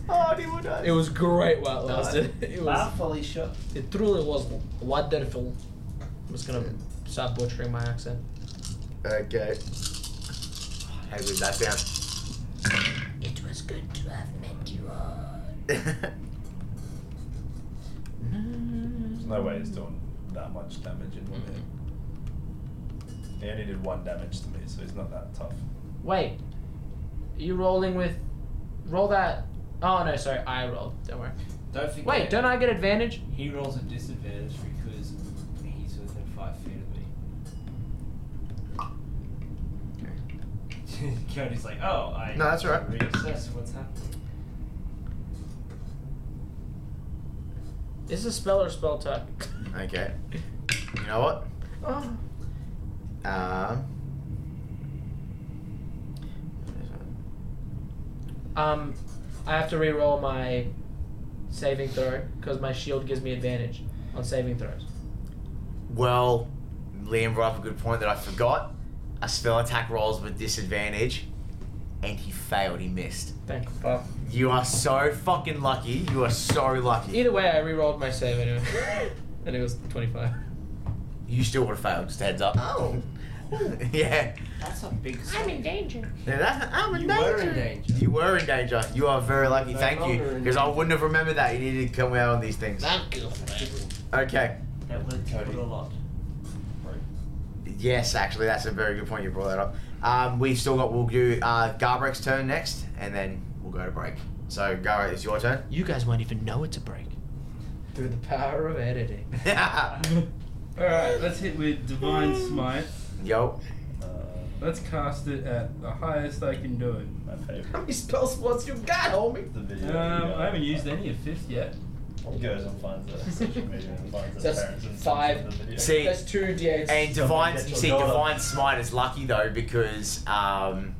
S1: Oh, dude, we're done.
S2: it was great while it lasted. It was.
S3: fully shot.
S2: It truly was wonderful. I'm just gonna stop butchering my accent.
S1: Okay. I leave that down.
S9: It was good to have met you all.
S4: There's no way he's doing that much damage in one hit. He only did one damage to me, so he's not that tough.
S2: Wait, are you rolling with? Roll that. Oh no, sorry, I rolled. Don't worry.
S3: Don't forget.
S2: Wait, don't I get advantage?
S3: He rolls a disadvantage because he's within five feet of me. Cody's like, oh, I
S1: No, that's all right.
S3: reassess what's happening.
S2: Is this a spell or spell attack?
S1: okay. You know what?
S2: Oh.
S1: Um.
S2: Um, I have to re-roll my saving throw because my shield gives me advantage on saving throws.
S1: Well, Liam brought up a good point that I forgot. A spell attack rolls with disadvantage, and he failed. He missed.
S2: Thank fuck.
S1: You are so fucking lucky. You are so lucky.
S2: Either way, I re-rolled my save anyway, and it was twenty-five.
S1: You still would have failed. Just heads up.
S9: Oh.
S1: yeah.
S3: That's a big.
S9: I'm in danger.
S1: Yeah, that's- I'm in
S3: You
S1: danger.
S3: were in danger.
S1: You were in danger. You are very lucky.
S3: No
S1: Thank you,
S3: longer in
S1: because I
S3: danger.
S1: wouldn't have remembered that. You needed to come out on these things.
S9: Thank you, friend.
S1: Okay.
S3: That would have
S4: Cody.
S3: a lot.
S1: Yes, actually, that's a very good point. You brought that up. Um, we've still got. We'll do uh, Garbreak's turn next, and then we'll go to break. So, Garbrek, it's your turn.
S2: You guys won't even know it's a break. Through the power of editing.
S5: Alright, let's hit with Divine Smite.
S1: Yo.
S4: Uh,
S5: Let's cast it at the highest I can do it.
S4: my
S2: How
S4: favorite.
S2: many spell slots you got, homie?
S4: The video.
S5: Um, I haven't used any of fifth yet.
S4: He goes and finds it on social media and finds
S2: That's
S4: his parents and sends
S2: five.
S4: them the video.
S1: See,
S2: That's two d8s.
S1: And divine, you see,
S4: daughter.
S1: divine smite is lucky though because um,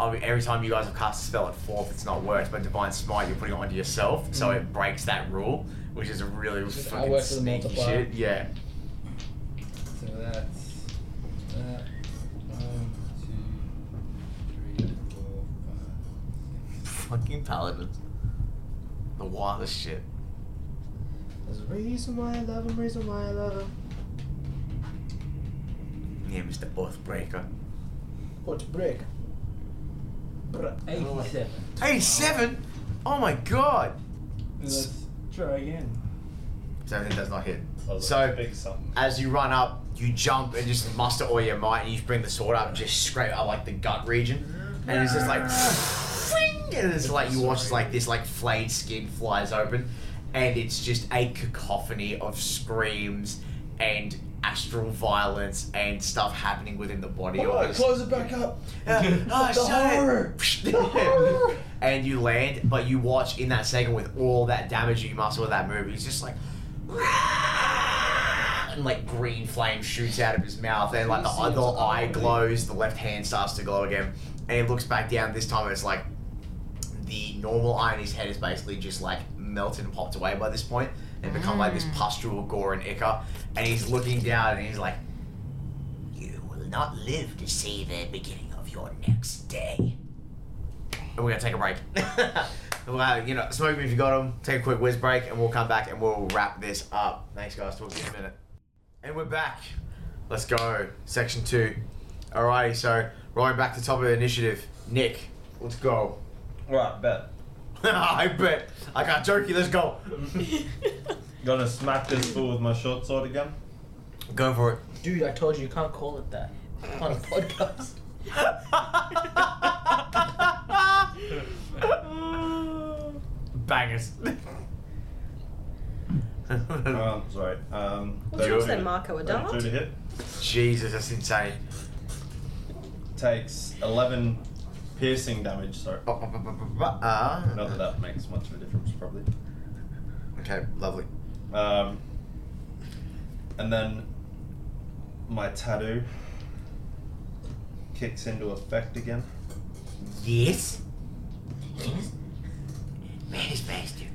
S1: I mean, every time you guys have cast a spell at fourth, it's not worked. But divine smite, you're putting it onto yourself, so it breaks that rule, which is a really
S2: Mm. Just
S1: fucking
S2: outworks the
S1: sneaky
S2: multiplier.
S1: shit. Yeah.
S5: So that's
S3: uh,
S5: that.
S3: um,
S5: One, two, three, four, five.
S1: Fucking paladins. The wildest shit.
S2: There's a reason why I love him, reason why I love him.
S1: Yeah, Mr. Oathbreaker.
S2: What break?
S5: Eighty-seven.
S1: 87? Oh my god!
S5: Let's try again.
S1: 17 does not hit.
S4: I was
S1: So-
S4: like, big something.
S1: As you run up, you jump and just muster all your might, and you bring the sword up, just scrape up like the gut region, and it's just like, whing, and it's like you watch like this like flayed skin flies open, and it's just a cacophony of screams and astral violence and stuff happening within the body. of this-
S5: it back up.
S1: Yeah. Oh,
S5: Oh The
S1: shut it.
S5: horror.
S1: Yeah. and you land, but you watch in that second with all that damage you muscle with that move. He's just like, and like green flame shoots out of his mouth, and like the
S5: Can you see
S1: other
S5: his
S1: eye
S5: eye?
S1: glows, the left hand starts to glow again, and he looks back down. This time it's like the normal eye in his head is basically just like melted and popped away by this point, and become like this pustule gore and ichor, and he's looking down and he's like.
S9: You will not live to see the beginning of your next day.
S1: and we're gonna take a break. well, you know, smoke 'em if you got 'em. Take a quick whiz break, and we'll come back and we'll wrap this up. Thanks, guys. Talk to you in a minute. And we're back. Let's go. Section two. Alrighty, so rolling back to top of the initiative. Nick, let's go.
S4: Right, bet.
S1: I bet. I got jerky. Let's go.
S4: Gonna smack this fool with my short sword again.
S1: go for it.
S2: Dude, I told you you can't call it that on a podcast.
S1: Bangers.
S4: Um, sorry. Um,
S6: What's
S1: yours
S6: then, Marco? A dart?
S4: Two to hit.
S1: Jesus, that's insane.
S4: Takes 11 piercing damage, sorry.
S1: Oh,
S4: Not that
S1: Ah.
S4: that makes much of a difference, probably.
S1: Okay, lovely.
S4: Um, and then my tattoo kicks into effect again.
S1: Yes.
S9: Yes. Man is bastard.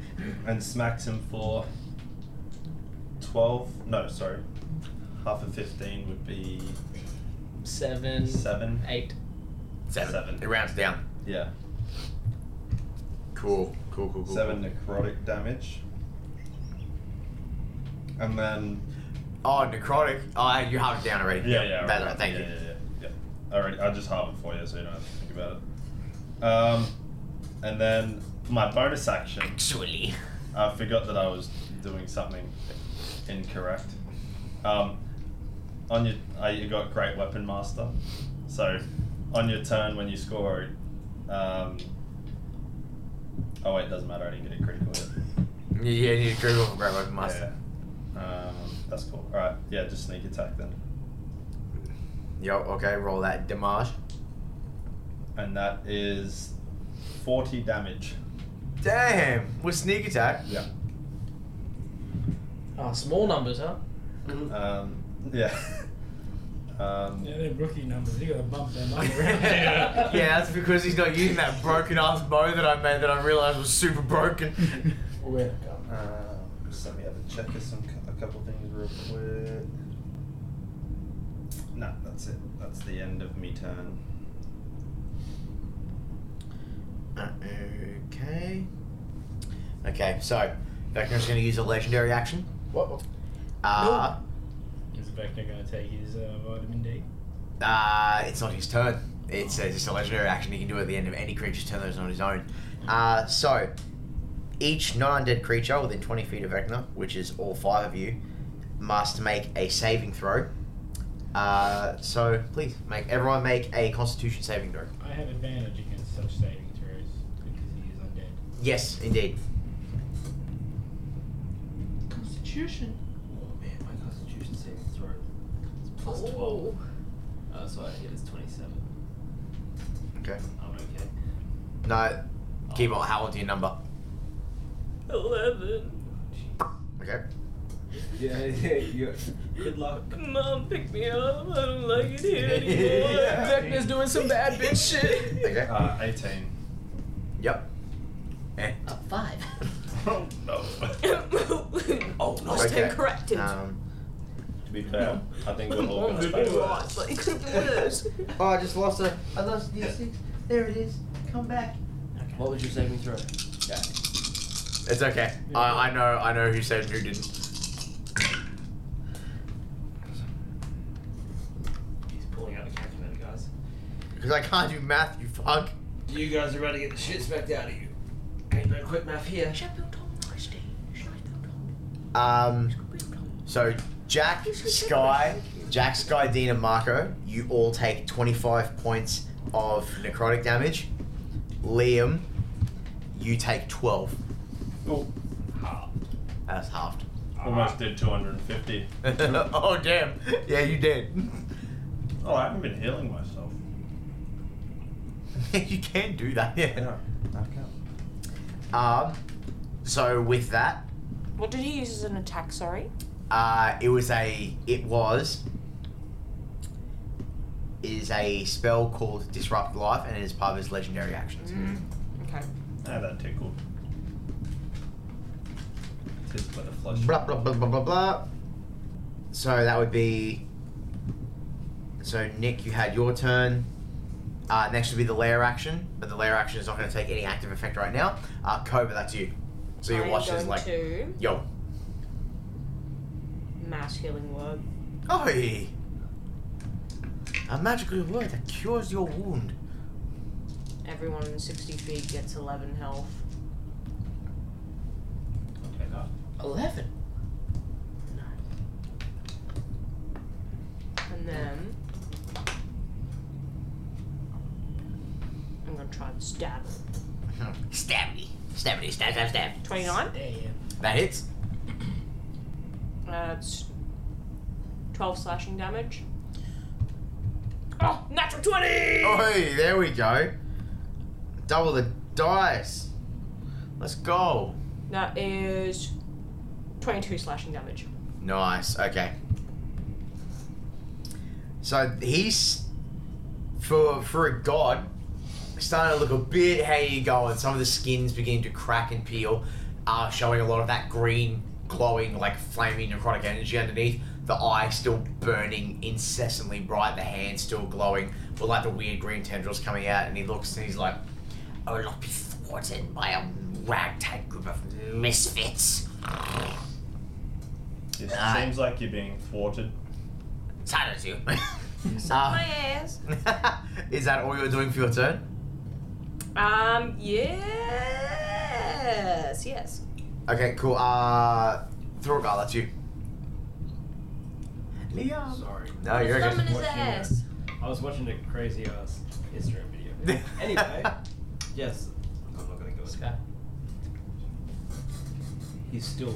S4: and smacks him for 12. No, sorry. Half of 15 would be
S2: seven,
S4: Seven.
S2: eight.
S1: Seven.
S4: Seven.
S1: It rounds down.
S4: Yeah.
S1: Cool. Cool. Cool. Cool.
S4: Seven necrotic damage. And then
S1: Oh, necrotic. Oh, you have it down already.
S4: yeah, yeah,
S1: That's
S4: right.
S1: right. Thank
S4: yeah,
S1: you.
S4: Yeah, yeah, yeah. Alright, I'll just halve it for you so you don't have to think about it. Um, and then my bonus action,
S9: Actually.
S4: I forgot that I was doing something incorrect. Um, on your, uh, you got great weapon master, so on your turn when you score, um, oh wait, doesn't matter. I didn't get a critical hit.
S1: Yeah, yeah, you need to Google for great weapon master.
S4: Yeah. Um, that's cool. All right. Yeah, just sneak attack then,
S1: Yo, okay, roll that damage.
S4: and that is forty damage.
S1: Damn, with sneak attack.
S4: Yeah.
S2: Oh, small numbers, huh?
S4: Um, yeah. um,
S5: Yeah, they're rookie numbers. You gotta bump them up.
S1: yeah, that's because he's not using that broken ass bow that I made that I realized was super broken.
S5: Welcome.
S4: um, just let me have a check of some a couple things real quick. No, that's it. That's the end of me turn.
S1: okay. Okay, so Vecna's gonna use a legendary action.
S2: What?
S1: Uh,
S5: Is Vector gonna take his uh, vitamin D?
S1: uh, it's not his turn. It's uh, just a legendary action he can do at the end of any creature's turn that is not his own. Uh, so, each non undead creature within 20 feet of Vecna, which is all five of you, must make a saving throw. Uh, so, please, make everyone make a constitution saving throw.
S5: I have advantage against such saving throws because he is undead.
S1: Yes, indeed.
S6: Constitution.
S3: Oh man, my constitution saving throw is plus
S6: Oh.
S3: 12. Uh, so I hit is 27.
S1: Okay.
S3: I'm okay.
S1: No, keep on. How old your number?
S2: Eleven.
S1: Okay.
S3: Yeah, yeah, you good luck.
S2: Mom, pick me up. I don't like it here
S3: anymore.
S2: Vecna's doing some bad bitch shit.
S1: Okay.
S4: Uh, eighteen.
S1: Yep. Eh.
S9: Up five.
S4: Oh no.
S6: oh, I stand
S1: Okay.
S6: corrected.
S1: Um,
S4: to be fair, I think we're all gonna
S6: You're
S4: pay
S6: right, but it could have been worse.
S1: oh, I just lost a. I lost the six. There it is. Come back.
S3: What was your saving throw?
S1: It's okay. I, I know. I know who said who didn't.
S3: He's pulling out the calculator, guys.
S1: Because I can't do math. You fuck.
S3: You guys are about to get the shit smacked out of you. Ain't no quick math here.
S1: Um. So Jack, Sky, Jack, Sky, Dean, and Marco, you all take twenty-five points of necrotic damage. Liam, you take twelve.
S4: Oh,
S1: That's halved.
S4: almost did two hundred and fifty.
S1: oh damn! Yeah, you did.
S4: Oh, I haven't been healing myself.
S1: you can do that. Yeah.
S4: I can't.
S1: Um. So with that,
S6: What did he use as an attack? Sorry.
S1: uh, it was a. It was. It is a spell called Disrupt Life, and it is part of his legendary actions.
S6: Mm. Okay.
S4: Ah, that tickled. Tickled by the flush.
S1: Blah blah blah blah blah blah. So that would be. So Nick, you had your turn. Uh, next would be the layer action, but the layer action is not going to take any active effect right now. Uh, Cobra, that's you. So your
S6: I'm
S1: watch is
S6: going
S1: like,
S6: to
S1: yo,
S6: mass healing word.
S1: Oi! A magical word that cures your wound.
S6: Everyone in 60 feet gets 11 health.
S3: Okay, no.
S2: Eleven.
S6: And then I'm gonna try and stab it.
S9: Stab me. Stab me. Stab, stab, stab.
S6: 29.
S5: Damn.
S1: That hits.
S6: Uh, it's 12 slashing damage. Oh, natural 20!
S1: Oi, there we go. Double the dice. Let's go.
S6: That is 22 slashing damage.
S1: Nice. Okay. So he's for for a god starting to look a bit heavy going. Some of the skins beginning to crack and peel, uh, showing a lot of that green glowing like flaming necrotic energy underneath. the eye still burning incessantly bright, the hand still glowing, with like the weird green tendrils coming out, and he looks and he's like, "Oh,
S9: I will not be thwarted by a ragtag group of misfits.
S4: It
S9: Ah.
S4: seems like you're being thwarted.
S9: Silence you.
S2: Oh,
S6: My
S1: uh,
S6: ass.
S1: Is that all you're doing for your turn?
S6: Um, yes, yes.
S1: Okay, cool. Uh, Throgar, that's you. Liam.
S3: Sorry.
S1: No, Oh, you're
S6: Summon
S1: good.
S6: his
S3: What can
S6: ass.
S3: I was watching a crazy ass Instagram video. anyway, yes. I'm not gonna go
S2: This
S3: into
S2: guy.
S3: He's still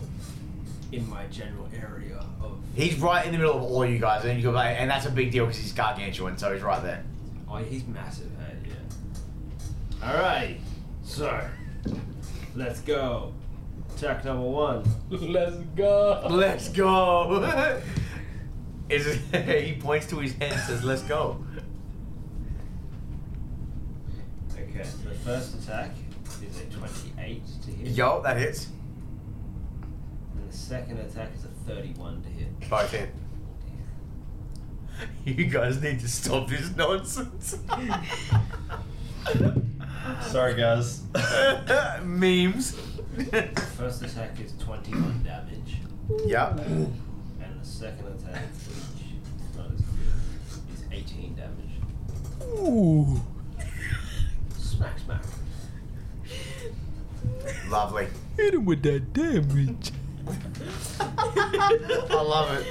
S3: in my general area of.
S1: He's right in the middle of all you guys, and you go like, and that's a big deal because he's gargantuan, so he's right there.
S3: Oh, he's massive. eh? yeah. All right. So, let's go. Attack number one.
S2: Let's go.
S1: Let's go. Is it, he points to his head and says, "Let's go."
S3: Okay. The first attack is a 28 to hit.
S1: Yo, that hits.
S3: And the second attack is a 31 to hit.
S1: Both hit. You guys need to stop this nonsense.
S4: Sorry, guys.
S1: Memes.
S3: The first attack is 21 damage,
S1: yep.
S3: and the second attack, which is not as good, is 18 damage.
S1: Ooh.
S3: Smack, smack.
S1: Lovely.
S2: Hit him with that damage.
S1: I love it.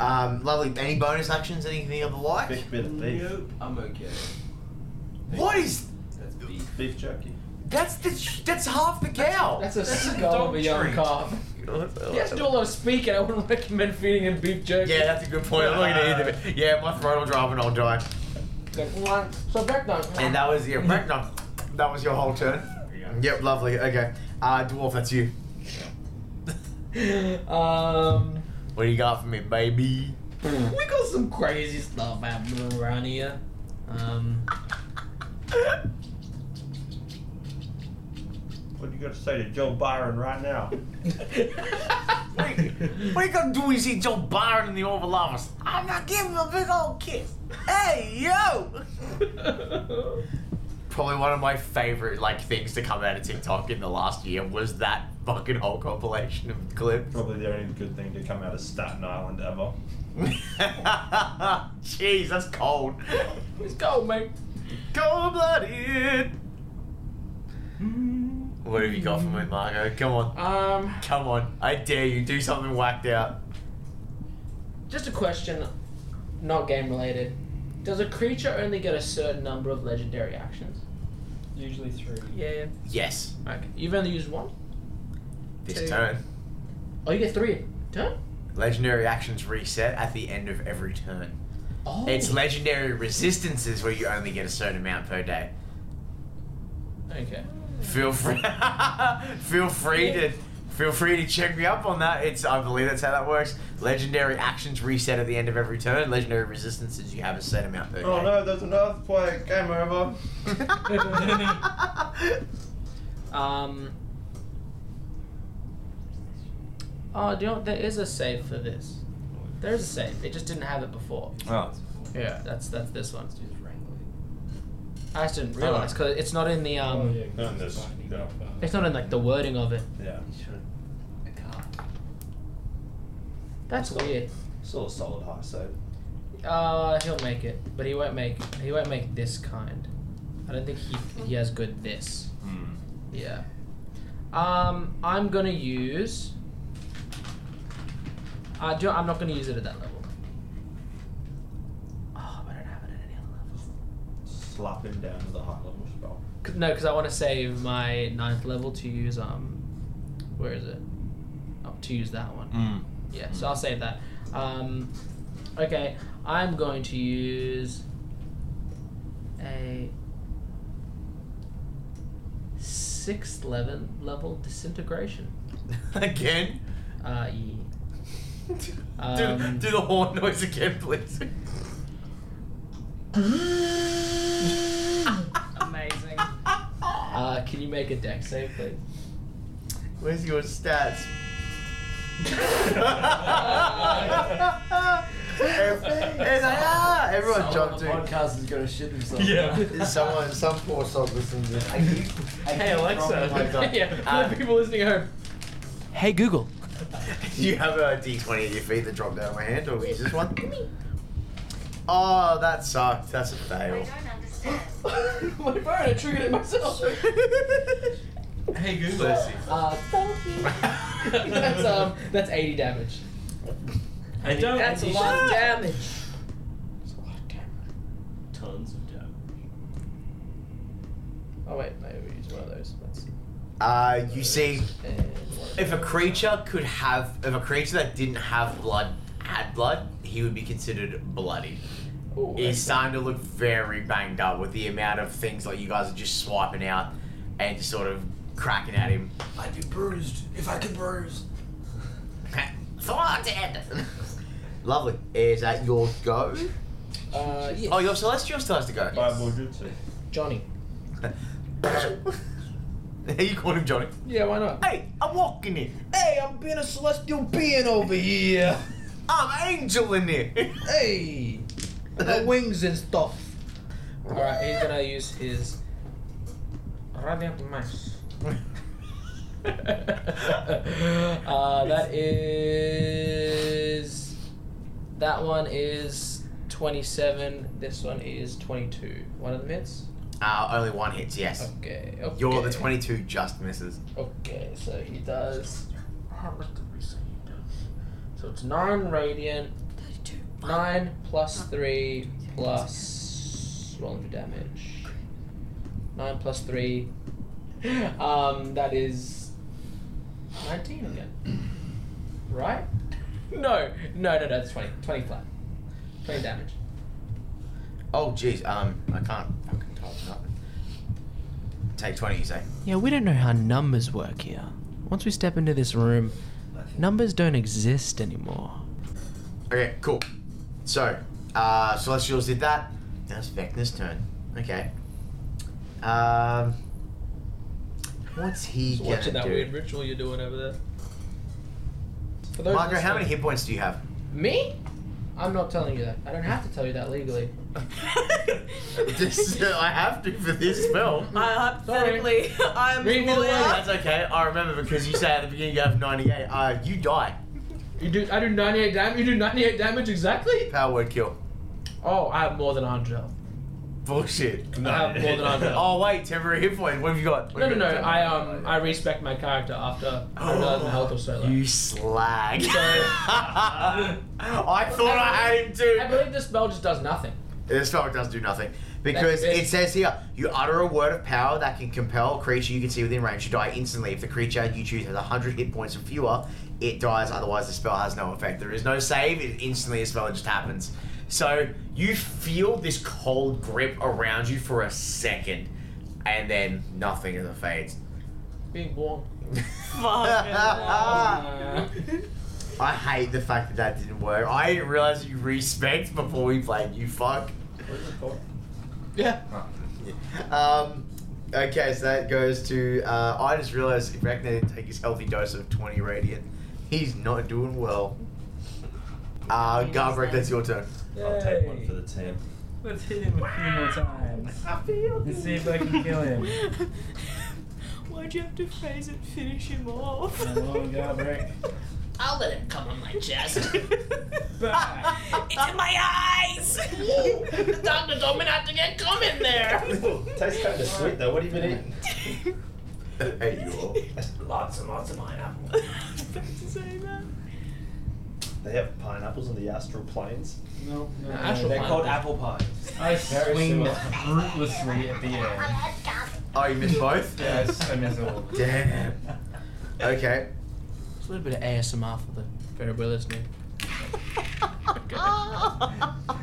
S1: Um, lovely. Any bonus actions? Anything of the like?
S4: Big bit of beef.
S3: I'm okay.
S1: What is?
S3: That's beef.
S4: Beef jerky.
S1: That's the. That's half the cow.
S2: That's a skull of a young calf. He has to do a lot of speaking. I wouldn't recommend feeding him beef jerky.
S1: Yeah, that's a good point. I'm not gonna eat them. Yeah, my throat will dry up and I'll die.
S2: Like, "Mwah." So back down.
S1: And that was your right, no, that was your whole turn. Yep, lovely. Okay, uh, dwarf, that's you.
S2: um,
S1: What do you got for me, baby?
S2: we got some crazy stuff happening around here. Um,
S4: What you got to say to Joe Byron right now?
S1: What are you gonna do when you see Joe Byron in the Oval Office? I'm not giving him a big old kiss. Hey, yo! Probably one of my favorite like things to come out of TikTok in the last year was that fucking whole compilation of clips.
S4: Probably the only good thing to come out of Staten Island ever.
S1: Jeez, that's cold.
S2: Let's go, mate.
S1: Cold blooded. What have you got for me, Margot? Come on.
S2: Um,
S1: Come on. I dare you. Do something whacked out.
S2: just a question, not game related. Does a creature only get a certain number of legendary actions?
S5: Usually three.
S2: Yeah.
S1: Yes.
S2: Okay. You've only used one.
S1: This
S2: Two.
S1: turn.
S2: Oh, you get three. Turn.
S1: Legendary actions reset at the end of every turn.
S2: Oh.
S1: It's legendary resistances where you only get a certain amount per day.
S2: okay.
S1: Feel free Feel free to feel free to check me up on that. It's I believe that's how that works. Legendary actions reset at the end of every turn. Legendary resistances you have a set amount per
S4: Oh
S1: day.
S4: no, there's an earthquake. Game over.
S2: Um. Oh, do you know what? there is a save for this? There's a save. It just didn't have it before.
S4: Oh.
S2: Yeah, that's that's this one.
S3: Just wrangling.
S2: I just didn't realize because it's not in the um.
S4: Done this. Yeah.
S2: It's not in like the wording of it.
S4: Yeah.
S3: You should a car.
S2: That's weird.
S4: Still a solid high save.
S2: Uh, he'll make it, but he won't make he won't make this kind. I don't think he he has good this.
S4: Hmm.
S2: Yeah. Um, I'm gonna use. I do. I'm not gonna use it at that level. Oh, but I don't have it at any other level.
S4: Slap him down with a high level spell.
S2: C- No, because I want to save my ninth level to use um, where is it? Oh, to use that one.
S4: Hmm.
S2: Yeah, so I'll save that. Um, okay, I'm going to use a sixth level level disintegration.
S1: again.
S2: Uh, ye-
S1: do,
S2: Um,
S1: do the horn noise again, please.
S2: Amazing. Uh, can you make a deck save, please?
S1: Where's your stats? and I, ah, everyone jumped
S3: The
S1: in.
S3: podcast is gonna shit themselves.
S4: Yeah.
S1: Someone, some poor soul listening to this. I keep- I
S2: Hey
S1: keep
S2: Alexa.
S1: dropping my gun.
S2: yeah, for
S1: Uh,
S2: the people listening at home. Hey Google.
S1: Do you have a D20 at your feet that dropped out of my hand, or is this one? Oh, that sucked. That's a
S10: I
S1: fail.
S10: don't understand.
S2: My phone, I triggered it myself.
S4: Hey Google.
S2: Uh, thank you. that's um, that's 80 damage.
S5: I don't.
S2: That's a
S5: you
S2: lot of
S5: should-
S2: damage.
S3: Tons of damage.
S2: Oh wait, maybe we use one of those. That's
S1: Uh, you see,
S2: and one of
S1: if a creature could have, if a creature that didn't have blood had blood, he would be considered bloody.
S2: Ooh,
S1: He's starting to look very banged up with the amount of things like you guys are just swiping out and just sort of cracking at him.
S3: I'd be bruised if I could bruise.
S1: Thwarted! Lovely. Is that your go?
S2: Uh, yeah.
S1: Oh, your celestial still has to go.
S4: Five more good too.
S2: Johnny.
S1: you called him Johnny.
S2: Yeah, why not?
S1: Hey, I'm walking in.
S2: Hey, I'm being a celestial being over here.
S1: I'm angel in here.
S2: Hey, wings and stuff. All right, he's gonna use his radiant mass. uh, that is that one is 27 this one is 22 one of them hits
S1: uh, only one hits, yes.
S2: okay, okay
S1: You're the 22 just misses.
S2: okay so he does how much did we say he does? so it's 9 radiant 9 plus 3 plus rolling for damage 9 plus 3 um that is 19 again right no no no no it's 20 20 flat 20 damage
S1: Oh, jeez. Um, I can't fucking type nothing. Take 20, you say.
S2: Yeah, we don't know how numbers work here. Once we step into this room, numbers don't exist anymore.
S1: Okay, cool. So, uh, Celestials did that. Now it's Vecna's turn. Okay. Um, what's he gonna
S2: Watching that
S1: do?
S2: weird ritual you're doing over there. For those
S1: Margaret, how many
S2: listening-
S1: hit points do you have?
S2: Me? I'm not telling you that. I don't have to tell you that legally.
S1: this, uh, I have to for this film.
S6: I hypothetically, I'm
S2: Read me the
S6: lawyer.
S2: letter.
S1: That's okay. I remember because you say at the beginning you have 98. Uh, you die.
S2: You do. I do 98 damage. You do 98 damage exactly.
S1: Power word kill.
S2: Oh, I have more than 100. health.
S1: Bullshit.
S4: No.
S2: I have more than 100. health.
S1: Oh wait, temporary hit point. What have you got? What
S2: No, no,
S1: have
S2: no.
S1: you got?
S2: I um, I respect my character after 100 health or so. left.
S1: Oh. You slag.
S2: So-
S1: I thought I had him
S2: I
S1: too.
S2: believe this spell just does nothing.
S1: This spell does do nothing. Because
S2: That's it.
S1: it says here, you utter a word of power that can compel a creature you can see within range to die instantly. If the creature you choose has 100 hit points or fewer, it dies, otherwise, the spell has no effect. There is no save, it instantly a spell, it just happens. So you feel this cold grip around you for a second, and then nothing ever fades.
S2: Being warm. Oh,
S1: I hate the fact that that didn't work. I didn't realize you respect before we played. You fuck.
S2: yeah.
S1: Um, okay, so that goes to. Uh, I just realized if Ragnar didn't take his healthy dose of twenty radiant, he's not doing well. Uh, Garbrek, that's your turn.
S4: I'll take one for the team.
S5: Let's hit him a few more times. Let's see if I can kill him.
S6: Why'd you have to phrase it? Finish him off.
S5: Come on, Garbrick.
S9: I'll let him come on my chest.
S5: Back.
S9: it's in my eyes! Dr. Dominator, get come in there!
S4: tastes kind of sweet though. What have you been eating?
S1: hey, you all.
S4: Lots and lots of pineapple. They have pineapples in the astral planes.
S5: No, no,
S2: Astral
S5: no. They're
S2: plant.
S5: called apple pies. I
S4: Very
S5: swing
S4: similar.
S5: ruthlessly at the air.
S1: Oh, you missed both.
S5: Yes, I miss all. of them.
S1: Damn. Okay.
S2: It's a little bit of ASMR for the variable listening.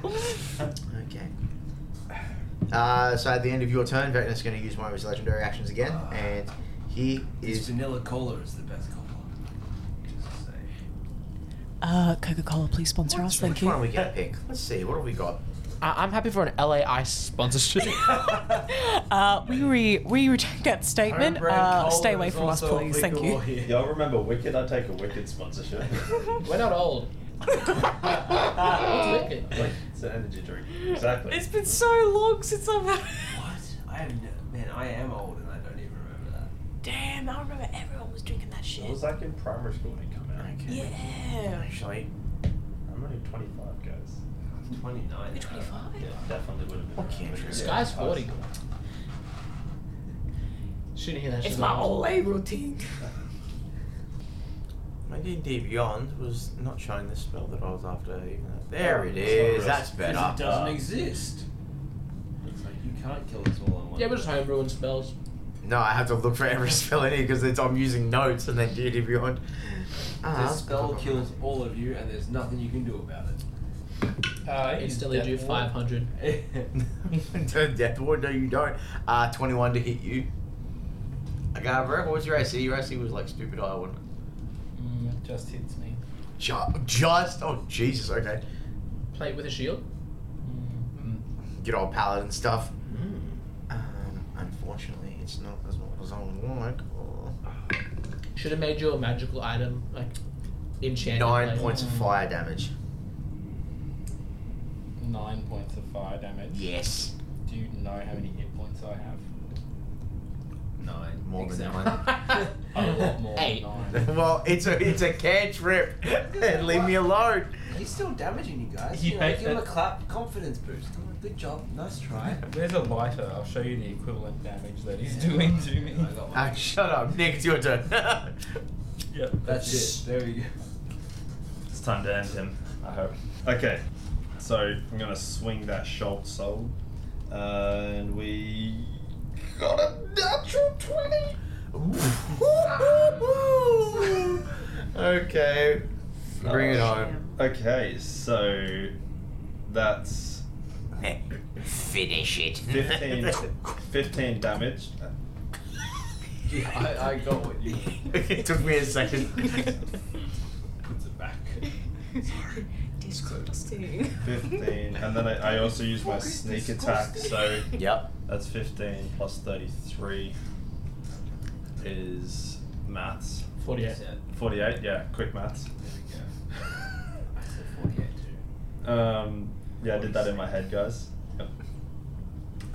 S1: Okay. Uh, so at the end of your turn, Vecna's going to use one of his legendary actions again, and he
S3: This
S1: is.
S3: vanilla cola is the best cola. Just to say.
S11: Uh, Coca Cola, please sponsor us.
S1: Which
S11: Thank
S1: one
S11: you.
S1: are we going to pick? Let's see. What have we got?
S2: I- I'm happy for an LA Ice sponsorship.
S10: Uh, we re we reject that statement.
S3: Homebrand
S10: Uh,
S3: cola
S10: stay away
S3: is
S10: from us,
S3: also
S10: please. Thank
S3: applicable
S10: you.
S3: here.
S4: Y'all remember Wicked? I'd take a Wicked sponsorship.
S2: We're not old. What's wicked?
S4: like, it's an energy drink. Exactly.
S10: It's been so long since I've.
S3: What? I have no, man, I am old and I don't even remember that.
S10: Damn, I remember everyone was drinking that
S4: I
S10: shit.
S4: was like in primary school when it came out.
S10: Yeah.
S1: Actually,
S4: I'm only 25, guys.
S3: I'm 29.
S10: You're
S3: now.
S10: 25?
S4: Yeah, definitely would have been.
S1: Okay,
S4: around.
S1: interesting.
S2: Sky's
S4: I was-
S2: 40. Shouldn't hear that shit.
S10: It's my old A routine.
S1: my D&D Beyond was not showing the spell that I was after. Even though. There it
S4: It's
S1: is. Oh,
S4: not real.
S1: That's
S3: Because
S1: better.
S3: It doesn't exist.
S4: It's like,
S3: You can't kill us all in one.
S2: Yeah, we're just homebrewing spells.
S1: No, I have to look for every spell in here because I'm using notes and then D&D Beyond. Ah.
S3: This spell kills all of you, and there's nothing you can do about
S5: Uh,
S2: Instantly do 500.
S3: it.
S1: Death Ward? No, you don't. Uh, 21 to hit you. I got bro. What was your AC? Your AC was like stupid high one.
S2: Mm, just hits me.
S1: Just, just oh Jesus, okay.
S2: Play it with a shield.
S1: Good old paladin stuff. Um, unfortunately, it's not as not as I would like. Oh.
S2: Should have made your magical item like enchanted.
S1: Nine
S2: like-
S1: points of fire damage.
S5: Nine points of fire damage.
S1: Yes.
S5: Do you know how many hit points I have?
S3: Nine.
S1: More than
S3: exactly.
S1: nine.
S5: A lot more
S2: Eight.
S5: than nine.
S1: well, it's a it's a cantrip. Leave me alone.
S3: He's still damaging you guys.
S5: He
S3: you know,
S5: baked
S3: give him a
S5: it.
S3: clap, confidence boost. Come on, good job, nice try.
S5: There's a lighter. I'll show you the equivalent damage that he's doing to me.
S3: I got
S1: Ah,
S3: one.
S1: shut up, Nick. It's your turn.
S5: Yep.
S3: That's it. There we go.
S4: It's time to end him, I hope. Okay, so I'm gonna swing that Schultz soul. and we got a natural 20!
S1: okay, bring it on.
S4: Okay, so that's
S9: Finish it.
S4: 15, 15 damage.
S3: Yeah, I, I got what you.
S1: it took me a second.
S3: Puts it back.
S10: Disgusting.
S4: 15, and then I, I also use my sneak attack, so
S1: yep.
S4: that's 15 plus 33 is maths.
S2: 48.
S3: Said,
S4: 48, yeah, quick maths.
S3: there we go. I said 48 too.
S4: Um, yeah, I did that in my head, guys. Yep.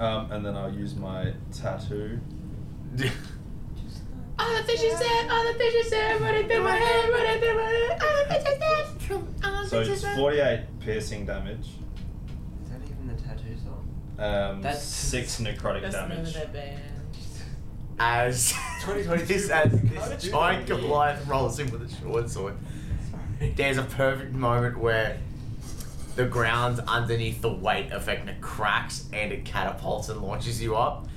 S4: Um, and then I'll use my tattoo.
S2: All the things you said, all the things you said, running through my head, running through my head, all the things you said. all the
S4: So
S2: things you
S4: it's
S2: said.
S4: 48 piercing damage.
S3: Is that even the tattoo song?
S4: Um,
S3: That's-
S4: six necrotic
S10: That's the name
S4: damage.
S10: of that band.
S1: As
S3: 2022
S1: this as
S3: How did
S1: this
S3: you
S1: giant
S3: know?
S1: Goliath rolls in with a short sword, there's a perfect moment where the ground underneath the weight of Vecna cracks and it catapults and launches you up.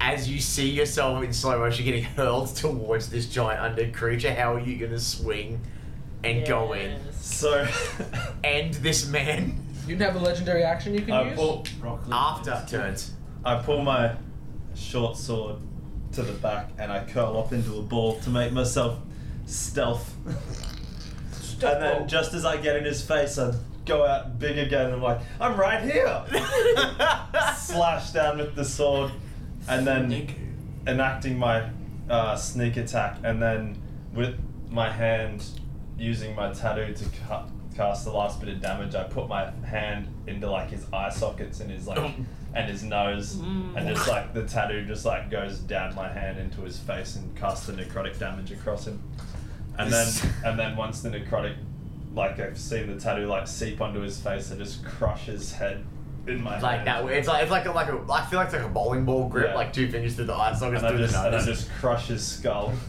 S1: As you see yourself in slow motion getting hurled towards this giant under creature, how are you gonna swing and go in?
S4: So
S1: End this man
S2: You'd have a legendary action you can
S4: I
S2: use.
S4: pull,
S3: Rock
S1: after turns.
S4: I pull my short sword to the back and I curl up into a ball to make myself stealth. and then just as I get in his face, I go out big again and I'm like, I'm right here! slash down with the sword, and then enacting my uh, sneak attack, and then with my hand using my tattoo to ca- cast the last bit of damage, I put my hand into like his eye sockets and his like and his nose, and just like the tattoo just like goes down my hand into his face and casts the necrotic damage across him, and then and then once the necrotic. Like I've seen the tattoo like seep onto his face, I just crush his head in my
S1: Like
S4: hand.
S1: that way, it's like it's like a, like a I feel like it's like a bowling ball grip,
S4: Yeah.
S1: like two fingers through the eye sockets
S4: and I
S1: through the
S4: just and I
S1: nose.
S4: just crush his skull.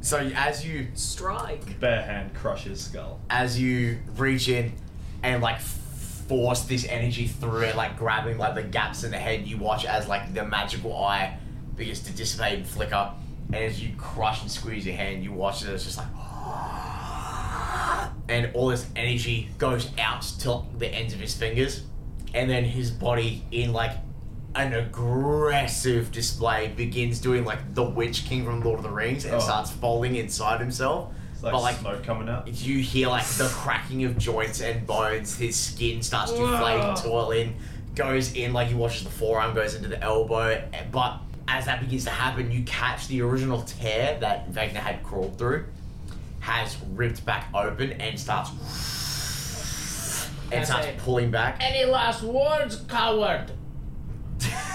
S1: So you- as you
S10: Strike.
S4: Bare hand crush his skull.
S1: as you reach in and like force this energy through it, like grabbing like the gaps in the head, you watch as like the magical eye begins to dissipate and flicker. And as you crush and squeeze your hand, you watch it. It's just like, and all this energy goes out to the ends of his fingers, and then his body in like an aggressive display begins doing like the Witch King from Lord of the Rings and
S4: Oh.
S1: starts folding inside himself.
S4: It's like,
S1: But, like,
S4: smoke coming out.
S1: You hear like the cracking of joints and bones. His skin starts to flake and toil in, goes in like he watches the forearm, goes into the elbow. But as that begins to happen, you catch the original tear that Vagna had crawled through, has ripped back open and starts and
S2: I
S1: starts
S2: say-
S1: pulling back.
S2: Any last words, coward?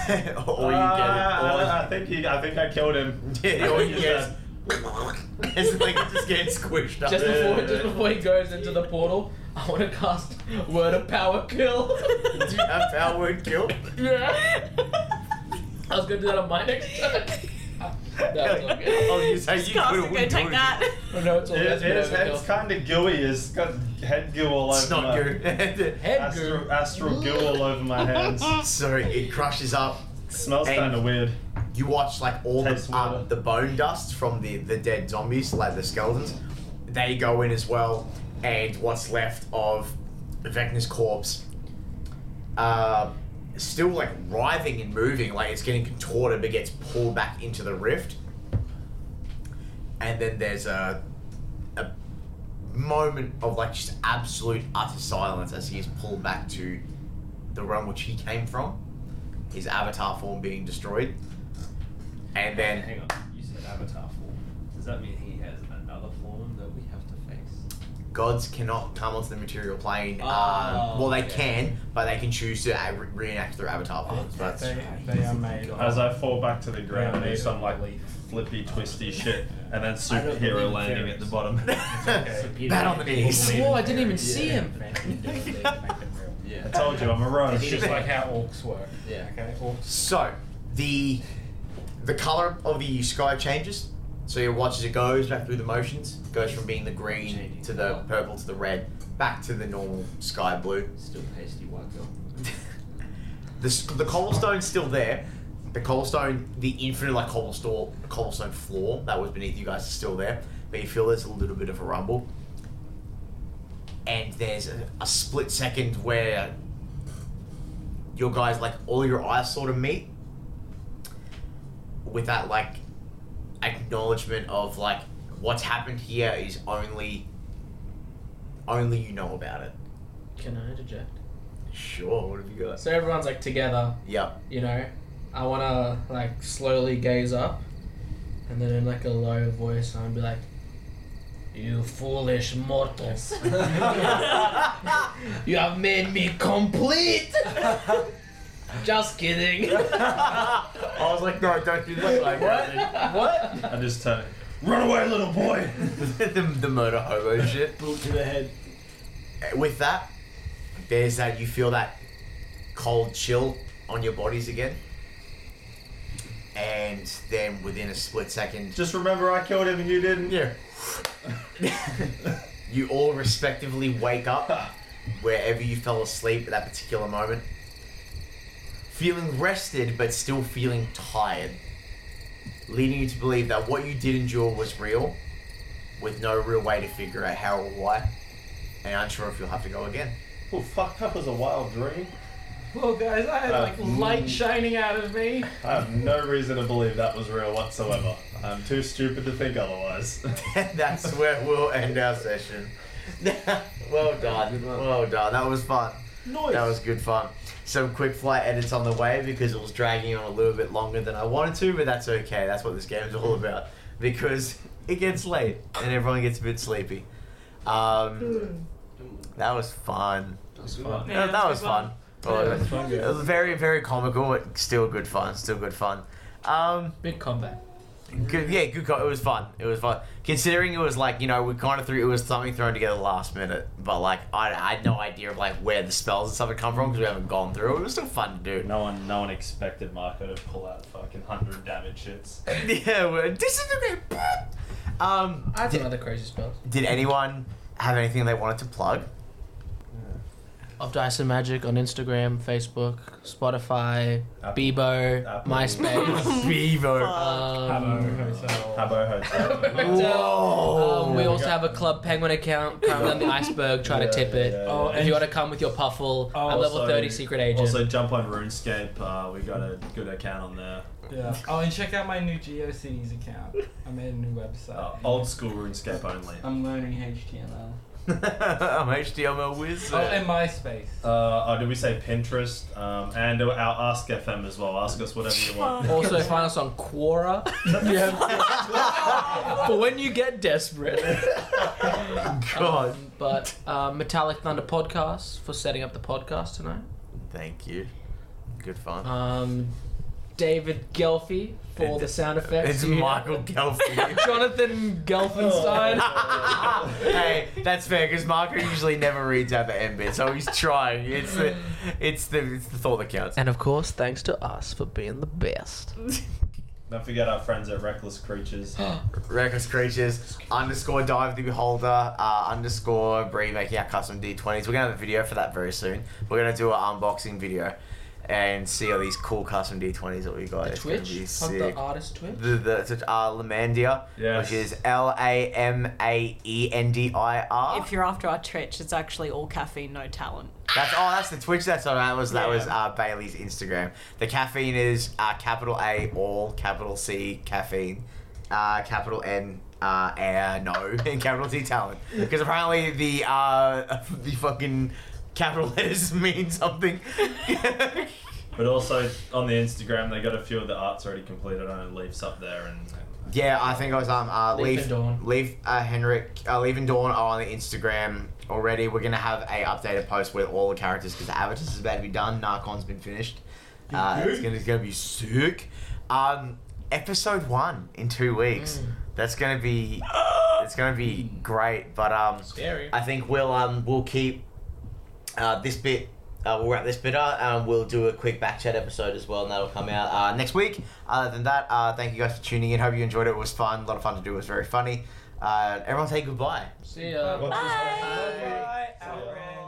S1: or you
S2: Ah.
S4: Uh,
S1: get
S4: I think he, I think I killed him.
S1: it. Or, or you
S4: Is
S1: get. It's like it just getting squished up.
S2: Just
S4: Yeah.
S2: before, just before he goes into the portal, I want to cast Word of Power Kill.
S1: Do you have power word kill?
S2: yeah. I was gonna do that on my next turn. That's all good.
S1: Oh, you say you
S10: Cast
S1: could've-
S10: and
S1: we
S10: go take
S1: could've-
S10: that.
S2: Oh, no, it's all
S4: It,
S2: that's
S4: it is,
S2: Word
S4: it's
S2: of Power
S4: kind of gooey. It's got head goo all over
S1: It's not
S4: my
S1: good.
S2: Kill. Head
S4: astral,
S2: goo.
S4: astral goo all over my hands.
S1: so it crushes up.
S4: smells
S1: And-
S4: kind of weird.
S1: You watch like all the
S4: Tastes water.
S1: um, the bone dust from the the dead zombies, like the skeletons. They go in as well, and what's left of Vecna's corpse, uh, still like writhing and moving, like it's getting contorted, but gets pulled back into the rift. And then there's a a moment of like just absolute utter silence as he is pulled back to the realm which he came from, his avatar form being destroyed. And then
S3: Hang on, you said avatar form. Does that mean he has another form that we have to face?
S1: gods cannot come onto the material plane.
S3: Oh,
S1: um, well, they
S3: okay.
S1: can, but they can choose to uh, re- reenact their avatar forms. But
S5: They, they are made of-
S4: As I fall back to the ground,
S5: Yeah,
S4: I do some like
S5: relief.
S4: flippy, twisty shit, and then
S3: I don't believe
S4: superhero
S3: in
S4: landing at
S3: fairies.
S4: the bottom.
S1: Bat on the knees. Oh,
S2: Whoa, I didn't even see
S5: Yeah.
S2: him.
S5: Make them real.
S3: Yeah.
S4: I told you, I'm a rogue.
S5: It's just like how orcs work.
S3: Yeah.
S5: Okay, orcs.
S1: So the the color of the sky changes. So you watch as it goes back through the motions. It goes from being the green
S3: Changing
S1: to the
S3: colour.
S1: purple to the red, back to the normal sky blue.
S3: Still pasty white girl.
S1: the, s- the cobblestone's still there. The cobblestone, the infinite like cobblestone, cobblestone floor that was beneath you guys is still there. But you feel there's a little bit of a rumble. And there's a, a split second where your guys, like, all your eyes sort of meet. With that, like, acknowledgement of, like, what's happened here is only. Only you know about it.
S2: Can I interject?
S1: Sure, what have you got?
S2: So everyone's like together,
S1: Yep.
S2: you know. I wanna like slowly gaze up, and then in like a low voice, I'm be like, "You foolish mortals! you have made me complete." Just kidding.
S1: I was like, no, don't do that. Like,
S2: what?
S4: I just uh, turn. Run away, little boy.
S1: the, the murder hobo shit. Eh,
S3: Boot to the head.
S1: With that, there's that you feel that cold chill on your bodies again. And then within a split second,
S4: Just remember, I killed him and you didn't.
S1: yeah, you all respectively wake up
S4: Ah,
S1: wherever you fell asleep at that particular moment, feeling rested but still feeling tired, leading you to believe that what you did endure was real, with no real way to figure out how or why, and unsure if you'll have to go again.
S4: Oh fuck, that was a wild dream.
S2: Well, guys, I had like light shining out of me.
S4: I have no reason to believe that was real whatsoever. I'm too stupid to think otherwise.
S1: And that's where we'll end our session. well done. Well done. That was fun. That was good fun. Some quick flight edits on the way because it was dragging on a little bit longer than I wanted to, but that's okay. That's what this game's all about because it gets late and everyone gets a bit sleepy. Um, that was fun.
S3: That's fun.
S10: Yeah,
S1: that,
S10: that's
S1: was
S10: good fun.
S1: fun. Well, it was very, very comical, but still good fun. Still good fun. Um,
S2: Big combat.
S1: Good, yeah, good. Call. It was fun. It was fun. Considering it was like you know we kind of threw it was something thrown together last minute, but like I, I had no idea of like where the spells and stuff had come from because we haven't gone through. It It was still fun to do.
S4: no one, no one expected Marco to pull out fucking hundred damage hits.
S1: yeah, we're disintegrate. Um,
S2: I had some
S1: did,
S2: other crazy spells.
S1: did anyone have anything they wanted to plug?
S2: of Dice and Magic on Instagram, Facebook, Spotify, Bebo,
S4: Apple.
S2: MySpace.
S1: Beaver.
S2: um,
S4: Habbo Hotel.
S1: Whoa.
S2: Um, we also have a Club Penguin account. Climb down the iceberg, try to
S4: Yeah,
S2: tip
S4: yeah,
S2: it.
S4: yeah,
S5: Oh,
S4: yeah. Oh,
S2: If you want to come with your puffle, I'm
S4: Also-
S2: level 30 secret agent.
S4: Also, jump on RuneScape. Uh, we got a good account on there.
S5: Yeah. Oh, and check out my new GeoCities account. I made a new website. Oh,
S4: Uh, old school RuneScape only.
S5: I'm learning HTML.
S1: I'm HTML wizard.
S5: Oh, and MySpace.
S4: Uh, oh, did we say Pinterest? Um, and our Ask FM as well. Ask us whatever you want.
S2: Also, find us on Quora. For when you get desperate.
S1: God.
S2: Um, but uh, Metallic Thunder Podcast for setting up the podcast tonight.
S1: Thank you. Good fun.
S2: Um, David Gelfie for
S1: It-
S2: the sound effects.
S1: it's
S2: You-
S1: Michael Gelfie.
S2: Jonathan Gelfenstein.
S1: hey, that's fair because Marco usually never reads out the end bit, so he's trying. It's the, it's the, it's the thought that counts.
S2: and of course, thanks to us for being the best.
S4: Don't forget our friends at Reckless Creatures.
S1: Reckless creatures underscore dive the beholder uh, underscore Bree making our custom D20s. We're gonna have a video for that very soon. We're gonna do an unboxing video and see all these cool custom D20s that we got.
S2: The
S1: it's gonna
S2: Twitch,
S1: be
S2: Pump the
S1: sick.
S2: artist Twitch.
S1: the the it's, uh, Lamandia,
S4: Yes.
S1: which is L A M A E N D I R.
S6: If you're after our Twitch, it's actually all caffeine, no talent.
S1: That's oh, that's the Twitch. That's on. That was that was
S5: Yeah.
S1: uh, Bailey's Instagram. The caffeine is uh, capital A all capital C caffeine, uh, capital N uh, air no and capital T talent because apparently the uh, the fucking capital letters mean something.
S4: But also on the Instagram, they got a few of the arts already completed on Leafs up there. And
S1: yeah, I think I was um uh,
S2: Leaf
S1: Leaf
S2: and Dawn.
S1: Leaf uh, Henrik uh, Leaf and Dawn are on the Instagram already. We're gonna have a updated post with all the characters because the Avatar is about to be done. Narcon's been finished. Uh, it's, gonna, it's gonna be sick. Um, episode one in two weeks.
S2: Mm.
S1: That's gonna be it's gonna be great. But um,
S2: Scary.
S1: I think we'll um we'll keep uh, this bit. Uh, we'll wrap this bit up and we'll do a quick back chat episode as well, and that'll come out uh, next week. Other than that, uh, thank you guys for tuning in. Hope you enjoyed it. It was fun, a lot of fun to do. It was very funny. Uh, everyone say goodbye.
S2: See ya.
S4: What's this-
S6: Bye.
S5: Bye,
S4: Alfred.